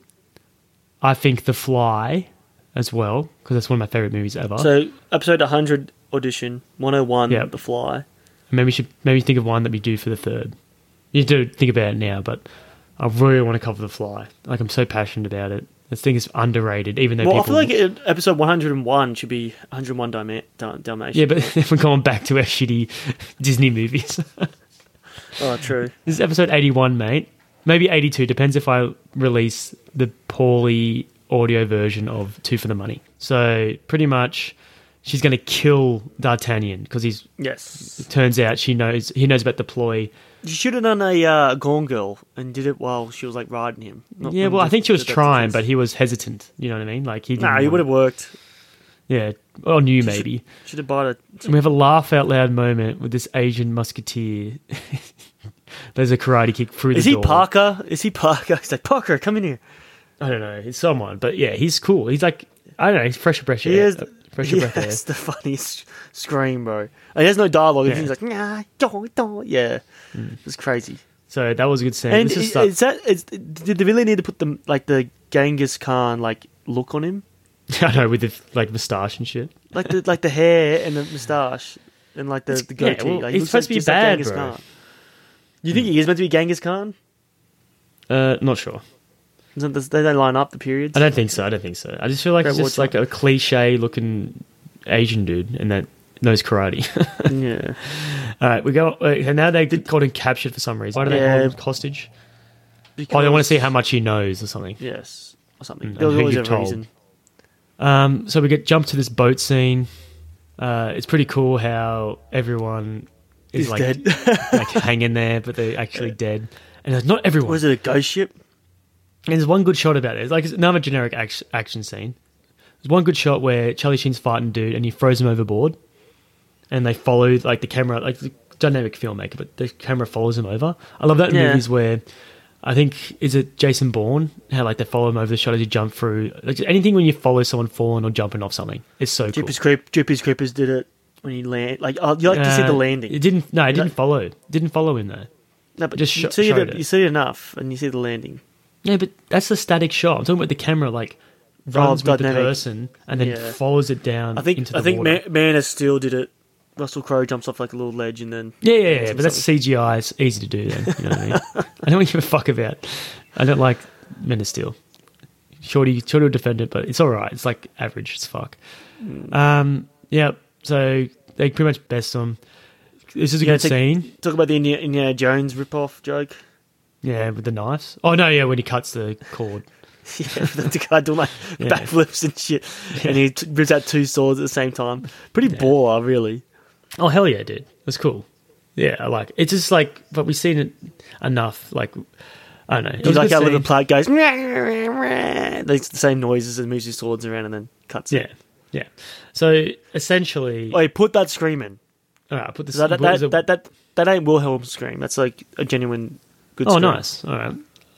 D: I think The Fly, as well, because that's one of my favorite movies ever.
E: So episode 100 audition 101
D: Yeah.
E: The Fly.
D: maybe we should maybe think of one that we do for the third. You do think about it now, but I really want to cover The Fly. Like I'm so passionate about it. This thing is underrated, even though
E: Well,
D: people.
E: I feel like it, episode 101 should be 101 Dalma- Dal- Dalmatians.
D: yeah, but we're going back to our shitty Disney movies.
E: oh, true.
D: This is episode 81, mate. Maybe 82, depends if I release the poorly audio version of Two for the Money. So, pretty much, she's going to kill D'Artagnan because he's.
E: Yes.
D: It turns out she knows he knows about the ploy.
E: You should have done a uh, Gone Girl and did it while she was like riding him. Not
D: yeah,
E: when
D: well, I
E: just-
D: think she was
E: just at the
D: trying,
E: kiss.
D: but he was hesitant. You know what I mean? Like he. Didn't
E: Nah, he
D: want-
E: would have worked.
D: Yeah, or knew
E: She
D: maybe.
E: Should, should have bought it.
D: And we have a laugh out loud moment with this Asian musketeer. There's a karate kick through
E: Is
D: the
E: he
D: door.
E: Parker? Is he Parker? He's like Parker, come in here.
D: I don't know. He's someone, but yeah, he's cool. He's like I don't know. He's fresh fresh
E: He
D: air.
E: is.
D: uh, fresh
E: he
D: breath air.
E: has the funniest scream, bro. And he has no dialogue.
D: Yeah.
E: He's like, nah, don't, don't. Yeah, it's crazy.
D: So that was a good scene.
E: And
D: This is
E: is,
D: stuff-
E: is that is, did they really need to put the like the Genghis Khan like look on him,
D: I know with the like moustache and shit.
E: like the like the hair and the moustache and like the,
D: It's-
E: the
D: yeah,
E: goatee?
D: well,
E: like,
D: he's
E: looks
D: supposed to be
E: just like
D: bad,
E: Genghis
D: bro.
E: Khan. You think he is meant to be Genghis Khan?
D: Uh, not sure.
E: Isn't this- They don't line up the periods.
D: I don't think so. I don't think so. I just feel like
E: Great
D: it's just
E: Wall
D: like a cliche looking Asian dude, and that knows karate. Oh,
E: yeah.
D: All right, we go. Uh, and now they did called him captured for some reason. Why do they
E: Yeah.
D: hold him hostage? Oh,
E: Because-
D: they want to see how much he knows or something.
E: Yes, or something.
D: Mm,
E: There was
D: who
E: always a
D: you've told.
E: reason.
D: Um, so we get jumped to this boat scene. Uh, it's pretty cool how everyone is
E: Is
D: like
E: dead.
D: like hanging there, but they're actually dead. And it's not everyone.
E: Was it a ghost ship?
D: And there's one good shot about it. It's like it's another generic action, action scene. There's one good shot where Charlie Sheen's fighting dude, and he throws him overboard, and they follow like the camera, like the dynamic filmmaker, but the camera follows him over. I love that in
E: Yeah.
D: movies where I think is it Jason Bourne how like they follow him over the shot as you jump through. Like, anything when you follow someone falling or jumping off something, it's so cool.
E: Jeepers Creep, Jeepers Creepers did it when he land. Like oh, you like to see
D: Uh,
E: the landing.
D: It didn't. No, it didn't follow. It didn't follow him though.
E: No, but
D: just
E: you
D: sho-
E: see
D: showed
E: the,
D: it.
E: you see it enough, and you see the landing.
D: Yeah, but that's the static shot. I'm talking about the camera like
E: Oh,
D: runs with the
E: dynamic.
D: person and then
E: Yeah.
D: follows it down.
E: I think
D: into the
E: I think
D: water.
E: Man, Man of Steel did it. Russell Crowe jumps off like a little ledge and then
D: Yeah, yeah, yeah, but that's CGI. It's easy to do then. You know what I mean? I don't give a fuck about. I don't like Men of Steel. Shorty, Shorty will defend it, but it's all right. It's like average as fuck.
E: Hmm.
D: Um, yeah. So they pretty much best them. This is a
E: Yeah,
D: good
E: take-
D: scene.
E: Talk about the Indiana, Indiana Jones ripoff joke.
D: Yeah, with the knives. Oh no, yeah, when he cuts the cord.
E: yeah, the guy doing like
D: Yeah.
E: backflips and shit, and he t- rips out two swords at the same time. Pretty baller, really.
D: Oh hell yeah, dude. That's cool. Yeah, I like it. It's just like but we've seen it enough. Like I don't know. It
E: You
D: was a
E: like
D: good
E: how Liver
D: scene.
E: Platt goes, makes the same noises and moves his swords around and then cuts it.
D: Yeah. So essentially.
E: Wait, put that scream in.
D: All right, put this.
E: That, that,
D: what was
E: that,
D: it?
E: that, that, that ain't Wilhelm scream. That's like a genuine good
D: oh,
E: scream.
D: nice. All right.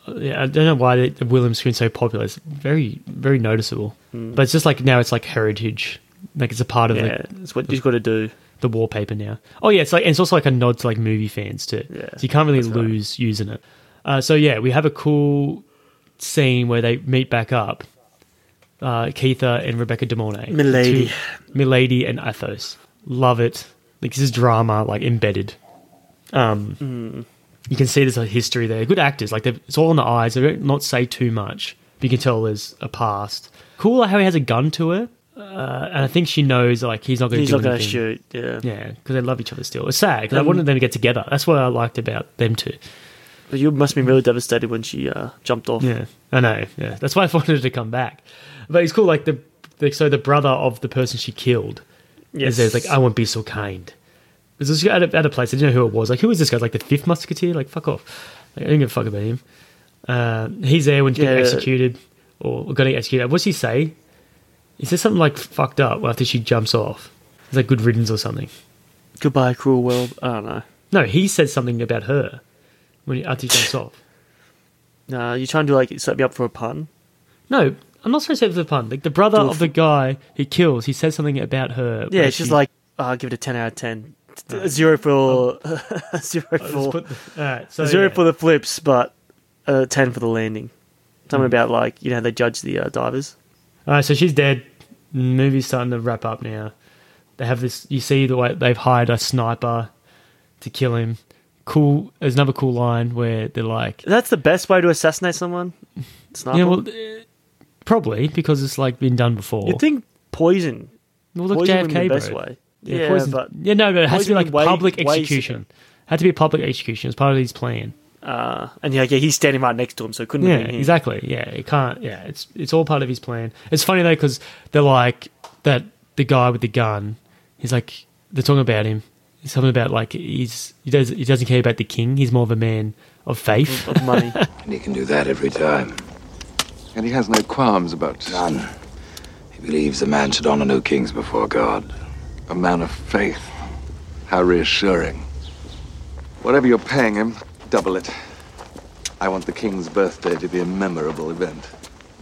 D: Yeah, I don't know why the, the Wilhelm scream's so popular. It's very, very noticeable.
E: Mm.
D: But it's just like now it's like heritage. Like it's a part of
E: Yeah,
D: the,
E: it's what you've got to do.
D: The wallpaper now. Oh yeah, it's like and it's also like a nod to like movie fans too. Yeah, so you can't really lose using it. Uh, so yeah, we have a cool scene where they meet back up. Uh, Keitha and Rebecca De Mornay,
E: Milady.
D: Two- Milady and Athos. Love it. Like this is drama, like embedded. Um,
E: Mm.
D: you can see there's a history there. Good actors, like they've- it's all in the eyes. They don't not say too much, but you can tell there's a past. Cool how he has a gun to her, uh, and I think she knows like he's not going to.
E: He's
D: do
E: not gonna
D: anything.
E: shoot, yeah.
D: yeah, because they love each other still. It's sad because I
E: Um,
D: wanted them to get together. That's what I liked about them two.
E: But you must be really devastated when she uh, jumped off.
D: Yeah, I know. Yeah, that's why I wanted her to come back. But it's cool, like the, the so the brother of the person she killed.
E: Yes.
D: Is there, like I won't be so kind. Because this guy at a, at a place, I didn't know who it was. Like, who is this guy? Like the fifth musketeer? Like, fuck off. Like, I don't give a fuck about him. Uh, he's there when he's getting
E: Yeah.
D: executed or getting executed. What's he say? He says something like fucked up after she jumps off. It's like good riddance or something.
E: Goodbye, cruel world. I don't know.
D: No, he says something about her when he, after she jumps off.
E: Nah, you're trying to like set me up for a pun.
D: No, I'm not supposed to say it was a pun. Like the brother
E: Do a
D: of the guy he kills, he says something about her.
E: Yeah,
D: where
E: she's
D: she-
E: like, uh, give it a ten out of ten. Zero for zero
D: Oh. just
E: for
D: put the- alright, so,
E: zero
D: yeah.
E: for the flips, but uh, ten for the landing.
D: Hmm.
E: Something about like you know they judge the uh, divers.
D: All right, so she's dead. Movie's starting to wrap up now. They have this. You see the way they've hired a sniper to kill him. Cool. There's another cool line where they're like,
E: That's the best way to assassinate someone. Sniper.
D: Yeah, well, probably because it's like been done before.
E: you think poison?
D: Well, look,
E: poison would be
D: JFK,
E: the best
D: bro.
E: way.
D: Yeah,
E: Yeah,
D: poison-
E: but
D: yeah, no, but it has to be
E: poison
D: like
E: way-
D: public
E: way-
D: execution. Had to be public execution. It's part of his plan.
E: Uh, and yeah, yeah, he's standing right next to him, so it couldn't
D: yeah,
E: have been him.
D: exactly. Yeah, it can't. Yeah, it's it's all part of his plan. It's funny though because they're like that the guy with the gun. He's like they're talking about him. Something about like he's he does he doesn't care about the king. He's more of a man of faith,
E: of money.
B: And he can do that every time.
N: And he has no qualms about.
B: None. He believes a man should honor no kings before God.
N: A man of faith. How reassuring. Whatever you're paying him, double it. I want the king's birthday to be a memorable event.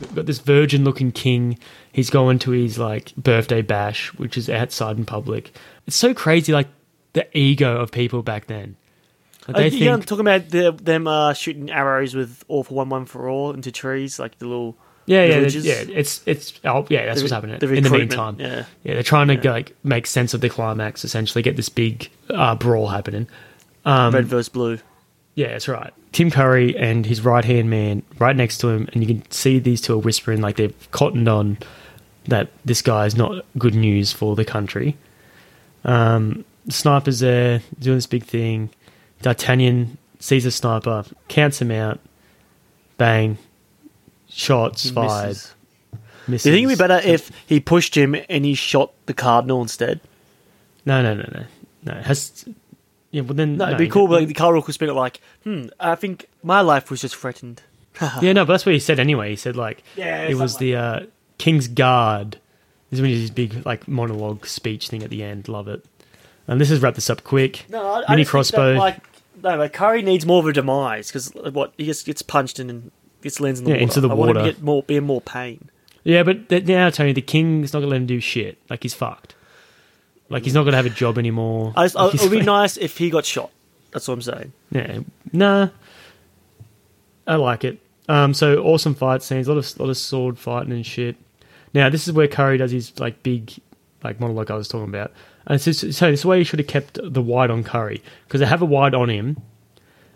D: We've got this virgin looking king. He's going to his like birthday bash, which is outside in public. It's so crazy, like the ego of people back then. Like,
E: Uh,
D: they
E: you know,
D: think,
E: talking about the, them uh, shooting arrows with all for one, one for all into trees, like the little
D: yeah, yeah,
E: villages.
D: yeah. It's it's oh yeah, that's
E: The re-
D: what's happening
E: the
D: in the
E: recruitment,
D: meantime.
E: yeah.
D: yeah, they're trying to like make sense of the climax. Essentially, get this big uh, brawl happening. Um,
E: Red versus blue.
D: Yeah, that's right. Tim Curry and his right hand man right next to him, and you can see these two are whispering like they've cottoned on that this guy is not good news for the country. Um, sniper's there doing this big thing. D'Artagnan sees a sniper, counts him out, bang, shots
E: He
D: fired.
E: misses. Do you think it'd be better if he pushed him and he shot the cardinal instead?
D: No, no, no, no, no. It has yeah, well then
E: No, it'd be cool. But like, the cardinal could spin it like, hmm, I think my life was just threatened.
D: yeah, no, but that's what he said anyway. He said like
E: Yeah,
D: it was the uh, King's Guard. This is when he did his big like monologue speech thing at the end. Love it. And this has wrapped this up quick.
E: No, I, I
D: Mini
E: just
D: crossbow.
E: Think that, like, no, but Curry needs more of a demise because what he just gets punched and then gets lands in the
D: Yeah,
E: water.
D: into the
E: I want him
D: water.
E: to get more, be in more pain.
D: yeah, but th- now Tony, the King's not gonna let him do shit. Like he's fucked. Like he's not gonna have a job anymore.
E: I just, I,
D: Like, he's
E: it would be
D: like-
E: nice if he got shot. That's what I'm saying.
D: Yeah, nah. I like it. Um, so awesome fight scenes, a lot of lot of sword fighting and shit. Now this is where Curry does his like big like monologue I was talking about, and it's just, so this is where you should have kept the wide on Curry because they have a wide on him,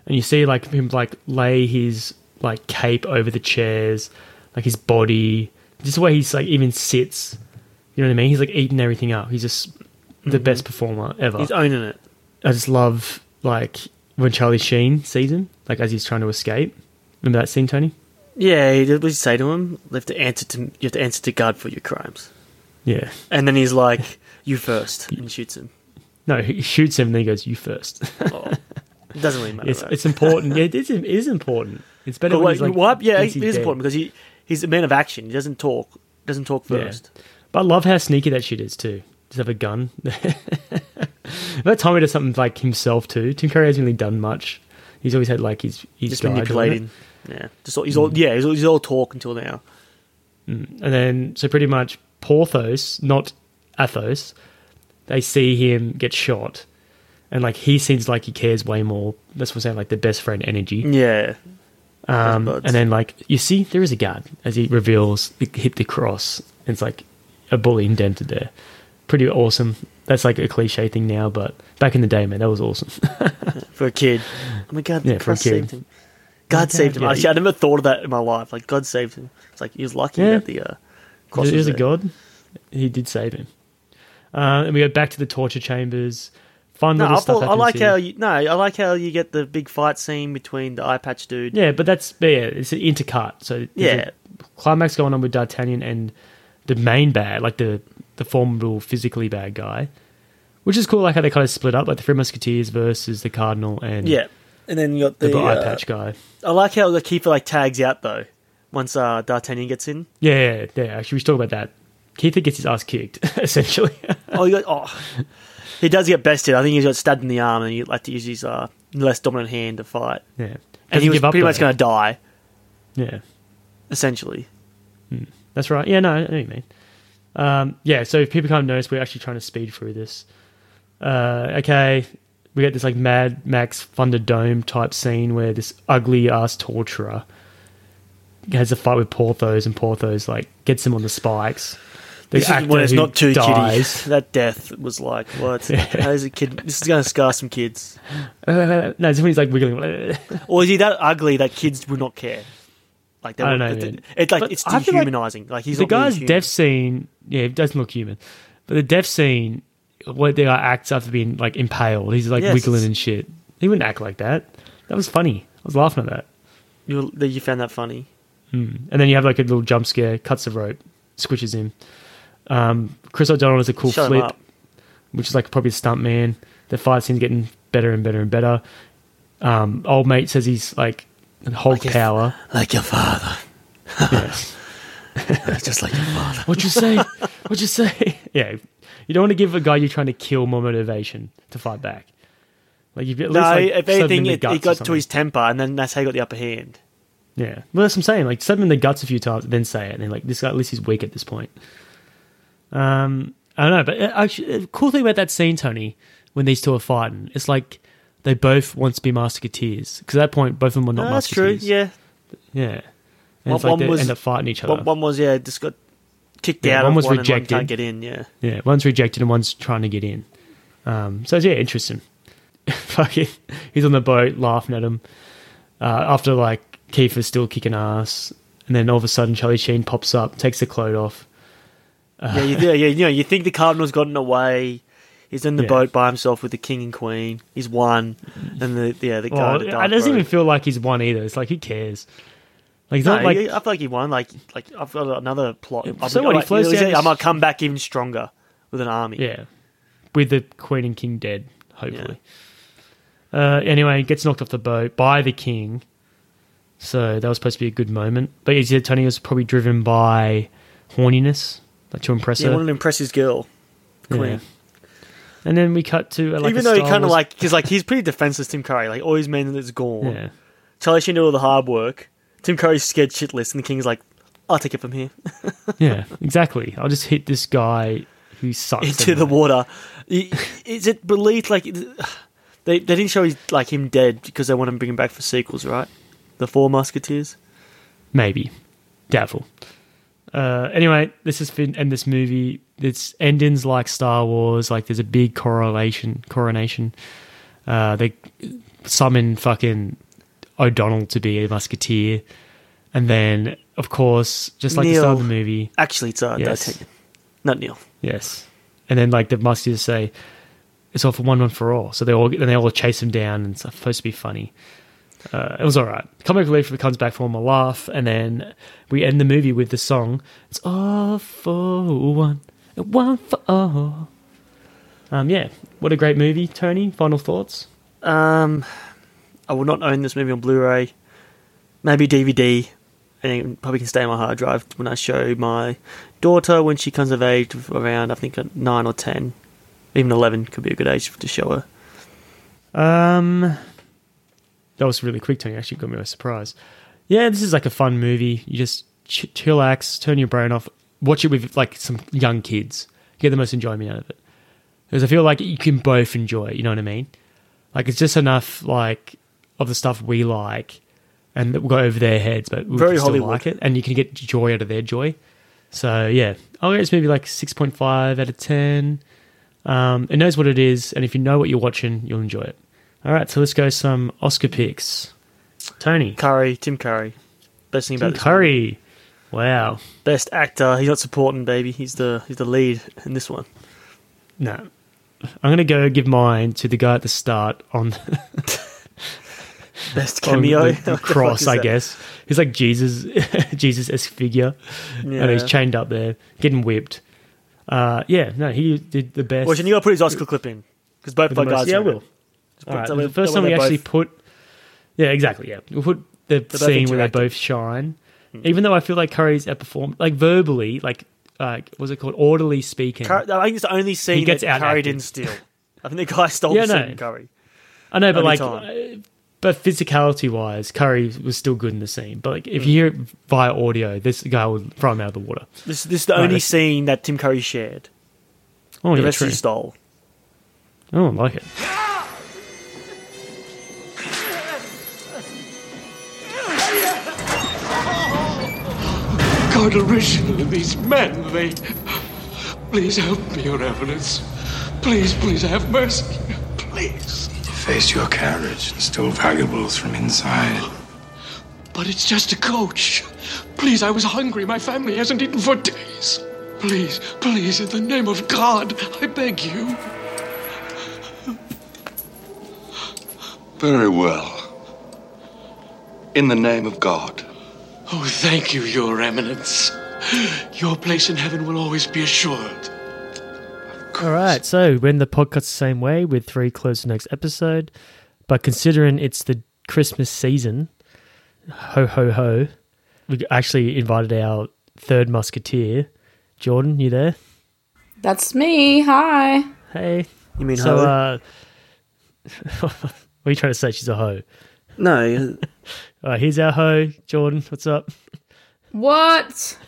D: and you see like him like lay his like cape over the chairs, like his body. This is where he's like even sits. You know what I mean? He's like eating everything up. He's just the
E: Mhm.
D: best performer ever.
E: He's owning it.
D: I just love like when Charlie Sheen sees him, like as he's trying to escape. Remember that scene, Tony?
E: Yeah, he did what you say to him. You have to answer to you have to answer to God for your crimes.
D: Yeah.
E: And then he's like, "You first, and shoots him.
D: No, he shoots him and then he goes, "You first.
E: It doesn't really matter.
D: it's,
E: though.
D: it's important. Yeah, it is, it is important. It's better
E: But
D: when
E: wait,
D: he's like,
E: what? Yeah,
D: thinks
E: it
D: he's
E: is
D: dead.
E: important because he he's a man of action. He doesn't talk. Doesn't talk first.
D: Yeah. But I love how sneaky that shit is too. Does have a gun? that Tommy does something like himself too. Tim Curry hasn't really done much. He's always had like his his
E: Just
D: guy Mm. doing it.
E: manipulating. Yeah, just all, he's all yeah he's all, he's all talk until now.
D: Mm. And then, so pretty much Porthos, not Athos, they see him get shot. And like, he seems like he cares way more. That's what I'm saying, like the best friend energy.
E: Yeah.
D: Um,
E: That's buds.
D: and then, like, you see, there is a guard as he reveals, it hit the cross. It's like a bullet indented there. Pretty awesome. That's like a cliche thing now, but back in the day, man, that was awesome.
E: for a kid. Oh my god,
D: Yeah, for a
E: God saved
D: kid.
E: him. God
D: Yeah,
E: saved him.
D: yeah.
E: Actually, I never thought of that in my life. Like God saved him. It's like he was lucky
D: Yeah.
E: that the uh, cross
D: He
E: was
D: was a
E: there.
D: god. He did save him. Uh, and we go back to the torture chambers. Fun
E: No,
D: little
E: I,
D: stuff.
E: thought, I
D: happens
E: like
D: here.
E: how you no, I like how you get the big fight scene between the eye patch dude.
D: Yeah, but that's but yeah, it's an intercut. So there's a climax going on with D'Artagnan and the main bad, like the the formidable physically bad guy, which is cool. Like how they kind of split up, like the Three Musketeers versus the Cardinal and
E: yeah, and then you got
D: the,
E: the,
D: eye
E: uh,
D: patch guy.
E: I like how the keeper like tags out though. Once uh, D'Artagnan gets in,
D: Yeah, yeah, yeah. Actually, we should talk about that. Keith gets his ass kicked essentially.
E: oh, you got, oh, he does get bested. I think he's got stabbed in the arm, and he like to use his uh, less dominant hand to fight.
D: Yeah,
E: and
D: Doesn't
E: he was
D: give up,
E: pretty much
D: though.
E: going to die
D: yeah,
E: essentially.
D: that's right. Yeah, no, I know what you mean. Um, yeah, so if people can't notice, we're actually trying to speed through this. Uh, okay, we get this like Mad Max Thunderdome type scene where this ugly ass torturer has a fight with Porthos, and Porthos like gets him on the spikes. The
E: This is
D: actor
E: when it's
D: who
E: not too
D: dies-
E: kitty. That death was like, what? How is a kid? This is going to scar some kids.
D: no, it's when he's like wiggling.
E: Or is he that ugly that kids would not care? Like they
D: I don't
E: would-
D: know,
E: it-
D: man.
E: It's like
D: But
E: it's
D: I feel like
E: dehumanizing. Like, he's
D: the
E: not really
D: guy's
E: human.
D: death scene. Yeah, it doesn't look human, but the death scene where the guy acts after being like impaled, he's like
E: Yes,
D: wiggling
E: it's-
D: and shit. He wouldn't act like that. That was funny. I was laughing at that.
E: You that you found that funny.
D: Mm. And then you have like a little jump scare, cuts the rope, squishes him. Um, Chris O'Donnell does a cool
E: Shut him
D: flip,
E: up.
D: which is like probably a stunt man. The fight scene's getting better and better and better. Um, old mate says he's like Hulk
E: his-
D: power.
E: like your father.
D: yes.
E: Just like your father.
D: What'd you say? What'd you say? yeah. You don't want to give a guy you're trying to kill more motivation to fight back. Like you've at least
E: no,
D: like,
E: if
D: stab him in
E: anything,
D: the
E: it,
D: guts
E: he
D: or
E: got to
D: something.
E: his temper, and then that's how he got the upper hand.
D: Yeah. Well, that's what I'm saying. Like, stab him in the guts a few times, then say it. And then, like, this guy, at least he's weak at this point. Um, I don't know. But uh, actually, the cool thing about that scene, Tony, when these two are fighting, it's like they both want to be musketeers. Because at that point, both of them are not
E: No, that's Ah, true.
D: musketeers.
E: Yeah,
D: Yeah. And it's like they end up fighting each other.
E: One, one was yeah, just got kicked
D: Yeah,
E: out.
D: one
E: of
D: was
E: one
D: rejected.
E: And one can't get in. Yeah.
D: Yeah, one's rejected and one's trying to get in. Um, so yeah, interesting. Fucking, he's on the boat laughing at him. Uh, after like Kiefer's still kicking ass, and then all of a sudden Charlie Sheen pops up, takes the cloak off.
E: yeah, you, yeah, yeah, you know, you think the cardinal's gotten away. He's in the
D: Yeah.
E: boat by himself with the king and queen. He's won, and the yeah, the
D: Well,
E: guard. the
D: Oh, it
E: dark
D: doesn't
E: robe.
D: even feel like he's won either. It's like who cares? Like it's
E: No,
D: not like
E: I feel like he won. Like, like I've got another plot. I'll
D: so
E: be-
D: what, he
E: like,
D: flows
E: you know,
D: down
E: I'm
D: his-
E: gonna come back even stronger with an army.
D: yeah, with the queen and king dead, hopefully. Uh, anyway, gets knocked off the boat by the king. So that was supposed to be a good moment, but as you said, Tony was probably driven by horniness, like to impress
E: yeah,
D: her.
E: he wanted to impress his girl, the queen.
D: Yeah. And then we cut to uh, like
E: even
D: a
E: though he
D: Star
E: kind of
D: Wars-
E: like, because like he's pretty defenseless. Tim Curry, like all his men that's gone.
D: Yeah.
E: Charlie Sheen did all the hard work. Tim Curry's scared shitless, and the king's like, "I'll take it from here."
D: yeah, exactly. I'll just hit this guy who sucks
E: into the
D: anyway.
E: water. I- Is it believed like they they didn't show his, like him dead because they want to bring him back for sequels, right? The Four Musketeers.
D: maybe doubtful. Uh, anyway, this is fin- and this movie. It's endings like Star Wars. Like there's a big correlation coronation. Uh, they summon fucking O'Donnell to be a musketeer, and then of course, just like the start of the
E: Neil.
D: movie,
E: Actually, it's uh,
D: Yes.
E: D'Artagnan, not Neil.
D: Yes, and then like the musketeers say, "It's all for one, one for all." So they all then they all chase him down, and it's supposed to be funny. Uh, it was all right. Comic relief comes back for him a laugh, and then we end the movie with the song. It's all for one, and one for all. Um, yeah, what a great movie, Tony. Final thoughts?
E: Um, I will not own this movie on Blu-ray. maybe DVD, and it probably can stay on my hard drive when I show my daughter when she comes of age, around I think at nine or ten, even eleven could be a good age to show
D: her. Um, that was really quick, Tony. Actually, got me by surprise. Yeah, this is like a fun movie. You just ch- chillax, turn your brain off, watch it with like some young kids. Get the most enjoyment out of it because I feel like you can both enjoy it. You know what I mean? Like it's just enough like of the stuff we like, and that will go over their heads, but we
E: Very
D: can still
E: Hollywood.
D: like it, and you can get joy out of their joy. So yeah, I'll give this maybe like six point five out of ten. Um, it knows what it is, and if you know what you're watching, you'll enjoy it. All right, so let's go some Oscar picks. Tony
E: Curry, Tim Curry, best thing
D: Tim
E: about this
D: Curry. Wow,
E: best actor. He's not supporting, baby. He's the he's the lead in this one.
D: No. I'm going to go give mine to the guy at the start on
E: Best
D: on the-
E: cameo?
D: Oh, the
E: What the fuck
D: cross,
E: is
D: I
E: that?
D: guess. He's like Jesus, Jesus esque figure, and he's
E: Yeah.
D: chained up there, getting whipped. Uh, yeah, no, he did the best.
E: Well, you got to put his Oscar clip in because both
D: With
E: my
D: the most-
E: guys.
D: yeah,
E: are
D: I
E: in it.
D: will.
E: Just put-
D: All right,
E: that
D: the
E: way-
D: first
E: that
D: time
E: way
D: we
E: they're
D: actually
E: both-
D: put. Yeah, exactly. Yeah, we'll put the
E: both
D: scene where they
E: interactive. Hmm.
D: both shine. Even though I feel like Curry's outperformed, like verbally, like uh, what's it called, orderly speaking.
E: Curry, I think it's the only scene
D: gets
E: that Curry
D: outacted.
E: didn't steal. I think the guy stole
D: Yeah,
E: the
D: no.
E: scene in Curry.
D: I know, but
E: Only
D: like,
E: time.
D: uh, but physicality wise, Curry was still good in the scene. But like, if you
E: Hmm.
D: hear it via audio, this guy would throw him out of the water.
E: This, this is the
D: Right,
E: only
D: that's-
E: scene that Tim Curry shared.
D: Oh,
E: the
D: yeah,
E: rest
D: true.
E: he stole.
D: Oh, I like it.
H: God, originally, these men, they. Please help me, Your Eminence. Please, please have mercy. Please.
B: Defaced your carriage and stole valuables from inside.
H: But it's just a coach. Please, I was hungry. My family hasn't eaten for days. Please, please, in the name of God, I beg you.
A: Very well. In the name of God.
H: Oh, thank you, Your Eminence. Your place in heaven will always be assured.
D: All right, so when the podcast the same way with three close to next episode, but considering it's the Christmas season, ho ho ho, we actually invited our third musketeer, Jordan. You there?
O: That's me. Hi.
D: Hey.
E: You mean
D: so?
E: ho?
D: Uh, what are you trying to say? She's a hoe.
E: No.
D: All right, here's our hoe, Jordan. What's up?
O: What?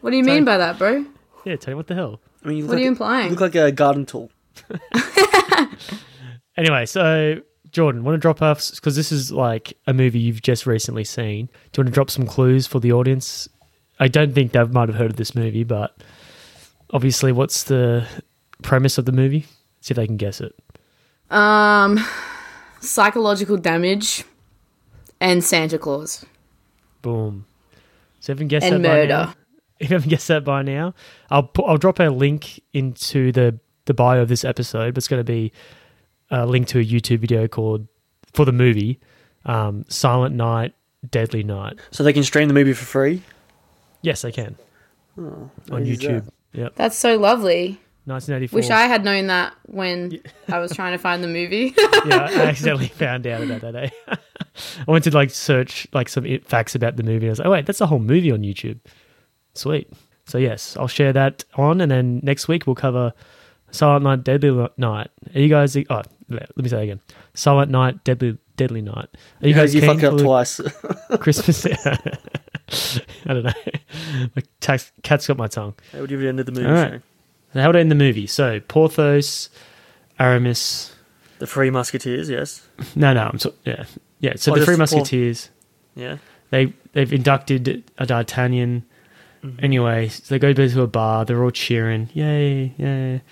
O: What do you mean by that, bro?
D: Yeah, Tony. What the hell?
E: I mean, you
O: What are you implying?
E: look like a garden tool.
D: Anyway, so Jordan, want to drop off because this is like a movie you've just recently seen. Do you want to drop some clues for the audience? I don't think they might have heard of this movie, but obviously, what's the premise of the movie? See if they can guess it.
O: Um, psychological damage and Santa Claus.
D: Boom. So if you haven't guessed
O: And
D: that
O: murder.
D: by now, if you haven't guessed that by now, I'll put, I'll drop a link into the the bio of this episode. But it's going to be a link to a YouTube video called for the movie um, "Silent Night, Deadly Night."
E: So they can stream the movie for free.
D: Yes, I can
E: Oh,
D: on
E: easy as
D: YouTube. Yep,
O: That's so lovely.
D: 1984.
O: Wish I had known that when I was trying to find the movie.
D: yeah, I accidentally found out about that. Eh? I went to like search like some i- facts about the movie. And I was like, oh wait, that's a whole movie on YouTube. Sweet. So yes, I'll share that on, and then next week we'll cover Silent Night, Deadly Li- Night. Are you guys? Oh, le- let me say that again. Silent Night, Deadly Deadly Night. Are you
E: Yeah,
D: guys?
E: you
D: keen
E: fucked it up
D: for
E: twice.
D: Christmas. I don't know. My tax, cat's got my tongue.
E: That would give you the end of the movie.
D: All right.
E: Shane.
D: So how would end the movie? So Porthos, Aramis.
E: The Three Musketeers, yes.
D: No, no, I'm so yeah, yeah. So
E: Oh,
D: the Three
E: just the four-
D: Musketeers.
E: Yeah.
D: They they've inducted a D'Artagnan.
E: Mm-hmm.
D: Anyway, so they go to a bar. They're all cheering, yay, yay!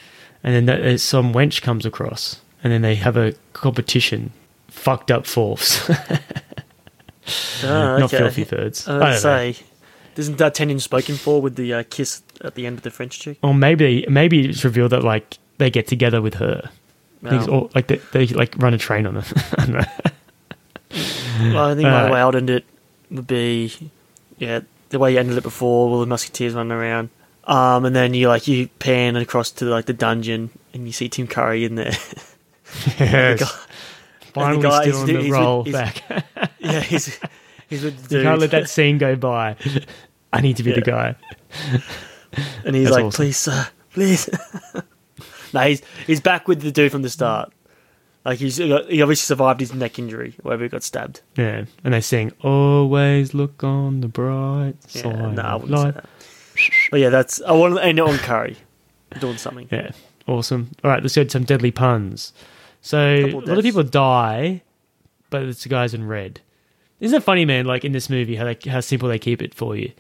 D: And then that, uh, some wench comes across, and then they have a competition. Fucked up fourths,
E: Ah,
D: not
E: okay.
D: filthy thirds. I
E: I'd
D: don't know.
E: say, isn't D'Artagnan spoken for with the uh, kiss at the end of the French chick?
D: Or maybe maybe it's revealed that like they get together with her. I think it's
E: Oh.
D: all- like they, they like run a train on them. I don't know.
E: Well, I think my
D: Uh,
E: way I'd end it would be, yeah, the way you ended it before, all the musketeers running around, um, and then you like you pan across to like the dungeon and you see Tim Curry in there. And the
D: Yes.
E: guy- and the
D: Finally
E: guy is
D: stealing
E: do-
D: the
E: he's with-
D: roll
E: he's-
D: back.
E: yeah, he's He's with the
D: You can't let
E: dude.
D: that scene go by. I need to be the guy.
E: And he's
D: That's
E: like,
D: awesome.
E: please, sir, please. no, he's he's back with the dude from the start. Like he's he obviously survived his neck injury, wherever he got stabbed.
D: Yeah, and they sing "Always look on the bright
E: Yeah,
D: side."
E: no, I
D: of
E: wouldn't say
D: life."
E: that. But yeah, that's I want to end it on Curry doing something.
D: Yeah, awesome. All right, let's go to some deadly puns. So a
E: Couple
D: lot of
E: deaths.
D: people die, but it's the guys in red. Isn't it funny, man? Like in this movie, how like how simple they keep it for you.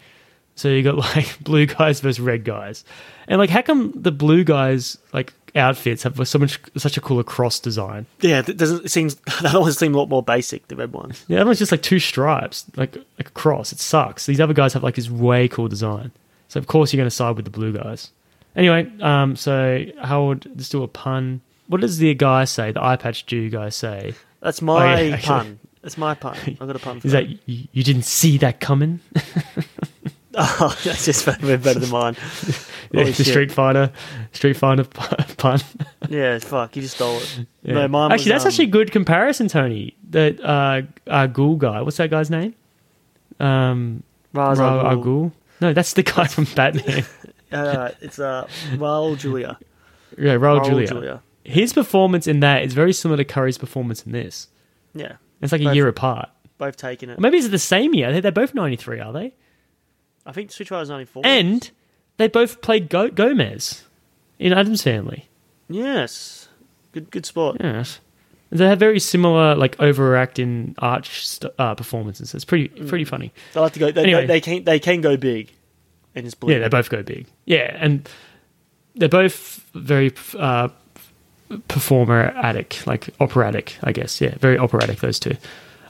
D: So you got like blue guys versus red guys, and like how come the blue guys like outfits have so much such a cooler cross design?
E: Yeah, it doesn't it seems that always seem a lot more basic. The red ones.
D: Yeah, that one's just like two stripes, like like a cross. It sucks. These other guys have like this way cool design. So of course you're going to side with the blue guys. Anyway, um, so Howard, let's do a pun. What does the guy say? The eye patch Jew guy say?
E: That's my
D: Oh, yeah, actually.
E: pun. That's my pun. I've got a pun. For
D: Is that you, you didn't see that coming?
E: Oh, that's just better, better than mine.
D: Yeah,
E: Holy
D: the
E: shit.
D: Street Fighter, Street Fighter pu- pun.
E: Yeah, fuck, you just stole it.
D: Yeah.
E: No, mine
D: actually,
E: was,
D: that's
E: um,
D: actually a good comparison, Tony. That uh, uh, ghoul guy. What's that guy's name? Um,
E: Ra's
D: Ra-
E: al
D: al Ghul? No, that's the guy from Batman.
E: Uh, it's uh, Raul Julia.
D: Yeah, Raul,
E: Raul
D: Julia.
E: Julia.
D: His performance in that is very similar to Curry's performance in this.
E: Yeah,
D: It's like a
E: Both-
D: year apart.
E: Both taking it.
D: Or maybe is it the same year? They're- They're both 93, are they?
E: I think Switch Rider's 94.
D: And they both played Go- Gomez in Adam's Family.
E: Yes. Good good spot.
D: Yes. They have very similar, like, overacting arch st- uh, performances. It's pretty pretty
E: Mm.
D: funny.
E: They like to go. They,
D: Anyway.
E: they can they can go big, and just blue.
D: Yeah, they both go big. Yeah, and they're both very uh, performer attic, like operatic, I guess. Yeah, very operatic. Those two.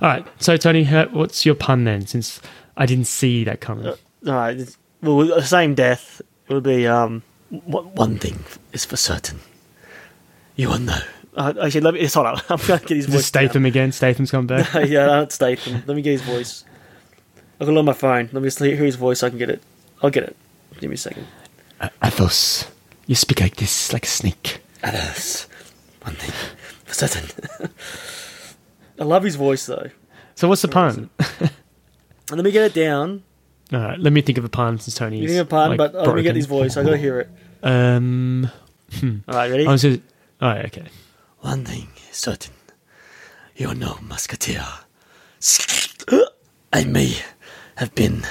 D: All right. So Tony, how- what's your pun then? Since I didn't see that coming.
E: All right. it's- Well, with the same death. It would be um. What one thing is for certain. You will know. Uh, actually, let me. It's hold on. I'm gonna get his
D: Is it
E: voice.
D: Statham again? Statham's coming back.
E: down. yeah, not Statham. Let me get his voice. I've got it on my phone. Let me just hear his voice. so I can get it. I'll get it. Give me a second.
D: Athos, you speak like this, like a snake.
E: Athos, one thing for certain. I love his voice though.
D: So what's the pun?
E: And let me get it down.
D: All right, let me think of a pun since Tony's.
E: You think of a pun,
D: like,
E: but uh, let me get
D: broken.
E: his voice. I gotta hear it.
D: Um. Hmm.
E: All right, ready?
D: I was just, all right, okay.
E: One thing is certain. You're no musketeer. I may have been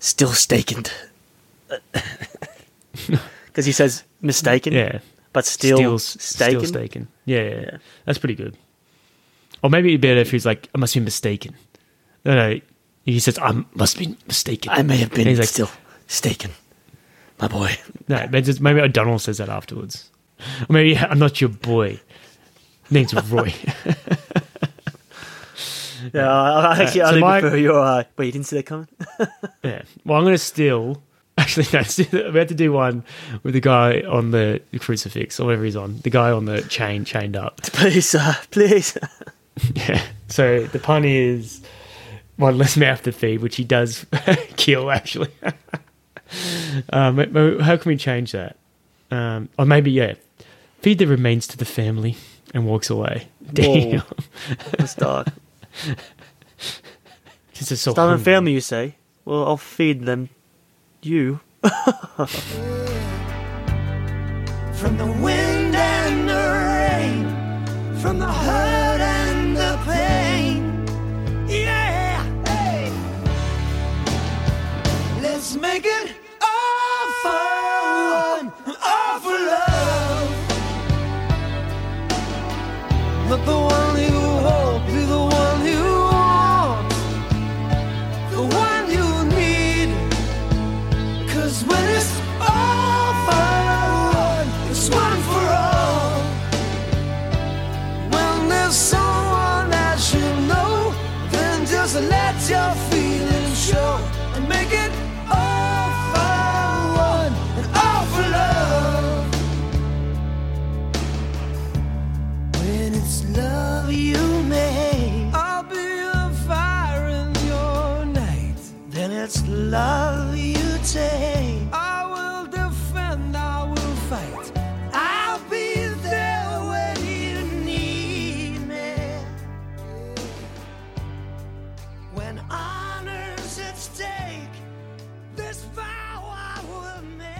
E: still staken. Because he says mistaken.
D: Yeah.
E: But still,
D: Still s-
E: staken.
D: still staken. Yeah, yeah, yeah. that's pretty good. Or maybe it'd be better if he's like, I must be mistaken. No, no, he says, I must be mistaken.
E: I may have been
D: And he's like,
E: still staken, my boy.
D: No, maybe, just- maybe O'Donnell says that afterwards. Or maybe I'm not your boy. Name's Roy.
E: Yeah, I, I actually
D: Uh, so
E: only
D: my-
E: prefer your. Uh, wait, you didn't see that coming?
D: yeah. Well, I'm going to steal. Actually, no, let's do that. we had to do one with the guy on the crucifix or whatever he's on. The guy on the chain, chained up.
E: please, uh, please.
D: Yeah. So the pun is one less mouth to feed, which he does kill actually. um, m- m- how can we change that? Um, or maybe yeah, feed the remains to the family and walks away. Damn,
E: Whoa. That's dark.
D: Just a so
E: Starving
D: hungry.
E: family, you say? Well, I'll feed them. You.
F: From the wind and the rain, from the hurt and the pain. Yeah, hey. Let's make it all for one, all for love. But the one you hold, be the one you want, the one you need. Cause when it's all for one, it's one for all. When there's someone that you know, then just let your feelings show and make it all for one and all for love. When it's love you make, I'll be a fire in your night. Then it's love you take. I will defend, I will fight. I'll be there when you need me. When I
L: man.